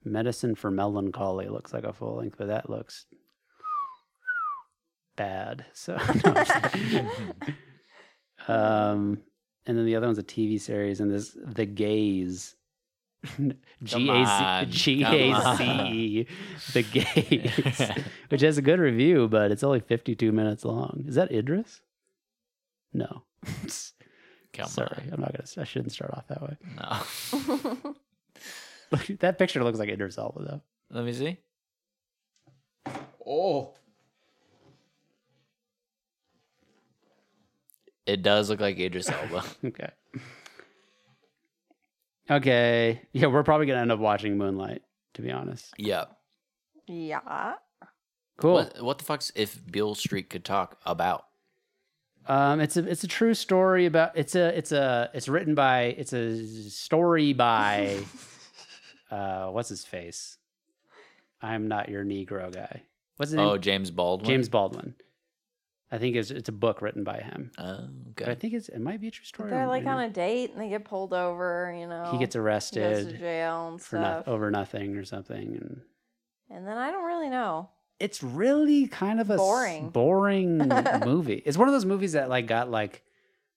B: Medicine for Melancholy looks like a full length, but that looks bad. So, no, I'm just- um, and then the other one's a TV series, and this The Gaze. G A
C: on,
B: C G A C E, The Gaze, which has a good review, but it's only 52 minutes long. Is that Idris? No.
C: Come
B: Sorry, I'm not gonna. I shouldn't start off that way.
C: on. No.
B: Look, that picture looks like Idris Elba though.
C: Let me see.
B: Oh,
C: It does look like Idris Elba.
B: okay. Okay, yeah, we're probably gonna end up watching Moonlight. To be honest,
C: yeah.
D: yeah.
B: cool.
C: What, what the fuck's if Bill Street could talk about?
B: Um, it's a it's a true story about it's a it's a it's written by it's a story by uh what's his face? I'm not your Negro guy. What's his name?
C: Oh, James Baldwin.
B: James Baldwin. I think it's it's a book written by him.
C: Oh,
B: But I
C: okay.
B: think it's it might be a true story.
D: They're
B: I'm-
D: like
B: you know.
D: on a date and they get pulled over, you know.
B: he gets
D: he goes to
B: arrested
D: jail and
B: for not
D: stuff.
B: over nothing or something and
D: And then I don't really know.
B: it's really kind of a s-
D: Boring.
B: boring movie it's one of those movies that like got like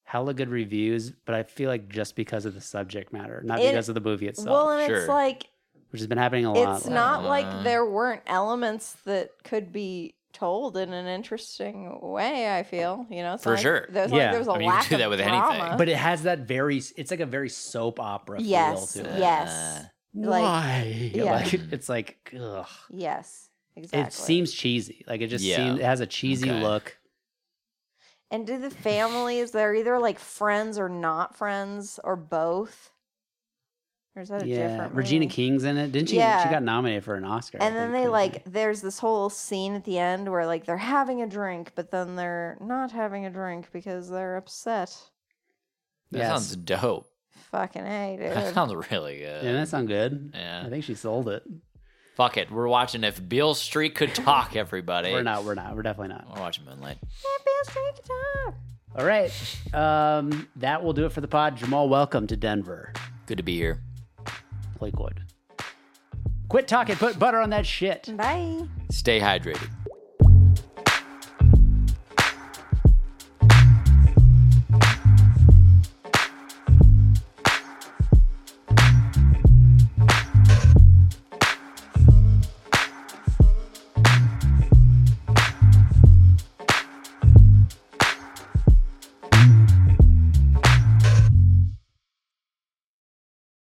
B: hella good reviews but i feel like just because of the subject matter not
D: It-
B: because of the movie itself
D: well, and
C: sure.
D: it's like
B: which has been happening a lot
D: it's
B: lately.
D: not
C: Uh.
D: like there weren't elements that could be told in an interesting way. I feel you know it's
C: For
D: not like
C: sure.
D: There's yeah.
B: Yeah.
D: like there's a
C: I mean, you could
D: lack
C: do
D: of
C: that with anything.
D: drama.
B: but it has that very it's like a very soap opera
D: yes,
B: feel to it
D: yes, like-
B: why
D: Yeah.
B: like it- it's like ugh.
D: yes, exactly.
B: it seems cheesy like it just
C: Yeah.
B: seems it has a cheesy
C: Okay.
B: look
D: And do the families they're either like friends or not friends or both? Or is that a
B: yeah
D: different
B: regina
D: movie?
B: king's in it didn't she she
D: Yeah.
B: got nominated for an oscar I
D: And then
B: think,
D: they
B: for-
D: like there's this whole scene at the end where like they're having a drink, but then they're not having a drink because they're upset.
C: That
B: Yes.
C: sounds dope.
D: Fucking a
C: That
D: dude.
C: sounds really good.
B: Yeah, that sounds good.
C: Yeah.
B: I think she sold it.
C: Fuck it. We're watching If Bill Street Could Talk, everybody.
B: We're not. We're not. We're definitely not.
C: We're watching Moonlight.
D: Best drink time.
B: All right. Um, that will do it for the pod. Jamal, welcome to Denver,
C: Good to be here.
B: Lakewood. Quit talking. Put butter on that shit.
D: Bye.
C: Stay hydrated.